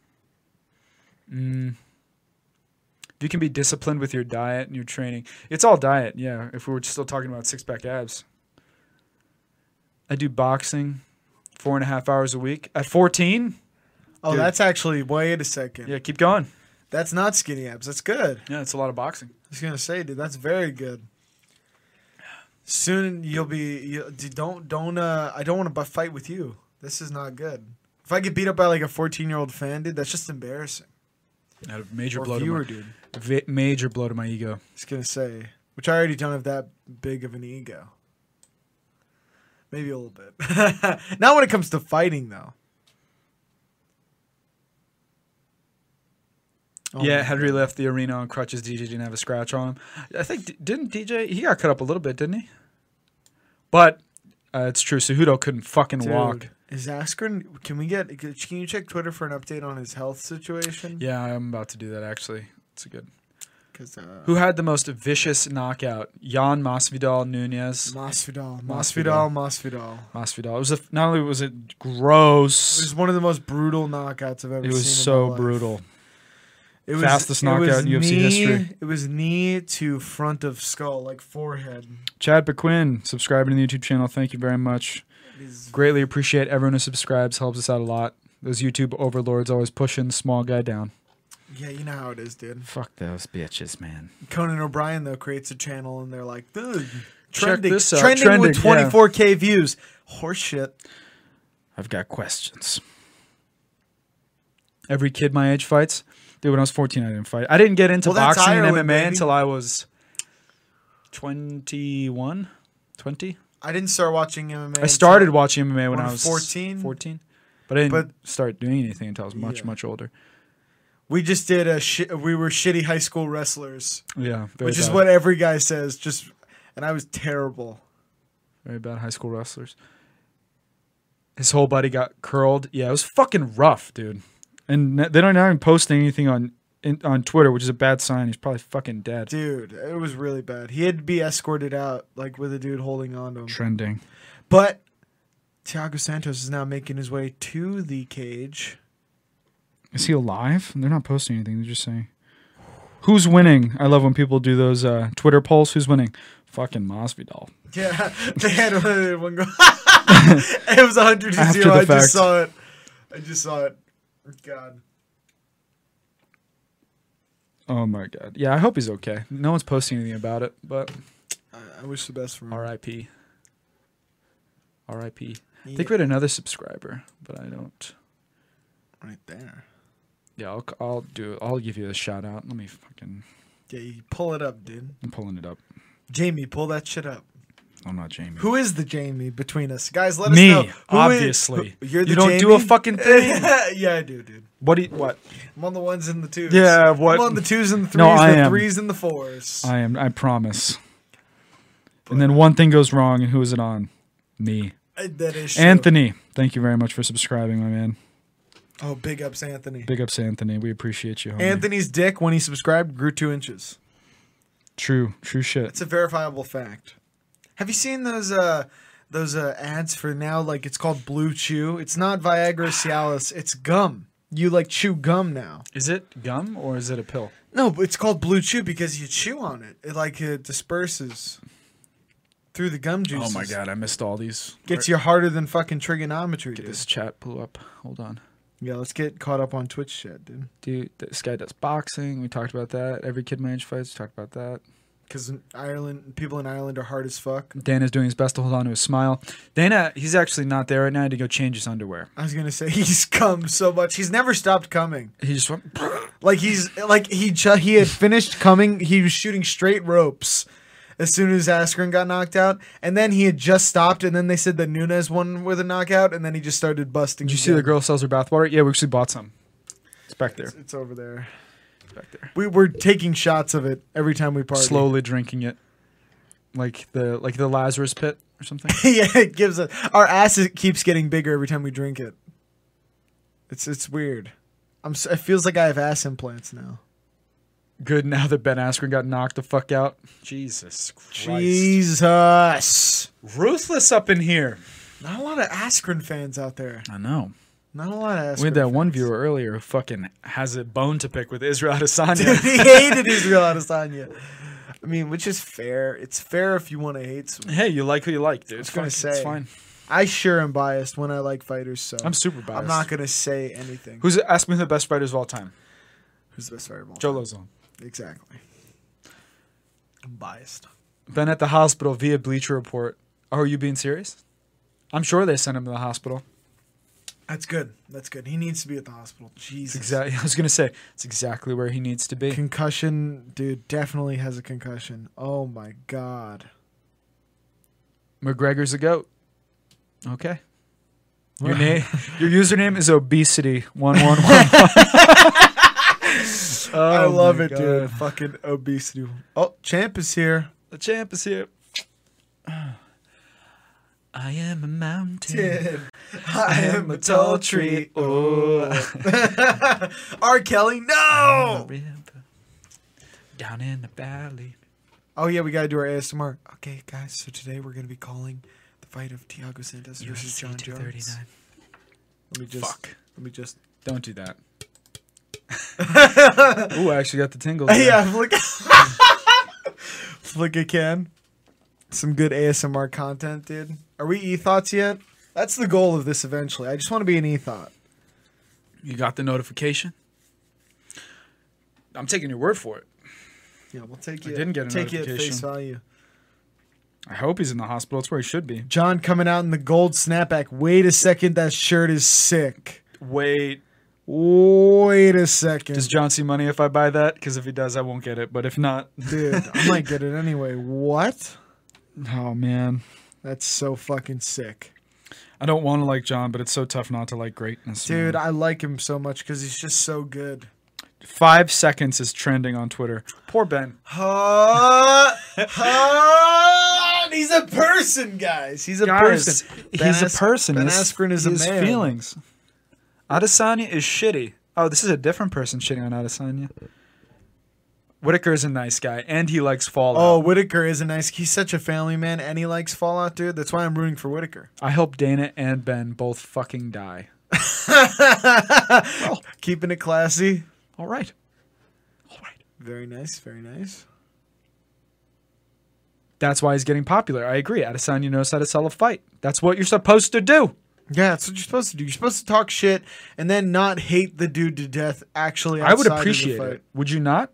If you can be disciplined with your diet and your training, it's all diet. Yeah. If we were still talking about six pack abs, I do boxing four and a half hours a week at 14. Oh, Dude. that's actually wait a second. Yeah, keep going. That's not skinny abs. That's good. Yeah, it's a lot of boxing. I was gonna say, dude, that's very good. Soon you'll be. You, dude, don't don't. Uh, I don't want to fight with you. This is not good. If I get beat up by like a fourteen year old fan, dude, that's just embarrassing. Not a major Or blow viewer, dude. to my vi- major blow to my ego. I was gonna say, which I already don't have that big of an ego. Maybe a little bit. not when it comes to fighting, though. Oh yeah, my Henry left the arena on crutches. DJ didn't have a scratch on him. I think d- didn't DJ? He got cut up a little bit, didn't he? But uh, it's true. Cejudo couldn't fucking walk. Dude, Is Askren? Can we get? Can you check Twitter for an update on his health situation? Yeah, I'm about to do that actually. It's a good. Because uh, Who had the most vicious knockout? Jan Masvidal Nunez. Masvidal, Masvidal, Masvidal. Masvidal. Masvidal. It was a, not only was it It was gross. one of the most brutal knockouts I've ever It seen. was in my so life. brutal. It was, Fastest it was knockout in UFC history. It was knee to front of skull, like forehead. Chad McQuinn, subscribing to the YouTube channel. Thank you very much. It is- Greatly appreciate everyone who subscribes. Helps us out a lot. Those YouTube overlords always pushing the small guy down. yeah, you know how it is, dude. Fuck those bitches, man. Conan O'Brien though creates a channel, and they're like, dude, Check trending, this out, trending, with trending, yeah. 24k views. Horseshit. I've got questions. Every kid my age fights. Dude, when I was 14, I didn't fight. I didn't get into Well, that's boxing and Ireland, MMA baby. until I was 21, 20. I didn't start watching MMA. I started until- watching MMA when When I was 14? 14. But I didn't But- start doing anything until I was much, Yeah. much older. We just did a. Shi- we were shitty high school wrestlers. Yeah. Very which is bad- what every guy says. Just and I was terrible. Very bad high school wrestlers. His whole body got curled. Yeah, it was fucking rough, dude. And n- they don't even post anything on in, on Twitter, which is a bad sign. He's probably fucking dead. Dude, it was really bad. He had to be escorted out, like with a dude holding on to him. Trending. But Thiago Santos is now making his way to the cage. Is he alive? They're not posting anything. They're just saying. Who's winning? I love when people do those uh, Twitter polls. Who's winning? Fucking Masvidal. Yeah, they had one, one go. It was 100 to After 0. the I fact. just saw it. I just saw it. God. Oh my god. Yeah, I hope he's okay. No one's posting anything about it, but I wish the best for him. R.I.P. R.I.P. I think we had another subscriber, but I don't. Right there. Yeah, I'll, I'll do. I'll give you a shout out. Let me fucking. Yeah, you pull it up, dude. I'm pulling it up. Jamie, pull that shit up. I'm not Jamie. Who is the Jamie between us? Guys, let Me, us know. Who is- obviously. who- you're the You don't do a Jamie? fucking thing. yeah, I do, dude. What? Do you, what? I'm on the ones and the twos. Yeah, what- I'm on the twos and the threes, No, I the am. threes and the fours. I am. I promise. And then one thing goes wrong, and who is it on? Me. Uh, that is true. Anthony. Thank you very much for subscribing, my man. Oh, big ups, Anthony. Big ups to Anthony. We appreciate you. Homie. Anthony's dick when he subscribed grew two inches. True. True shit. It's a verifiable fact. Have you seen those uh those uh, ads for now? Like it's called Blue Chew. It's not Viagra Cialis. It's gum. You like chew gum now. Is it gum or is it a pill? No, but it's called Blue Chew because you chew on it. It like it disperses through the gum Oh juices. my god, I missed all these. Gets you harder than fucking trigonometry. Get dude. this chat blew up. Hold on. Yeah, let's get caught up on Twitch shit, dude. Dude, this guy does boxing. We talked about that. Every kid my age fights. Talked about that. Because Ireland, people in Ireland are hard as fuck. Dana's doing his best to hold on to his smile. Dana, he's actually not there right now. I had to go change his underwear. I was gonna say he's come so much. He's never stopped coming. He just went. Like he's like he ju- he had finished coming. He was shooting straight ropes as soon as Askren got knocked out, and then he had just stopped. And then they said that Nunez won with a knockout, and then he just started busting. Did you see the again. girl sells her bathwater? Yeah, we actually bought some. It's back there. It's, it's over there. It's back there. We were taking shots of it every time we party. Slowly drinking it, like the like the Lazarus pit or something. yeah, it gives us our ass is- keeps getting bigger every time we drink it. It's it's weird. I'm. s- It feels like I have ass implants now. Good now that Ben Askren got knocked the fuck out. Jesus Christ. Jesus. Ruthless up in here. Not a lot of Askren fans out there. I know. Not a lot of Askren. We had that one fans. viewer earlier who fucking has a bone to pick with Israel Adesanya. he hated Israel Adesanya. I mean, which is fair. It's fair if you want to hate someone. hey, you like who you like, dude. was gonna Fuck it, It's say. fine. I sure am biased when I like fighters, so I'm super biased. I'm not gonna say anything. Who's ask me who the best fighters of all time? Who's the best fighter of all Joe time? Lozon. Exactly. I'm biased. Been at the hospital via Bleacher Report. Oh, Are you being serious? I'm sure they sent him to the hospital. That's good. That's good. He needs to be at the hospital. Jesus. Exactly. I was gonna say it's exactly where he needs to be. Concussion, dude, definitely has a concussion. Oh my god. McGregor's a goat. Okay. Your name, your username is obesity one one one. I love Oh my it, dude. Fucking obesity. Oh, champ is here. The champ is here. I am a mountain. I am a tall tree. Oh. R. Kelly, no. Down in the valley. Oh yeah, we gotta do our ASMR. Okay, guys. So today we're gonna be calling the fight of Thiago Santos versus John Jones. Let me just. Fuck. Let me just. Don't do that. Ooh, I actually got the tingles. there. yeah, flick. flick a can. Some good ASMR content, dude. Are we e thoughts yet? That's the goal of this. Eventually, I just want to be an e thought. You got the notification? I'm taking your word for it. Yeah, we'll take I you. didn't get a take you at face notification. value. I hope he's in the hospital. It's where he should be. John coming out in the gold snapback. Wait a second, that shirt is sick. Wait. Wait a second. Does John see money if I buy that? Because if he does, I won't get it. But if not. Dude, I might get it anyway. What? Oh, man. That's so fucking sick. I don't want to like John, but it's so tough not to like greatness. Dude, man. I like him so much because he's just so good. Five seconds is trending on Twitter. Poor Ben. Ha, ha, he's a person, guys. He's a person. Ben He's As- a person. Ben His- Askren is his a man. feelings. Adesanya is shitty. Oh, this is a different person shitting on Adesanya. Whitaker is a nice guy, and he likes Oh, Fallout. Whitaker is a nice. He's such a family man, and he likes Fallout, dude. That's why I'm rooting for Whitaker. I hope Dana and Ben both fucking die. Keeping it classy. All right. All right. Very nice. Very nice. That's why he's getting popular. I agree. Adesanya knows how to sell a fight. That's what you're supposed to do. Yeah, that's what you're supposed to do. You're supposed to talk shit and then not hate the dude to death. Actually, I would outside of the appreciate fight. it. Would you not?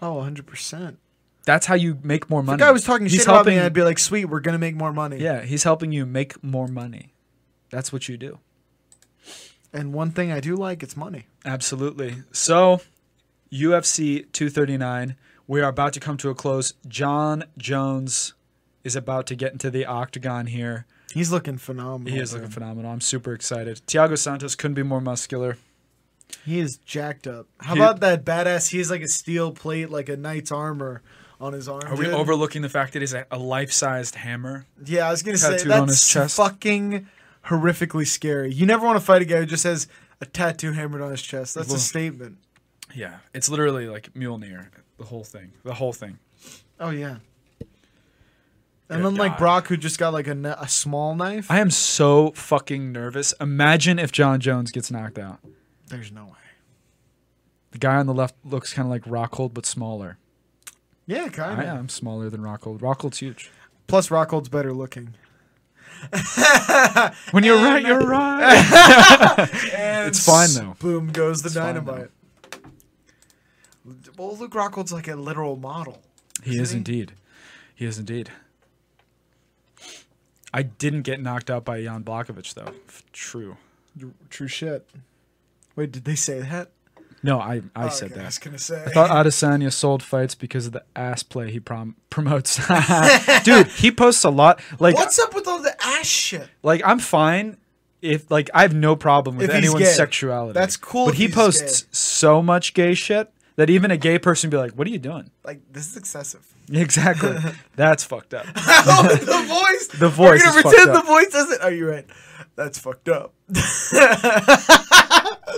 Oh, 100 percent. That's how you make more If money. the guy was talking He's shit about helping- me, I'd be like, "Sweet, we're gonna make more money." Yeah, he's helping you make more money. That's what you do. And one thing I do like, it's money. Absolutely. So, UFC 239, we are about to come to a close. John Jones is about to get into the octagon here. He's looking phenomenal. He is man. looking phenomenal. I'm super excited. Thiago Santos couldn't be more muscular. He is jacked up. How He- about that badass? He has like a steel plate, like a knight's armor on his arm. Are we dude. overlooking the fact that he's a, a life-sized hammer? Yeah, I was gonna say tattooed on that's his chest? fucking horrifically scary. You never want to fight a guy who just has a tattoo hammered on his chest. That's Well- a statement. Yeah, it's literally like Mjolnir, the whole thing, the whole thing. Oh yeah. Good And then God. like Brock, who just got like a, kn- a small knife. I am so fucking nervous. Imagine if John Jones gets knocked out. There's no way. The guy on the left looks kind of like Rockhold, but smaller. Yeah, kind I of. am smaller than Rockhold. Rockhold's huge. Plus, Rockhold's better looking. When you're right, you're right. it's fine though. Boom goes the fine, dynamite. Well, Luke Rockhold's like a literal model. He is he? indeed. He is indeed. I didn't get knocked out by Jan Blakovic though. F- True. True shit. Wait, did they say that? No, I, I Oh, said okay, I was that. gonna say. I thought Adesanya sold fights because of the ass play he prom- promotes. Dude, he posts a lot. Like What's up with all the ass shit? like I'm fine if like I have no problem with If he's anyone's gay. sexuality. That's cool But if he he's posts gay. so much gay shit that even a gay person would be like, "What are you doing?" Like this is excessive. Exactly. That's fucked up. oh, the voice. The voice We're gonna is fucked pretend the up. voice doesn't. Are you right? That's fucked up.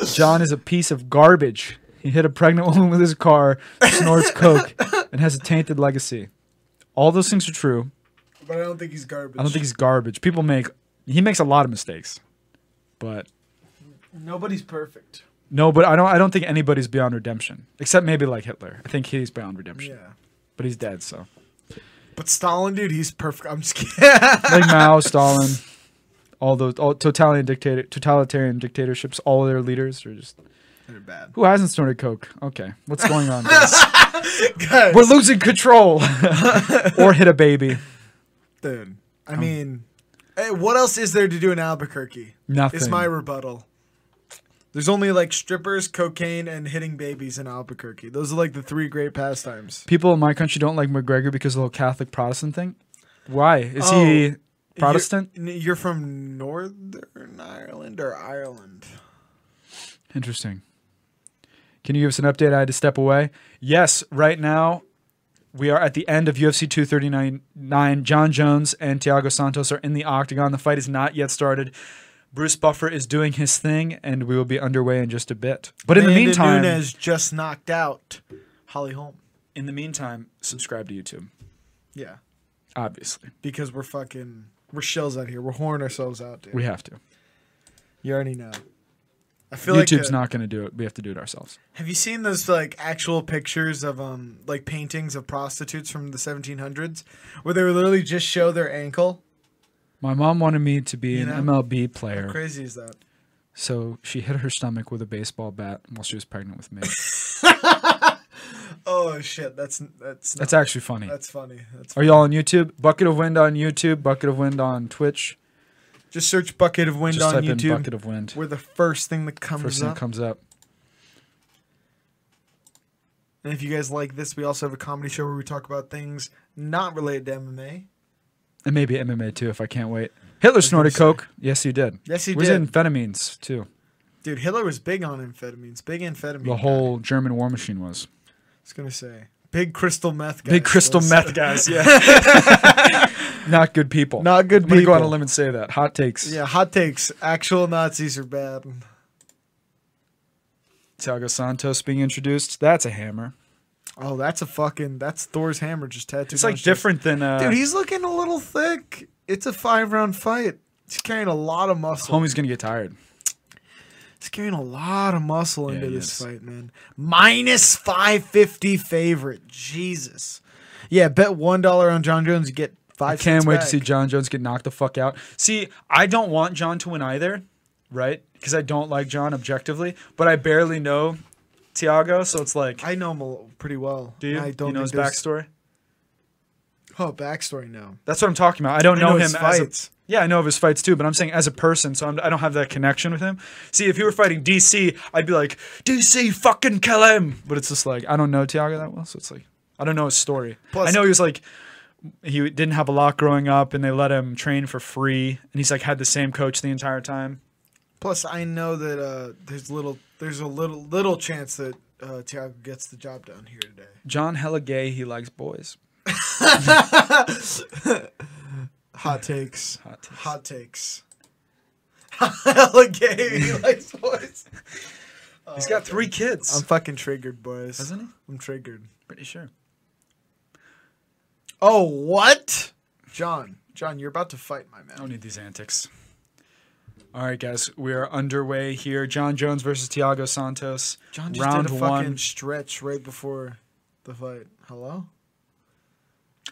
John is a piece of garbage. He hit a pregnant woman with his car, snorts coke, and has a tainted legacy. All those things are true. But I don't think he's garbage. I don't think he's garbage. People make he makes a lot of mistakes. But nobody's perfect. no, but I don't I don't think anybody's beyond redemption. Except maybe like Hitler. I think he's beyond redemption. Yeah. But he's dead, so. But Stalin, dude, he's perfect. I'm just kidding. like Mao, Stalin, all those all totalitarian dictator totalitarian dictatorships, all their leaders are just They're bad. who hasn't snorted coke? Okay, what's going on? guys? Guys, We're losing control, or hit a baby. dude. I Um, mean, eh, what else is there to do in Albuquerque? Nothing. Is my rebuttal. There's only like strippers, cocaine, and hitting babies in Albuquerque. Those are like the three great pastimes. People in my country don't like McGregor because of the whole Catholic Protestant thing. Why is he Oh, Protestant? You're, n- you're from Northern Ireland or Ireland? Interesting. Can you give us an update? I had to step away. Yes, right now we are at the end of UFC 239. John Jones and Thiago Santos are in the octagon. The fight is not yet started. Bruce Buffer is doing his thing, and we will be underway in just a bit. But in the Amanda meantime, Nunes just knocked out Holly Holm. in the meantime, subscribe to YouTube, Yeah, obviously. because we're fucking we're shells out here. We're whoring ourselves out, dude. We have to. you already know. I feel like YouTube's uh, not going to do it. We have to do it ourselves. Have you seen those like actual pictures of um like paintings of prostitutes from the 1700s where they would literally just show their ankle? My mom wanted me to be You an know? MLB How player, crazy is that? so she hit her stomach with a baseball bat while she was pregnant with me. Oh shit, that's that's That's that's actually funny. that's funny. That's Are y'all on YouTube? Bucket of Wind on YouTube. Bucket of Wind on Twitch. just search bucket of wind Just on type in YouTube. Bucket of Wind. We're the first thing that comes First thing up. that comes up. and if you guys like this, we also have a comedy show where we talk about things not related to MMA. And maybe MMA too, if I can't wait. Hitler snorted say. coke. Yes, he did. Yes, he was did. in amphetamines too. Dude, Hitler was big on amphetamines. Big amphetamine. The guy. whole German war machine was. I was gonna say big crystal meth. Guy Big crystal meth guys. Yeah. Not good people. Not good I'm gonna go on a people. limb and say that. Hot takes. Yeah, hot takes. Actual Nazis are bad. Thiago Santos being introduced. That's a hammer. Oh, that's a fucking that's Thor's hammer just tattooed. It's on like his chest. different than uh, Dude, he's looking a little thick. It's a five round fight. He's carrying a lot of muscle. homie's gonna get tired. He's carrying a lot of muscle into he this is. fight, man. Minus 550 favorite. Jesus. Yeah, bet $1 on John Jones, you get I five can't cents wait to back. see John Jones get knocked the fuck out. See, I don't want John to win either, right? Because I don't like John objectively, but I barely know Tiago, so it's like, I know him a l- pretty well. do you, I do you know his think there's- backstory? Oh, backstory, no. That's what I'm talking about. I don't I know, know him his as fights. a, yeah, I know of his fights too, but I'm saying as a person, so I'm, I don't have that connection with him. See, if he were fighting DC, I'd be like, DC, fucking kill him. But it's just like I don't know Tiago that well, so it's like I don't know his story. Plus- I know he was like he didn't have a lot growing up, and they let him train for free, and he's like had the same coach the entire time. Plus, I know that uh, there's little, there's a little, little chance that uh, Tiago gets the job done here today. John hella gay. He likes boys. Hot takes. Hot takes. Hot takes. Hella gay. He likes boys. he's got three kids. Oh, I'm fucking triggered, boys. Doesn't he? I'm triggered. pretty sure. Oh, what? John. John, you're about to fight my I don't man. need these antics. All right, guys, we are underway here. John Jones versus Tiago Santos. John just round did a fucking one. stretch right before the fight. Hello?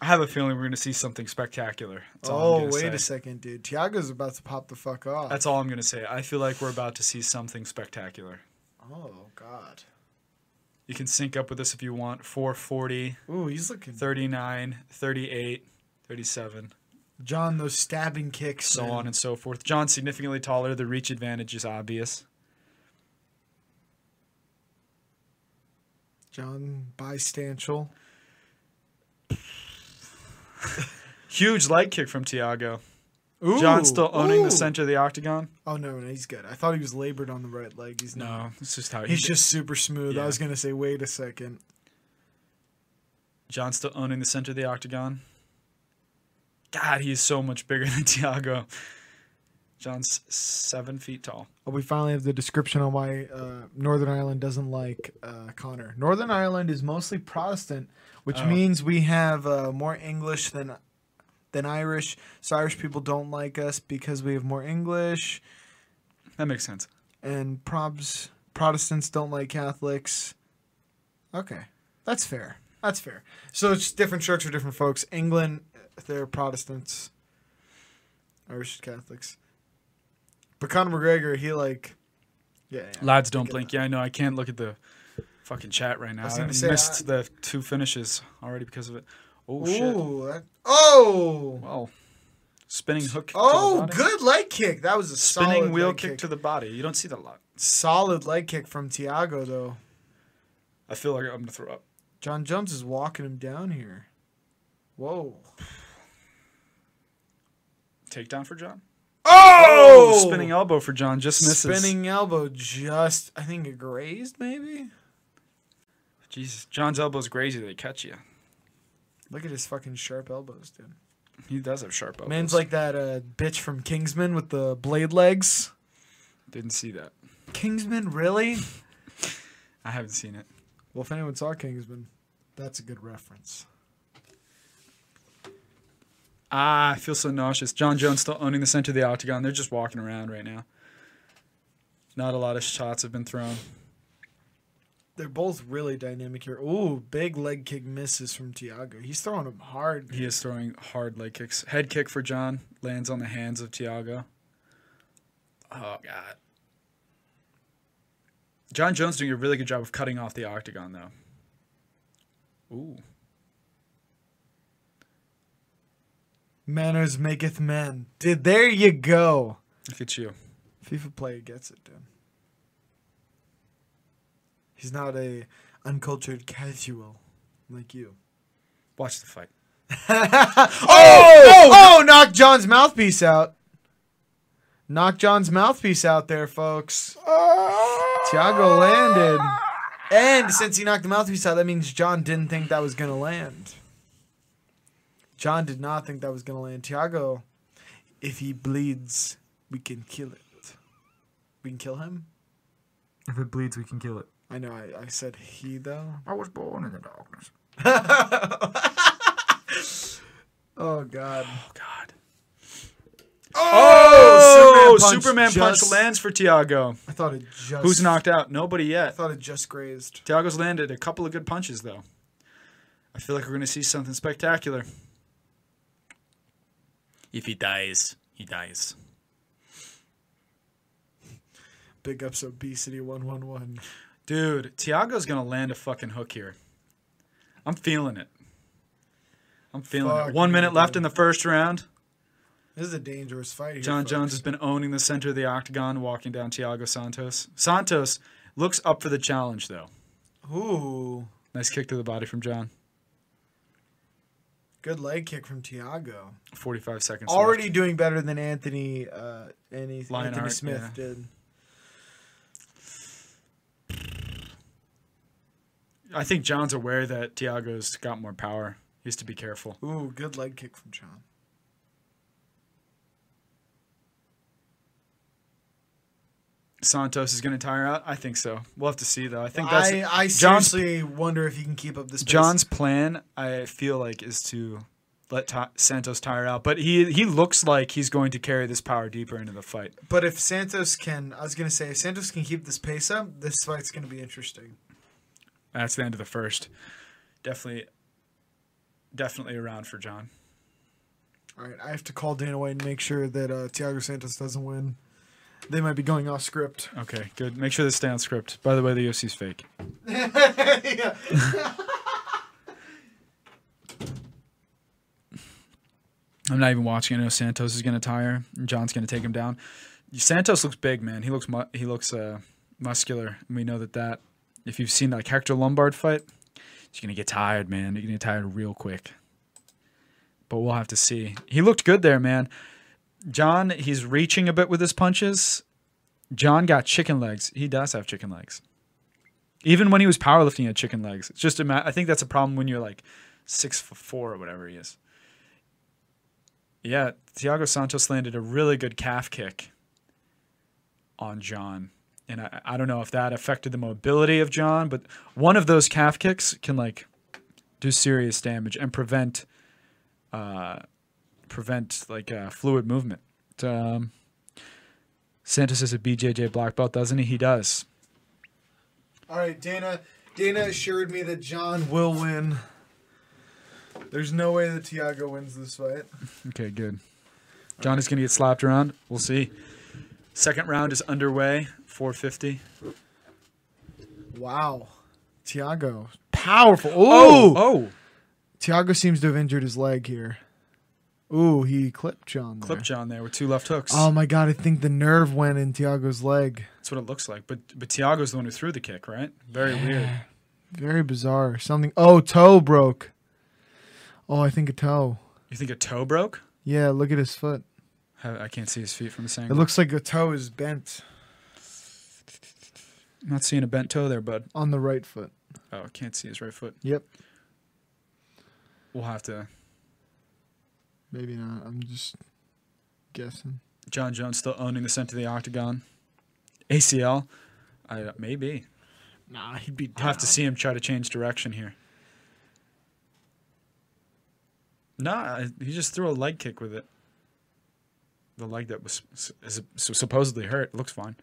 I have a feeling we're going to see something spectacular. That's all I'm oh, gonna wait say. a second, dude. Tiago's about to pop the fuck off. That's all I'm going to say. I feel like we're about to see something spectacular. oh, God. You can sync up with us if you want. 440, Ooh, he's looking. 39, 38, 37, John, those stabbing kicks. so man. on and so forth. John's significantly taller. The reach advantage is obvious. John, bistantial. Huge leg kick from Tiago. Ooh. John's still owning Ooh. the center of the octagon. Oh, no, no, he's good. I thought he was labored on the right leg. He's not. No, it's just how he He's did- just super smooth. Yeah. I was going to say, wait a second. John still owning the center of the octagon. God, he is so much bigger than Tiago. John's seven feet tall. Uh, We finally have the description on why uh, Northern Ireland doesn't like uh, Connor. Northern Ireland is mostly Protestant, which Oh. means we have uh, more English than than Irish. So Irish people don't like us because we have more English, That makes sense. and probs Protestants don't like Catholics. Okay, that's fair. That's fair. So it's different church for different folks. England, uh, they're Protestants. Irish Catholics. But Conor McGregor, he like, yeah. yeah. Lads don't at blink. Yeah, I know. I can't look at the fucking chat right now. I, was gonna say, missed the two finishes already because of it. Oh shit! Ooh, that- oh, Wow, spinning hook. to the oh, body. good leg kick. That was a Spinning solid wheel leg kick, to the body. You don't see that a lot. solid leg kick from Tiago though. I feel like I'm gonna throw up. John Jones is walking him down here. Whoa! Takedown for John. Oh, spinning elbow for John just misses. spinning elbow, just I think it grazed maybe. Jesus, John's elbow's crazy. They catch you. Look at his fucking sharp elbows, dude. He does have sharp elbows. Man's like that uh, bitch from Kingsman with the blade legs. didn't see that. Kingsman, really? I haven't seen it. Well, if anyone saw Kingsman, that's a good reference. Ah, I feel so nauseous. John Jones still owning the center of the octagon. They're just walking around right now. Not a lot of shots have been thrown. They're both really dynamic here. Ooh, big leg kick misses from Tiago. He's throwing him hard. He is throwing hard leg kicks. Head kick for John lands on the hands of Tiago. Oh god. John Jones doing a really good job of cutting off the octagon though. Ooh. Manners maketh men. Dude, there you go. Look at you. FIFA player gets it, dude. He's not a uncultured casual like you. Watch the fight. Oh, oh, knock John's mouthpiece out. Knock John's mouthpiece out there, folks. Tiago landed. And since he knocked the mouthpiece out, that means John didn't think that was going to land. John did not think that was going to land. Tiago, if he bleeds, we can kill it. We can kill him? If it bleeds, we can kill it. I know, I, I said he, though. I was born in the darkness. Oh, God. Oh god. Oh, Oh, Superman Superman punch punch just- lands for Tiago, I thought it just. who's knocked out. Nobody I yet. thought it just grazed. Tiago's landed a couple of good punches though. I feel like we're gonna see something spectacular. If he dies, he dies. Big ups obesity one one one. Dude, Tiago's gonna land a fucking hook here. I'm feeling it. I'm feeling Fuck, it. One minute dude. left in the first round. This is a dangerous fight. Here, John folks. Jones has been owning the center of the octagon, walking down Tiago Santos. Santos looks up for the challenge, though. Ooh, Nice kick to the body from John. good leg kick from Tiago. 45 seconds. Already left. doing better than Anthony. Uh, Anthony, Anthony Lionheart, Smith yeah. did. I think John's aware that Tiago's got more power. He has to be careful. Ooh, good leg kick from John. Santos is going to tire out. I think so. We'll have to see, though. I think that's I, I John's- seriously wonder if he can keep up this. pace. John's plan. I feel like is to let Ti- Santos tire out, but he he looks like he's going to carry this power deeper into the fight. But if Santos can, I was gonna say, if Santos can keep this pace up, this fight's gonna be interesting. That's the end of the first. Definitely, definitely around for John. All right, I have to call Dana White and make sure that uh, Tiago Santos doesn't win. They might be going off script. Okay, good. Make sure they stay on script. By the way, the UFC's fake. yeah. I'm not even watching. I know Santos is going to tire. And John's going to take him down. Santos looks big, man. He looks mu- he looks uh, muscular, and we know that that. If you've seen like Hector Lombard fight, he's going to get tired, man. You're going to get tired real quick. But we'll have to see. He looked good there, man. John, he's reaching a bit with his punches. John got chicken legs. He does have chicken legs. Even when he was powerlifting, he had chicken legs. It's just a ma- I think that's a problem when you're like six foot four or whatever he is. Yeah, Thiago Santos landed a really good calf kick on John. And I, I don't know if that affected the mobility of John, but one of those calf kicks can like do serious damage and prevent uh, prevent like uh, fluid movement. Um, Santos is a BJJ black belt, doesn't he? He does. All right, Dana. Dana assured me that John will win. There's no way that Tiago wins this fight. Okay, good. John is going to get slapped around. We'll see. Second round is underway. 450. Wow. Tiago, powerful. Oh, oh. Tiago seems to have injured his leg here. Ooh, he clipped John. There. Clip John there with two left hooks. Oh my god, I think the nerve went in Tiago's leg. That's what it looks like. But but Tiago's the one who threw the kick, right? Very weird. Very bizarre. Something. Oh, toe broke. Oh, I think a toe. You think a toe broke? Yeah, look at his foot. I I can't see his feet from the It angle. looks like a toe is bent I'm not seeing a bent toe there, bud. on the right foot. Oh, I can't see his right foot. Yep. We'll have to. Maybe not. I'm just guessing. John Jones still owning the center of the octagon. ACL. I uh, maybe. Nah, he'd be. I'll have to see him try to change direction here. Nah, he just threw a leg kick with it. The leg that was s- is supposedly hurt looks fine.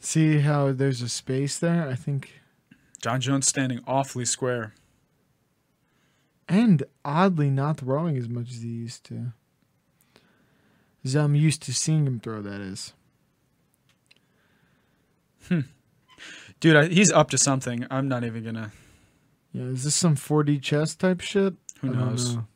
See how there's a space there? I think. John Jones standing awfully square. And oddly, not throwing as much as he used to. As I'm used to seeing him throw, that is. Dude, I, he's up to something. I'm not even gonna. Yeah, is this some 4D chess type shit? Who I don't knows? know.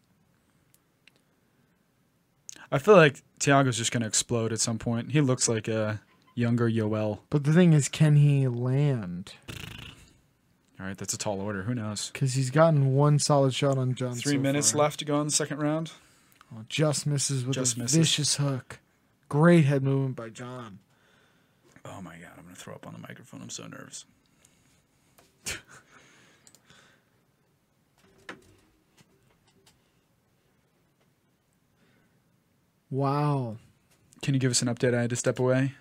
I feel like Tiago's just gonna explode at some point. He looks like a younger Yoel. But the thing is, can he land? All right, that's a tall order. Who knows? Because he's gotten one solid shot on John. Three so minutes far. left to go in the second round. Oh, just misses with Just a misses. vicious hook. Great head movement by John. Oh my god, I'm gonna throw up on the microphone. I'm so nervous. Wow. Can you give us an update? I had to step away.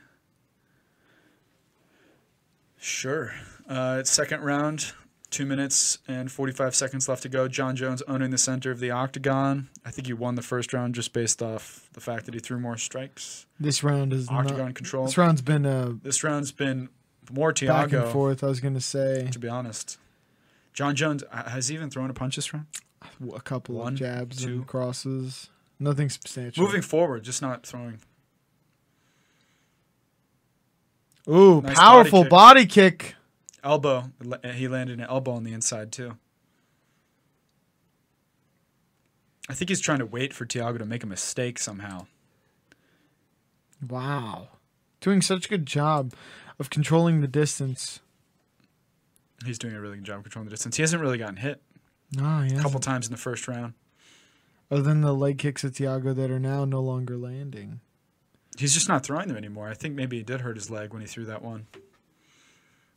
Sure. Uh, second round, Two minutes and 45 seconds left to go. John Jones owning the center of the octagon. I think he won the first round just based off the fact that he threw more strikes. This round is Octagon not. control. This round's been uh, This round's been more back and Tiago, forth. I was gonna say to be honest. John Jones uh, has he even thrown a punch this round. a couple One, of jabs two. and crosses. Nothing substantial. Moving forward, just not throwing. Ooh, Nice powerful body kick. Elbow. Le- He landed an elbow on the inside too. I think he's trying to wait for Tiago to make a mistake somehow. Wow, doing such a good job of controlling the distance. He's doing a really good job controlling the distance. He hasn't really gotten hit Ah, a yeah. couple times in the first round. Other than the leg kicks at Tiago that are now no longer landing. He's just not throwing them anymore. I think maybe he did hurt his leg when he threw that one.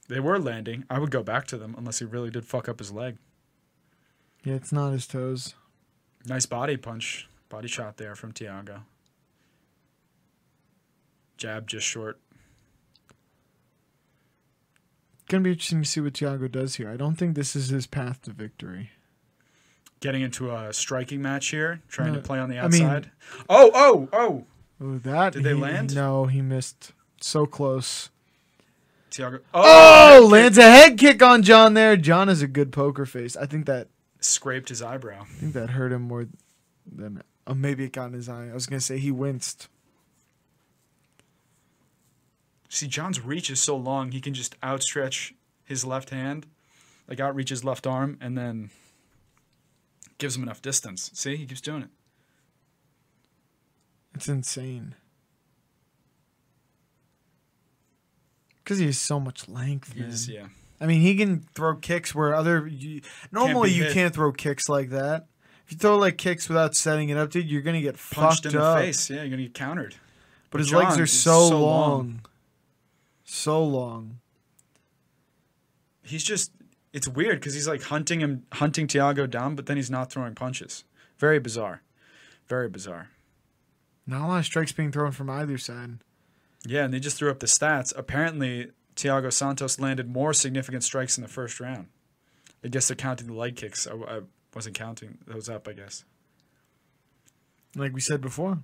They were landing. I would go back to them unless he really did fuck up his leg. Yeah, it's not his toes. Nice body punch, body shot there from Tiago. Jab just short. Gonna be interesting to see what Tiago does here. I don't think this is his path to victory. Getting into a striking match here, trying No, to play on the I mean- outside. oh, oh, oh! Ooh, that Did they he- land? No, he missed. So close. Tiago. Oh, head lands a head kick on John there. John is a good poker face. I think that kick. Scraped his eyebrow. I think that hurt him more than oh, maybe it got in his eye. I was gonna say he winced. See, John's reach is so long, he can just outstretch his left hand, like outreach his left arm, and then gives him enough distance. See, he keeps doing it. It's insane. Because he has so much length, man. He's- yeah. I mean, he can throw kicks where other you, normally be you hit. can't throw kicks like that. If you throw like kicks without setting it up, dude, you're gonna get Punched fucked in the up. face. Yeah, you're going to get countered. But his John legs are is so, so long. long. so long. he's just it's weird because he's like hunting him hunting Tiago down, but then he's not throwing punches. Very bizarre. Very bizarre. Not a lot of strikes being thrown from either side. Yeah, and they just threw up the stats. Apparently Tiago Santos landed more significant strikes in the first round. I guess they're counting the leg kicks. I, I wasn't counting those up, I guess. Like we said before,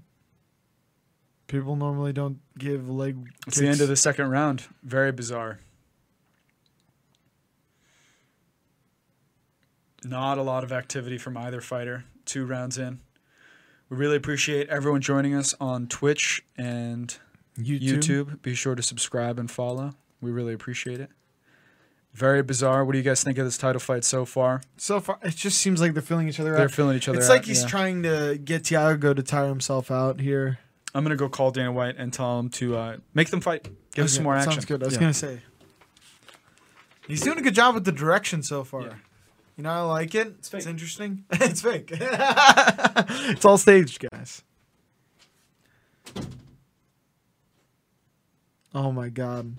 people normally don't give leg. It's the end of the second round. Very bizarre. Not a lot of activity from either fighter. Two rounds in. We really appreciate everyone joining us on Twitch and YouTube. YouTube. Be sure to subscribe and follow. We really appreciate it. Very bizarre. What do you guys think of this title fight so far? So far, it just seems like they're filling each other They're out. feeling each other. It's out, like he's yeah. trying to get Tiago to tire himself out here. I'm gonna go call Dana White and tell him to uh, make them fight. Give us Okay, some more action. Sounds good. I was Yeah. gonna say. He's doing a good job with the direction so far. Yeah. You know, I like it. It's, fake. interesting. it's fake. It's all staged, guys. Oh my god.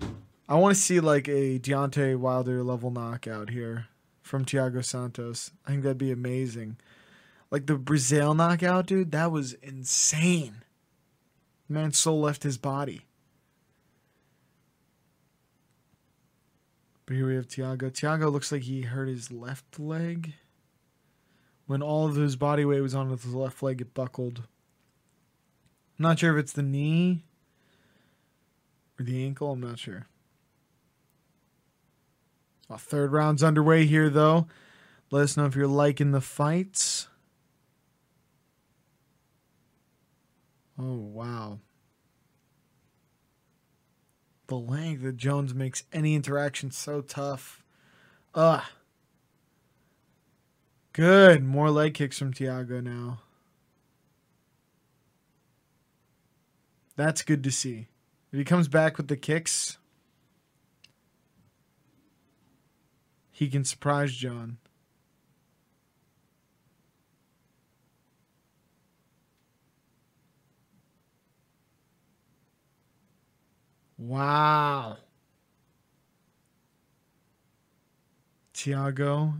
I want to see like a Deontay Wilder level knockout here from Thiago Santos. I think that'd be amazing. Like the Brazil knockout, dude, that was insane. Man, soul left his body. But here we have Tiago. Tiago looks like he hurt his left leg. When all of his body weight was on his left leg, it buckled. I'm not sure if it's the knee or the ankle. I'm not sure. Well, third round's underway here, though. Let us know if you're liking the fights. Oh, wow. The length that Jones makes any interaction so tough. Ugh. Good. More leg kicks from Tiago now. That's good to see. If he comes back with the kicks, he can surprise John. Wow. Tiago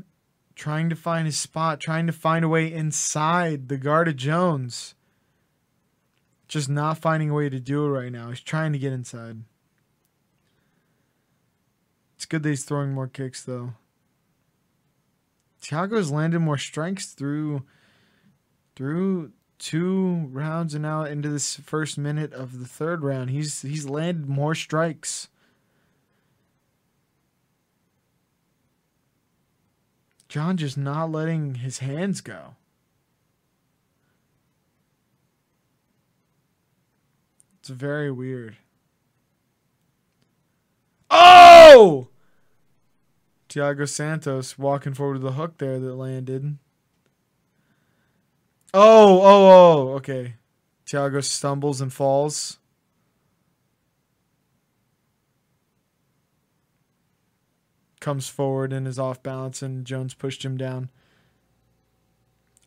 trying to find his spot, trying to find a way inside the guard of Jones. Just not finding a way to do it right now. He's trying to get inside. It's good that he's throwing more kicks, though. Tiago's landed more strikes through through two rounds and now into this first minute of the third round. He's he's landed more strikes. John just not letting his hands go. It's very weird. Oh! Tiago Santos walking forward to the hook there that landed. Oh, oh, oh, okay. Tiago stumbles and falls. Comes forward and is off balance, and Jones pushed him down.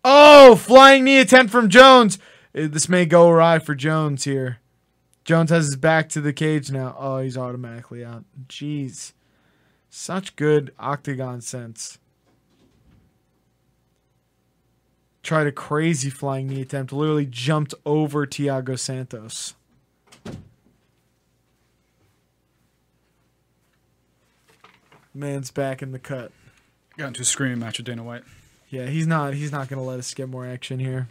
Oh, flying knee attempt from Jones. Eh, This may go awry for Jones here. Jones has his back to the cage now. Oh, he's automatically out. Jeez. Such good octagon sense. Tried a crazy flying knee attempt, literally jumped over Tiago Santos. Man's back in the cut. Got into a screaming match with Dana White. Yeah, he's not he's not gonna let us get more action here.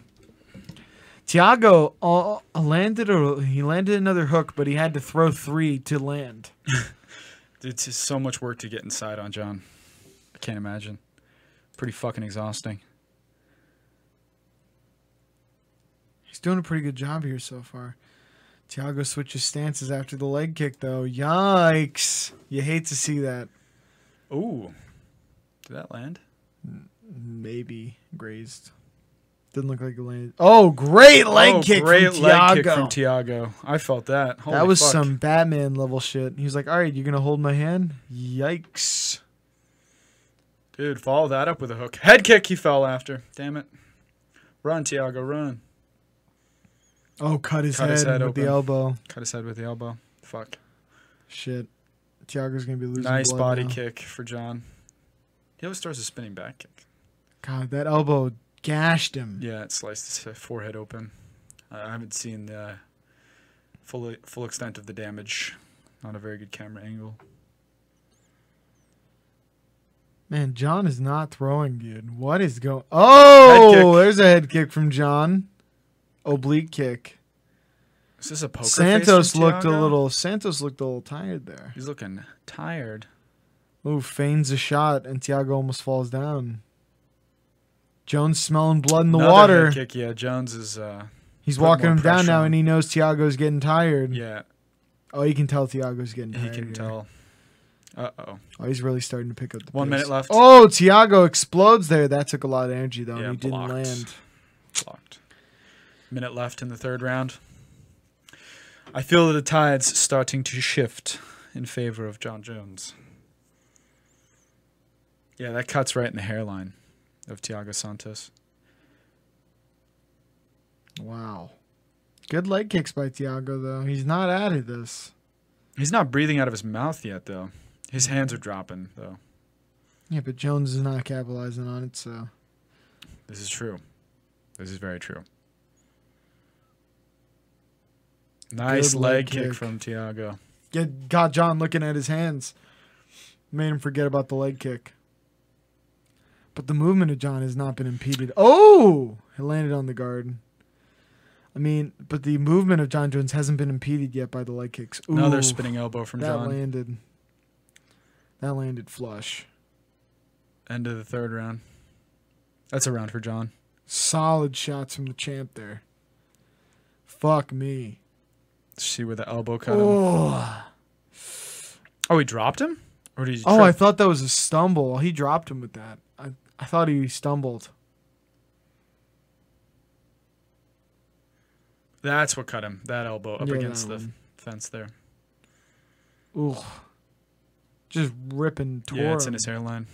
Tiago uh, landed a he landed another hook, but he had to throw three to land. It's just so much work to get inside on John. I can't imagine. Pretty fucking exhausting. He's doing a pretty good job here so far. Tiago switches stances after the leg kick, though. Yikes! You hate to see that. Ooh. Did that land? Maybe grazed. Didn't look like it landed. Oh, great leg Oh, kick great from leg kick Tiago. from Tiago. I felt that. Holy that was fuck. some Batman level shit. He was like, "All right, you're gonna hold my hand." Yikes! Dude, follow that up with a hook. Head kick he fell after. Damn it. Run, Tiago, run. Oh, cut his Cut head, his head with the open. elbow. Cut his head with the elbow. Fuck. Shit. Tiago's gonna be losing. Nice blood body now. kick for John. He always throws a spinning back kick. God, that elbow gashed him. Yeah, it sliced his forehead open. I I haven't seen the full full extent of the damage. Not a very good camera angle. Man, John is not throwing, dude. What is going? Oh, kick. there's a head kick from John. Oblique kick. Is this a poker face Santos from looked a Thiago? little. Santos looked a little tired there. He's looking tired. Ooh, feigns a shot, and Tiago almost falls down. Jones smelling blood in the Another water. head kick. Yeah, Jones is. Uh, He's Put walking more him down pressure now, on. and he knows Tiago's getting tired. yeah, Oh, you can tell Tiago's getting he tired. can here. tell. Uh oh. Oh, he's really starting to pick up the One pace. minute left. Oh, Tiago explodes there. That took a lot of energy though. and Yeah, he didn't blocked. land. Locked. Minute left in the third round. I feel the tides starting to shift in favor of John Jones. Yeah, that cuts right in the hairline of Tiago Santos. Wow. Good leg kicks by Tiago, though. He's not out of this. He's not breathing out of his mouth yet, though. His hands are dropping, though. Yeah, but Jones is not capitalizing on it, so. This is true. This is very true. Nice Good leg, leg kick, kick. from Tiago. Get, got John looking at his hands. Made him forget about the leg kick. But the movement of John has not been impeded. Oh! It landed on the guard. I mean, but the movement of John Jones hasn't been impeded yet by the leg kicks. Ooh, Another spinning elbow from that John. landed. That landed flush. End of the third round. That's a round for John. Solid shots from the champ there. Fuck me. see where the elbow cut him. Oh, Oh, he dropped him, or did he? oh I trip? thought that was a stumble. He dropped him with that. I, I thought he stumbled. that's what cut him. That elbow up Yeah, against the that one. fence there. Ooh. Just ripping tore Yeah, it's in him. his hairline.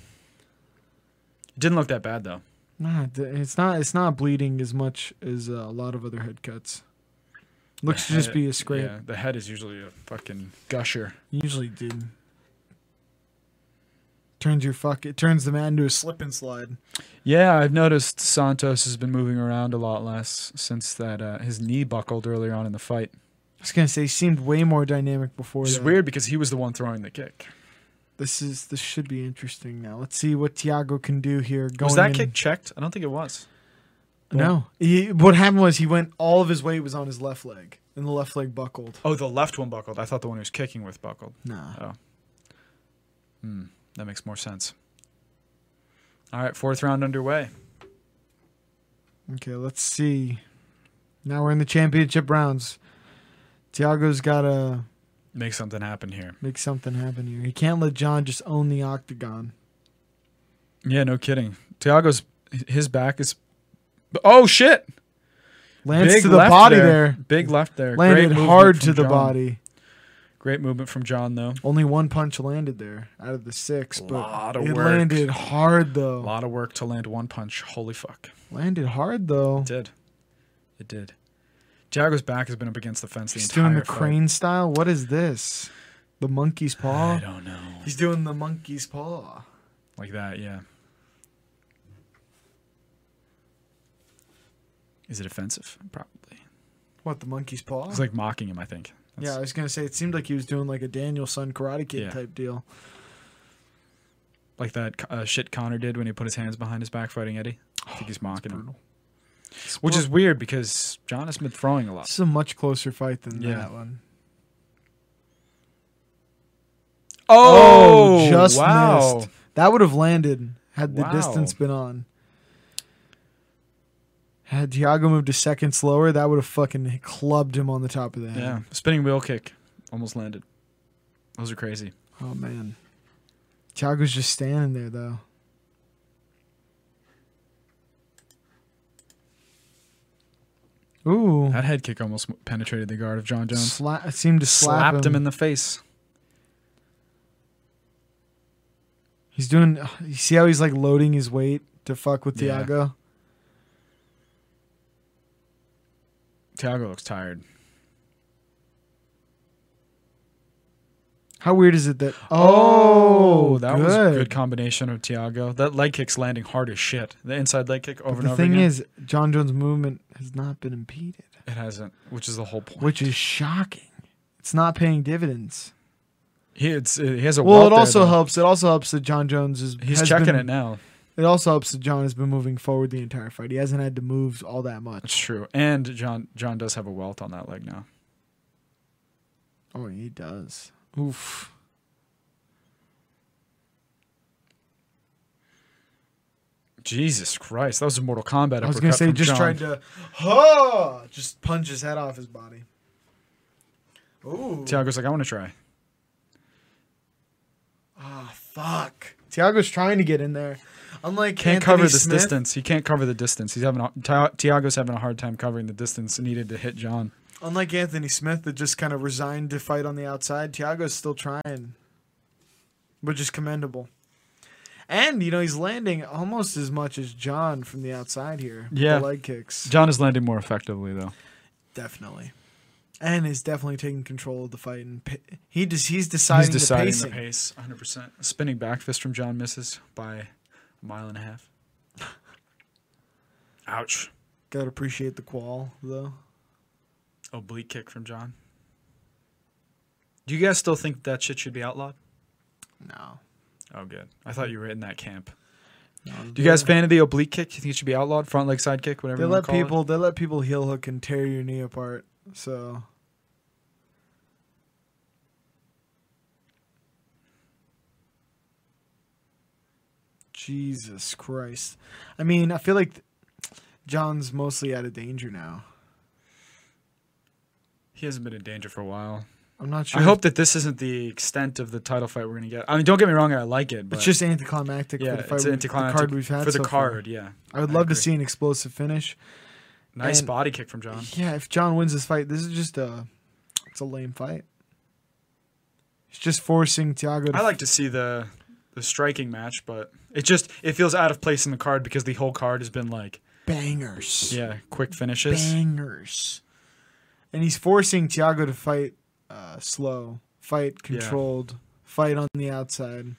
It didn't look that bad though. Nah, th- it's not it's not bleeding as much as uh, a lot of other head cuts. Looks to just be a scrape. Yeah, the head is usually a fucking gusher. Usually, dude. Turns your fuck it turns the man into a slip and slide. Yeah, I've noticed Santos has been moving around a lot less since that uh, his knee buckled earlier on in the fight. I was gonna say he seemed way more dynamic before. Which is that. weird because he was the one throwing the kick. This is this should be interesting now. Let's see what Tiago can do here. Going Was that in- kick checked? I don't think it was. No. He, what happened was he went all of his weight was on his left leg, and the left leg buckled. Oh, the left one buckled. I thought the one he was kicking with buckled. Nah. Hmm, that makes more sense. All right, fourth round underway. Okay, let's see. Now we're in the championship rounds. Tiago's gotta Make something happen here. make something happen here. He can't let John just own the octagon. Yeah, no kidding. Tiago's his back is. Oh shit! Lance Big to the left body there. Big left there. Great Landed movement hard from to the John. body. Great movement from John though. Only one punch landed there out of the six, but Lot of it work. landed hard A though. lot of work to land one punch. Holy fuck! Landed hard though. It did. It did. Tiago's back has been up against the fence the He's entire doing the fight. crane style. What is this? The monkey's I paw. don't know. He's doing the monkey's paw. Like that, yeah. Is it offensive? Probably. What the monkey's paw? It's like mocking him, I think. yeah, I was gonna say it seemed like he was doing like a Danielson Karate Kid Yeah. type deal. Like that uh, shit Connor did when he put his hands behind his back fighting Eddie. I think he's mocking him. Which is weird because John has been throwing a This lot. is a much closer fight than Yeah. that one. Oh, just wow. missed. That would have landed had the Wow. distance been on. Had Tiago moved a second slower, that would have fucking clubbed him on the top of the head. Yeah, spinning wheel kick almost landed. Those are crazy. Oh man. Tiago's just standing there though. Ooh. That head kick almost penetrated the guard of John Jones. Sla- seemed to slap Slapped him. in the face. He's doing. You see how he's like loading his weight to fuck with Yeah. Tiago. Tiago looks tired. How weird is it that? Oh, Oh, that was a good combination of Tiago. That leg kick's landing hard as shit. The inside leg kick over But and the over thing again. is, John Jones' movement has not been impeded, it hasn't, which is the whole point. which is shocking. It's not paying dividends. he, it's, he has a Well, welt it there, also though. helps. It also helps that John Jones is. He's has checking been- it now. It also helps that John has been moving forward the entire fight. He hasn't had to move all that much. That's true. And John John does have a welt on that leg now. Oh, he does. Oof. Jesus Christ, that was a Mortal Kombat. I was uppercut gonna say from just John. tried to, huh, just punch his head off his body. Ooh. Tiago's like, I want to try. Ah, fuck. Tiago's trying to get in there. Unlike Can't Anthony cover this Smith, distance. He can't cover the distance. He's having a, Ti- Tiago's having a hard time covering the distance needed to hit John. Unlike Anthony Smith that just kind of resigned to fight on the outside, Tiago's still trying, which is commendable. And you know he's landing almost as much as John from the outside here. with Yeah. the leg kicks John is landing more effectively though. definitely, and is definitely taking control of the fight. And pa- he just he's deciding, He's deciding the the, pacing. pace, 100. percent Spinning back fist from John misses by a mile and a half. Ouch! Gotta appreciate the qual though. Oblique kick from John. Do you guys still think that shit should be outlawed? No, Oh, good. I thought you were in that camp. No, Do you guys fan of the oblique kick? You think it should be outlawed? Front leg side kick, whatever. They you wanna let call it? people they let people heel hook and tear your knee apart. So Jesus Christ. I mean, I feel like th- John's mostly out of danger now. He hasn't been in danger for a while. I'm not sure. I if- hope that this isn't the extent of the title fight we're gonna get. I mean, don't get me wrong, I like it, but it's just anticlimactic yeah, for the fight it's we- anticlimactic the card we've had for the so far. card. Yeah, I would I love agree. to see an explosive finish. nice And- body kick from John. Yeah, if John wins this fight, this is just a it's a lame fight. It's just forcing Tiago to I like to see the the striking match, but it just it feels out of place in the card because the whole card has been like bangers. yeah, quick finishes. Bangers. And he's forcing Tiago to fight uh, slow, fight controlled, fight on the outside.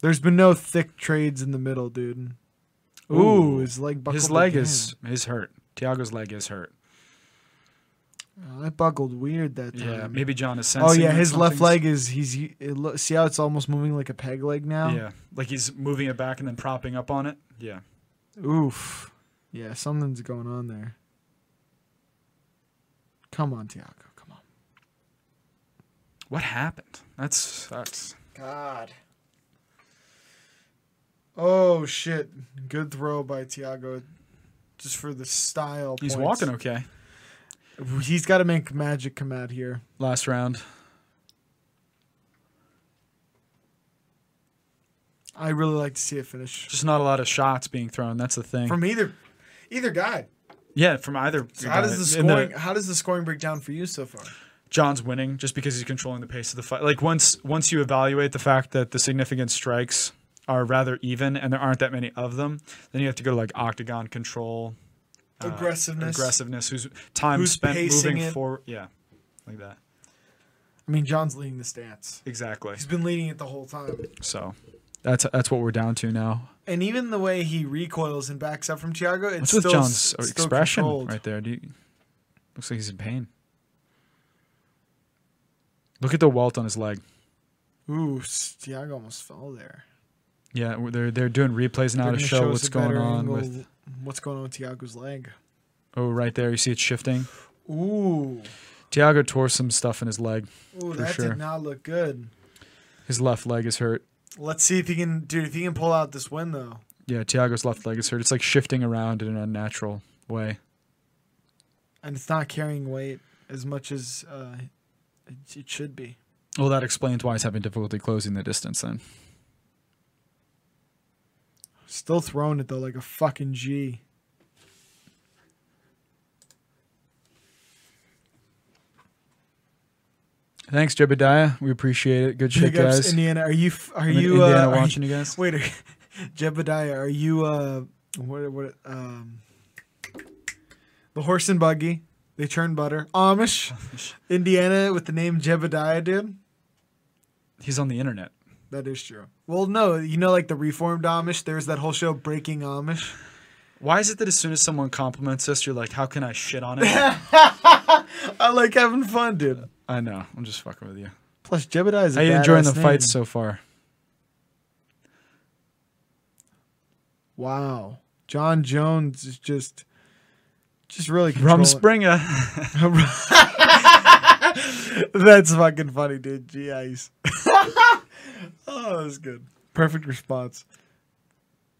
There's been no thick trades in the middle, dude. Ooh, Ooh. his leg buckled. His leg again. is is hurt. Tiago's leg is hurt. Uh, that buckled weird that time. Yeah, maybe John is sensing. Oh yeah, that his left something's- leg is he's it, lo- see how it's almost moving like a peg leg now. Yeah, like he's moving it back and then propping up on it. Yeah, Oof. Yeah, something's going on there. Come on, Tiago. Come on. what happened? That's that's. God. Oh shit! Good throw by Tiago. Just for the style. He's points. walking okay. He's got to make magic come out here. Last round. I really like to see it finish Just not a lot of shots being thrown. That's the thing. from either, either guy. yeah, from either. So how does the and scoring? how does the scoring break down for you so far? John's winning just because he's controlling the pace of the fight. Like once once you evaluate the fact that the significant strikes are rather even and there aren't that many of them, then you have to go to like octagon control, uh, Aggressiveness. aggressiveness, who's time Who's spent pacing moving it. forward. Yeah, like that. I mean, John's leading the stats. Exactly. He's been leading it the whole time. So that's that's what we're down to now. And even the way he recoils and backs up from Tiago, it's What's still, with John's it's still expression controlled. right there? Do you, looks like he's in pain. Look at the welt on his leg. Ooh, s- Tiago almost fell there. Yeah, they're they're doing replays now They're to gonna show, us what's a going better on angle, with what's going on with Tiago's leg. Oh, right there. You see it shifting. Ooh, Tiago tore some stuff in his leg. ooh, For that sure. did not look good. His left leg is hurt. Let's see if he can, dude. If he can pull out this win though, Yeah, Tiago's left leg is hurt. It's like shifting around in an unnatural way. and it's not carrying weight as much as uh, it, it should be. Well, that explains why he's having difficulty closing the distance then. Still throwing it though like a fucking G. Thanks, Jebediah. We appreciate it. Good shit, Big ups, guys. Indiana. Are you? f- Are I'm in you? Indiana uh, are you- watching you guys? Wait, are- Jebediah, are you uh what what um the horse and buggy? They churn butter. Amish, Indiana with the name Jebediah, dude. He's on the internet. That is true. Well, no, you know, like the reformed Amish. There's that whole show Breaking Amish. Why is it that as soon as someone compliments us, you're like, how can I shit on it? I like having fun, dude. I know. I'm just fucking with you. Plus, Jebediah is. a How you enjoying the badass fights name. so far? Wow, John Jones is just, just really Rum controlling- Springer. That's fucking funny, dude. G ice. oh, that was good. Perfect response.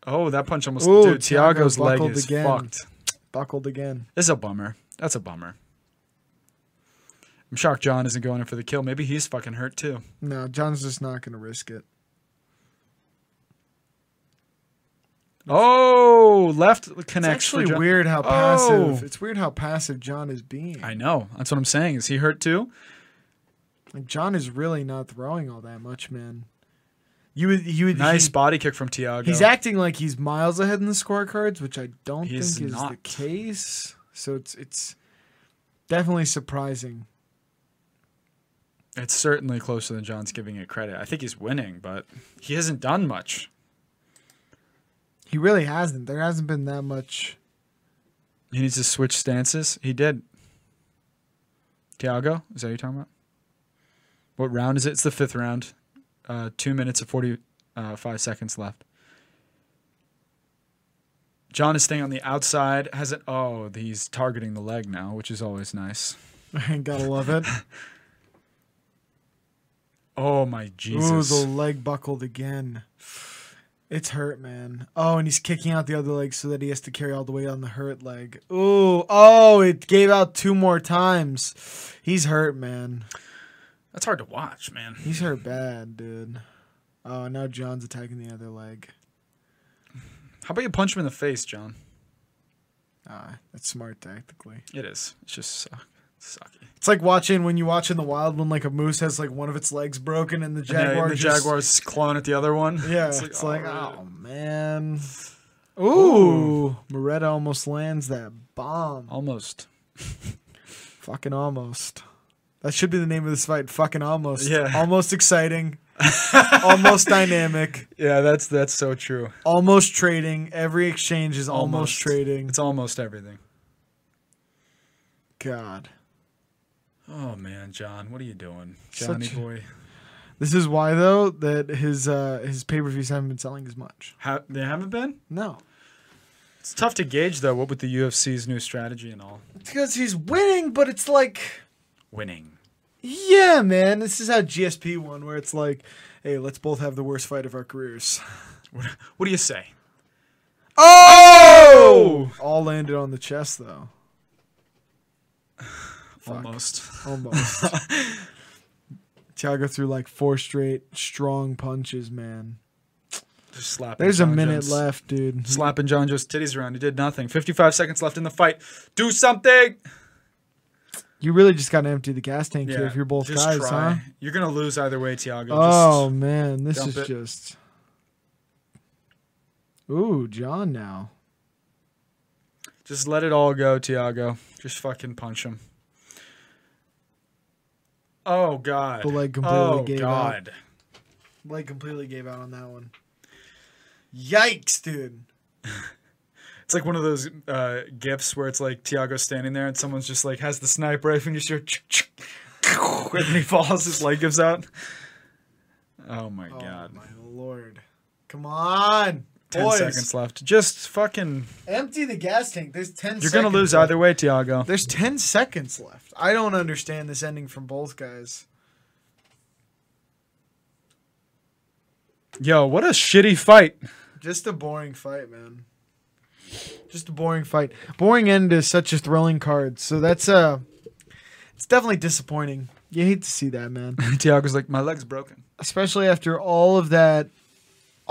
oh, that punch almost. Ooh, dude, Tiago Tiago's leg buckled is again. fucked. Buckled again. This is a bummer. That's a bummer. I'm shocked John isn't going in for the kill. Maybe he's fucking hurt too. No, John's just not gonna risk it. Oh, left It's connects for actually John. weird how Oh. passive. It's weird how passive John is being. I know. That's what I'm saying. Is he hurt too? Like John is really not throwing all that much, man. You would, you would. Nice he- body kick from Tiago. he's acting like he's miles ahead in the scorecards, which I don't He think is is the not. case. So it's it's definitely surprising. It's certainly closer than John's giving it credit. I think he's winning, but he hasn't done much. He really hasn't. There hasn't been that much. He needs to switch stances. He did. Tiago, is that what you're talking about? What round is it? It's the fifth round. Uh, two minutes and 45 uh, five seconds left. John is staying on the outside. Has it? Oh, he's targeting the leg now, which is always nice. I gotta love it. Oh my Jesus! Ooh, the leg buckled again. It's hurt, man. Oh, and he's kicking out the other leg so that he has to carry all the weight on the hurt leg. Ooh, oh, it gave out two more times. He's hurt, man. That's hard to watch, man. He's hurt bad, dude. Oh, now John's attacking the other leg. How about you punch him in the face, John? Ah, that's smart tactically. It is. It's just suck. sucky. It's like watching when you watch in the wild when like a moose has like one of its legs broken and the And jaguar the just- Jaguars clone at the other one. Yeah, it's like, "Alright." oh man. Ooh, Ooh. Moretta almost lands that bomb. almost. Fucking almost. That should be the name of this fight. Fucking almost. Yeah. Almost exciting. almost dynamic. Yeah, that's that's so true. Almost trading. Every exchange is almost, trading. It's almost everything. God. Oh man, John, what are you doing, Johnny Such- boy? This is why though that his uh his pay per views haven't been selling as much. How they haven't been? No, It's tough to gauge though. What with the UFC's new strategy and all, it's because he's winning, but it's like, winning. yeah, man, this is how GSP won, where it's like, hey, let's both have the worst fight of our careers. What do you say? Oh! All landed on the chest though, Almost. almost. Tiago threw like four straight strong punches, man. Just slapping There's a John minute Jones. left, dude. Slapping John Joe's titties around. He did nothing. 55 seconds left in the fight. Do something. You really just gotta empty the gas tank here if you're both just guys, try. huh? You're gonna lose either way, Tiago. Oh man, this dump is it. just. Ooh, John now. Just, just let it all go, Tiago. Just fucking punch him. Oh god. The leg completely oh, gave out. god. Like completely gave out on that one. Yikes, dude. It's like one of those uh, gifs where it's like Tiago's standing there and someone's just like has the sniper rifle and you just hear ch- ch- and he falls, his leg gives out. Oh my Oh god. my lord. Come on. Ten boys. seconds left. Just fucking Empty the gas tank. There's 10 You're gonna lose left. either way, Tiago. There's 10 seconds left. I don't understand this ending from both guys. Yo, what a shitty fight. Just a boring fight, man. Just a boring fight. Boring end is such a thrilling card. So that's uh it's definitely disappointing. You hate to see that, man. Tiago's like, my leg's broken. Especially after all of that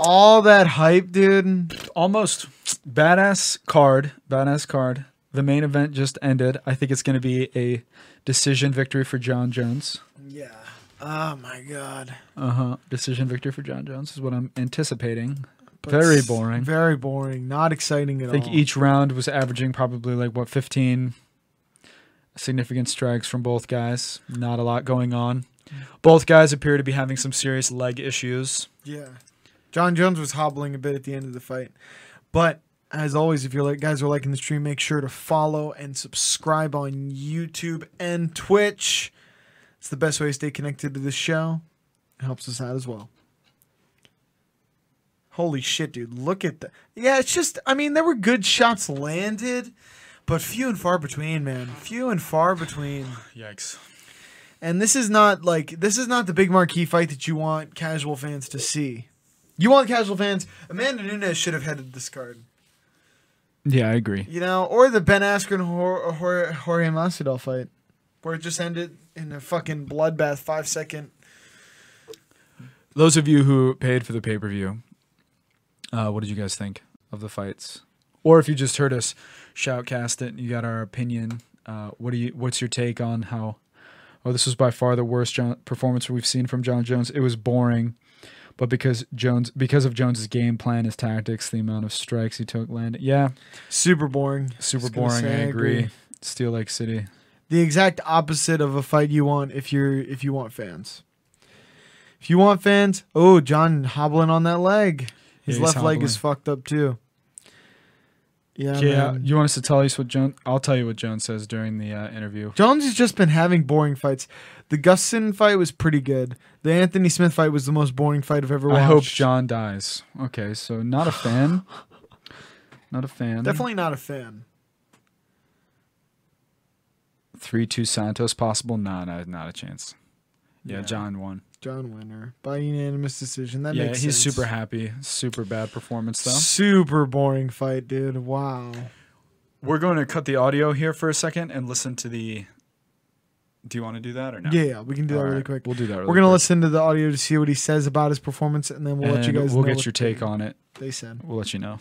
all that hype, dude. Almost. Badass card. Badass card. The main event just ended. I think it's gonna be a decision victory for John Jones. Yeah. Oh my god. Uh huh. Decision victory for John Jones is what I'm anticipating. Very boring. Very boring. Not exciting at I think all. each round was averaging probably like what 15 significant strikes from both guys. Not a lot going on. Both guys appear to be having some serious leg issues. Yeah. John Jones was hobbling a bit at the end of the fight. But as always, if you like guys are liking the stream, make sure to follow and subscribe on YouTube and Twitch. It's the best way to stay connected to the show. It helps us out as well. Holy shit, dude. Look at that. Yeah, it's just I mean, there were good shots landed, but few and far between, man. Few and far between. Yikes. And this is not like this is not the big marquee fight that you want casual fans to see. You want casual fans. Amanda Nunes should have headed this card, Yeah, I agree. you know, or the Ben Askren Hor- Hor- Jorge Masvidal fight, where it just ended in a fucking bloodbath, five second. Those of you who paid for the pay per view, uh, what did you guys think of the fights? Or if you just heard us shoutcast it, and you got our opinion. Uh, what do you? What's your take on how? Oh, this was by far the worst John, performance we've seen from John Jones. It was boring, but because Jones, because of Jones's game plan, his tactics, the amount of strikes he took, landed. Yeah, Super boring. super Just gonna boring. say I I agree. agree. Steel Lake City. The exact opposite of a fight you want if you're if you want fans. If you want fans, oh John hobbling on that leg. His Yeah, he's left leg is fucked up too. Yeah, yeah, man. you want us to tell us what Jones? I'll tell you what Jones says during the uh, interview. Jones has just been having boring fights. The Gustin fight was pretty good. The Anthony Smith fight was the most boring fight I've ever watched. I hope John dies. Okay, so not a fan. not a fan. Definitely not a fan. Three two Santos possible? Nah, nah, not a chance. Yeah, Yeah. John won. John Winner by unanimous decision. That yeah, makes he's sense. super happy. Super bad performance though. Super boring fight, dude. Wow. We're going to cut the audio here for a second and listen to the. Do you want to do that or no? Yeah, yeah, we can do that really quick. We'll do that. Really We're gonna quick. listen to the audio to see what he says about his performance, and then we'll let you And guys. We'll know get what your take on it. They said. We'll let you know.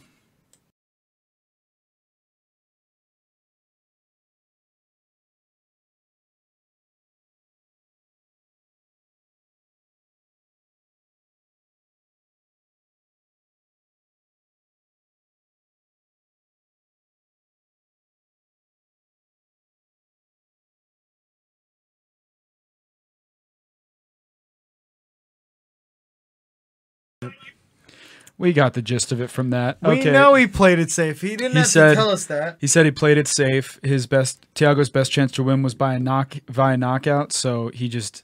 We got the gist of it from that. We okay. know he played it safe. He didn't He have said- to tell us that. He said he played it safe. His best Tiago's best chance to win was by a knock via knockout, so he just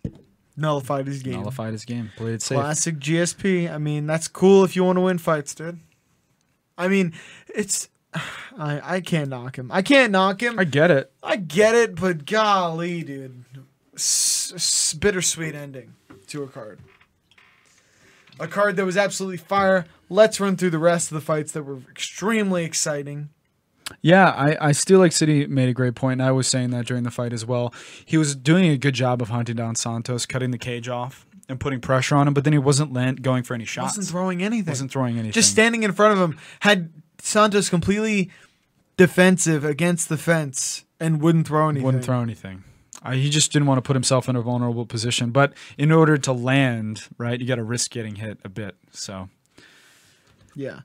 Nullified his game. nullified his game. Played it safe. Classic GSP. I mean, that's cool if you want to win fights, dude. I mean, it's. I, I can't knock him. I can't knock him. I get it. I get it, but golly, dude. S- s- bittersweet ending to a card. A card that was absolutely fire. Let's run through the rest of the fights that were extremely exciting. Yeah, I, I Steel Lake City made a great point, and I was saying that during the fight as well. He was doing a good job of hunting down Santos, cutting the cage off and putting pressure on him, but then he wasn't land, going for any shots. Wasn't throwing anything. Wasn't throwing anything. Just standing in front of him. Had Santos completely defensive against the fence and wouldn't throw anything. wouldn't throw anything. I, he just didn't want to put himself in a vulnerable position. But in order to land, right, you got to risk getting hit a bit. So Yeah.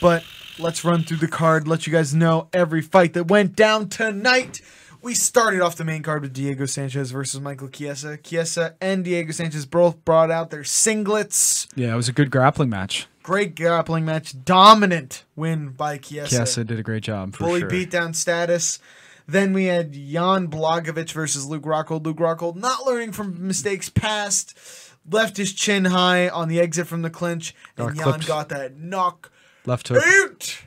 But let's run through the card, let you guys know every fight that went down tonight. We started off the main card with Diego Sanchez versus Michael Chiesa. Chiesa and Diego Sanchez both brought out their singlets. yeah, it was a good grappling match. Great grappling match. Dominant win by Chiesa. Kiesa did a great job for Bully sure. beatdown status. Then we had Jan Blagovic versus Luke Rockhold. Luke Rockhold not learning from mistakes past, left his chin high on the exit from the clinch, and Got Jan clipped. got that knock Left hook, out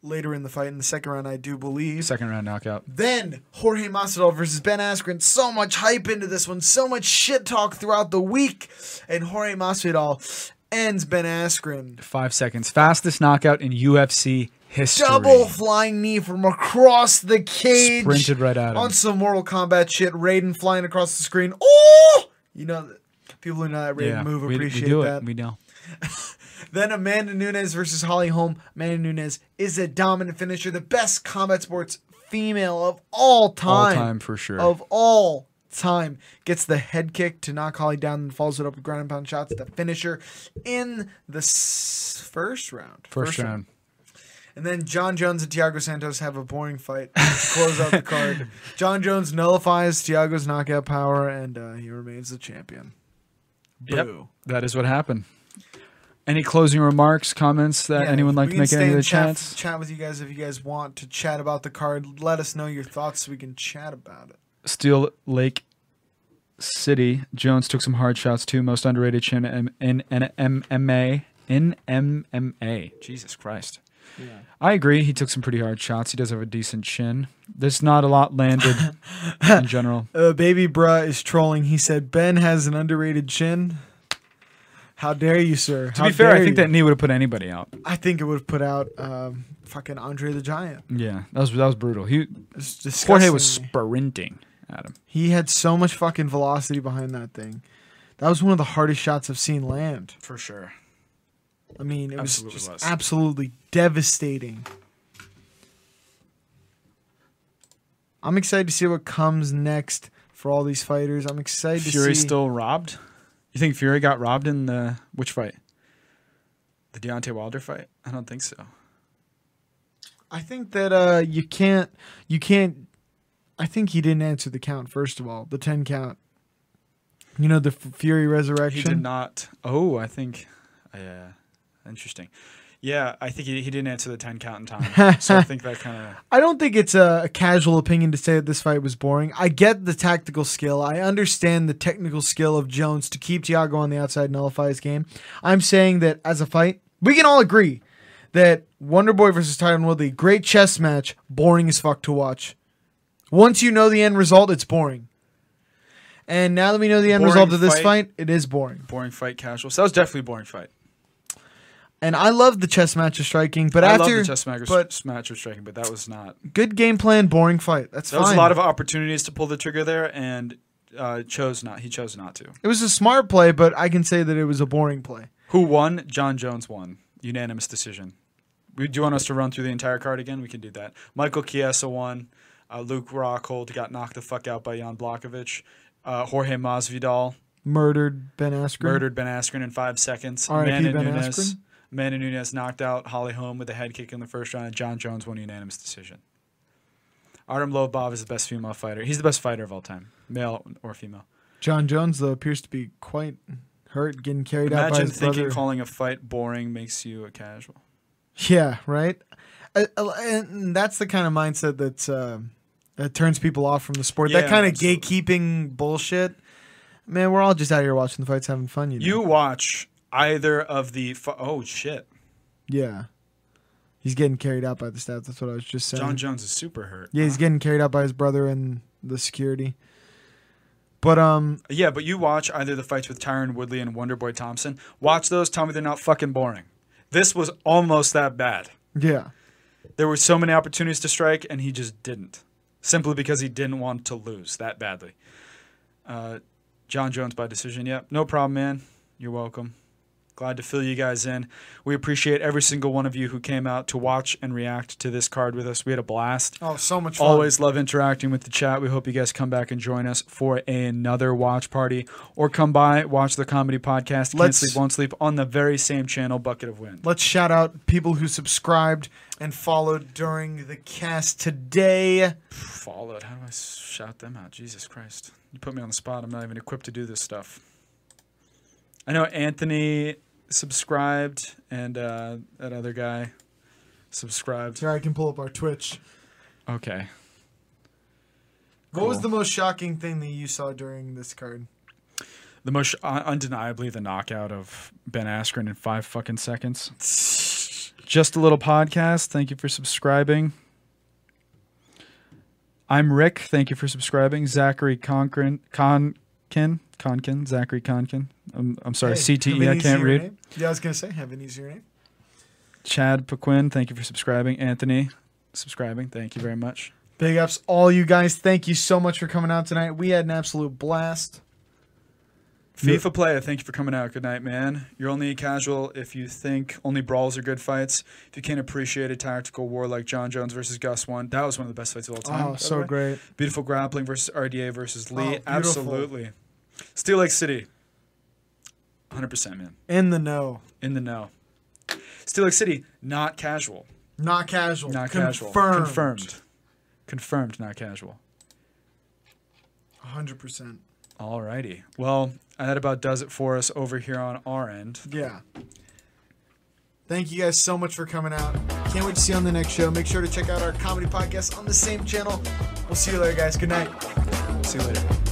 later in the fight in the second round, I do believe. second round knockout. Then Jorge Masvidal versus Ben Askren. So much hype into this one. So much shit talk throughout the week, and Jorge Masvidal ends Ben Askren. Five seconds. Fastest knockout in UFC history. Double flying knee from across the cage. Sprinted right at him. On some Mortal Kombat shit. Raiden flying across the screen. Oh, you know. People who know that Raiden yeah, move we, we appreciate do that. it. We know. Then Amanda Nunes versus Holly Holm. Amanda Nunes is a dominant finisher, the best combat sports female of all All time. time for sure. Of all time. Gets the head kick to knock Holly down and follows it up with ground and pound shots. The finisher in the s- first round. First, round. And then John Jones and Tiago Santos have a boring fight to close out the card. John Jones nullifies Tiago's knockout power and uh, he remains the champion. Yep. Boo. That is what happened. Any closing remarks, comments that Yeah, anyone we like to can make stay any of and the chat, chats? Chat with you guys if you guys want to chat about the card. Let us know your thoughts so we can chat about it. Steel Lake City. Jones took some hard shots too. Most underrated chin in, in, in MMA. In MMA. Jesus Christ. I agree. He took some pretty hard shots. He does have a decent chin. There's not a lot landed in general. Uh, Baby Bruh is trolling. He said Ben has an underrated chin. How dare you, sir? To be fair, I think that knee would have put anybody out. I think it would have put out um, fucking Andre the Giant. Yeah, that was that was brutal. He It's Jorge was disgusting. sprinting at him. He had so much fucking velocity behind that thing. That was one of the hardest shots I've seen land. For sure. I mean, it was Absolutely just was. absolutely devastating. I'm excited to see what comes next for all these fighters. I'm excited Fury to see. still robbed. You think Fury got robbed in the which fight? The Deontay Wilder fight? I don't think so. I think that uh, you can't. You can't. I think he didn't answer the count first of all. The ten count. You know the F- Fury He resurrection. did not. Oh, I think. Yeah, interesting. Yeah, I think he, he didn't answer the ten count in time. so I think that kind of I don't think it's a, a casual opinion to say that this fight was boring. I get the tactical skill. I understand the technical skill of Jones to keep Tiago on the outside nullify his game. I'm saying that as a fight, we can all agree that Wonder Boy versus Tyron Woodley, great chess match, boring as fuck to watch. Once you know the end result, it's boring. And now that we know the end Boring result of this fight. fight, it is boring. boring fight. Casual. So that was definitely a boring fight. And I love the chess match of striking, but I after love the chess smackers, but- smash of striking, but that was not. good game plan, boring fight. That's There fine. was a lot of opportunities to pull the trigger there, and uh, chose not. He chose not to. It was a smart play, but I can say that it was a boring play. Who won? John Jones won. Unanimous decision. We, do you want us to run through the entire card again? We can do that. Michael Chiesa won. Uh, Luke Rockhold got knocked the fuck out by Jan Blakovic. Uh, Jorge Masvidal Murdered Ben Askren. murdered Ben Askren in five seconds. R.I.P. Amanda Ben Nunes. Askren. Amanda Nunes knocked out Holly Holm with a head kick in the first round. and John Jones won unanimous decision. Artem Lobov is the best female fighter. He's the best fighter of all time, male or female. John Jones, though, appears to be quite hurt, getting carried out by Imagine his thinking brother. calling a fight boring makes you a casual. yeah, right. I- I- And that's the kind of mindset that uh, that turns people off from the sport. Yeah, that kind of absolutely. gatekeeping bullshit. Man, we're all just out here watching the fights, having fun. You, know? You watch either of the. Fu- oh, shit. yeah. He's getting carried out by the staff. That's what I was just saying. John Jones is super hurt. Yeah, he's huh? getting carried out by his brother and the security. But um, Yeah, but you watch either the fights with Tyron Woodley and Wonderboy Thompson. Watch those. Tell me they're not fucking boring. This was almost that bad. yeah, There were so many opportunities to strike, and he just didn't, simply because he didn't want to lose that badly. Uh, John Jones by decision. Yep, no problem, man. You're welcome. Glad to fill you guys in. We appreciate every single one of you who came out to watch and react to this card with us. We had a blast. Oh, so much fun. Always love interacting with the chat. We hope you guys come back and join us for another watch party or come by, watch the comedy podcast, Can't Let's- Sleep, Won't Sleep on the very same channel, Bucket of Wind. Let's shout out people who subscribed and followed during the cast today. Followed. How do I s- shout them out? Jesus Christ. You put me on the spot. I'm not even equipped to do this stuff. I know Anthony subscribed and uh, that other guy subscribed. Here, I can pull up our Twitch. Okay. What was Cool. the most shocking thing that you saw during this card? The most uh, undeniably the knockout of Ben Askren in five fucking seconds. Just a little podcast. Thank you for subscribing. I'm Rick. Thank you for subscribing. Zachary Conkin, Conkin, Conkin, Zachary Conkin. I'm, I'm sorry, Hey, have CTE. an I can't easier read. name. Yeah, I was gonna say have an easier name. Chad Paquin. Thank you for subscribing. Anthony, subscribing. Thank you very much. big ups all you guys. Thank you so much for coming out tonight. We had an absolute blast. FIFA player, thank you for coming out. Good night, man. You're only a casual if you think only brawls are good fights. If you can't appreciate a tactical war like John Jones versus Gus one, that was one of the best fights of all time. by Oh, the so way. great. Oh, Beautiful grappling versus RDA versus Lee. beautiful. Absolutely. Steel Lake City. 100% man. In the know, In the know. Steel Lake City, not casual. not casual, Not confirmed, casual. Confirmed. Confirmed, not casual. hundred percent. Alrighty. Well, that about does it for us over here on our end. Yeah. Thank you guys so much for coming out. Can't wait to see you on the next show. Make sure to check out our comedy podcast on the same channel. We'll see you later, guys. Good night. See you later.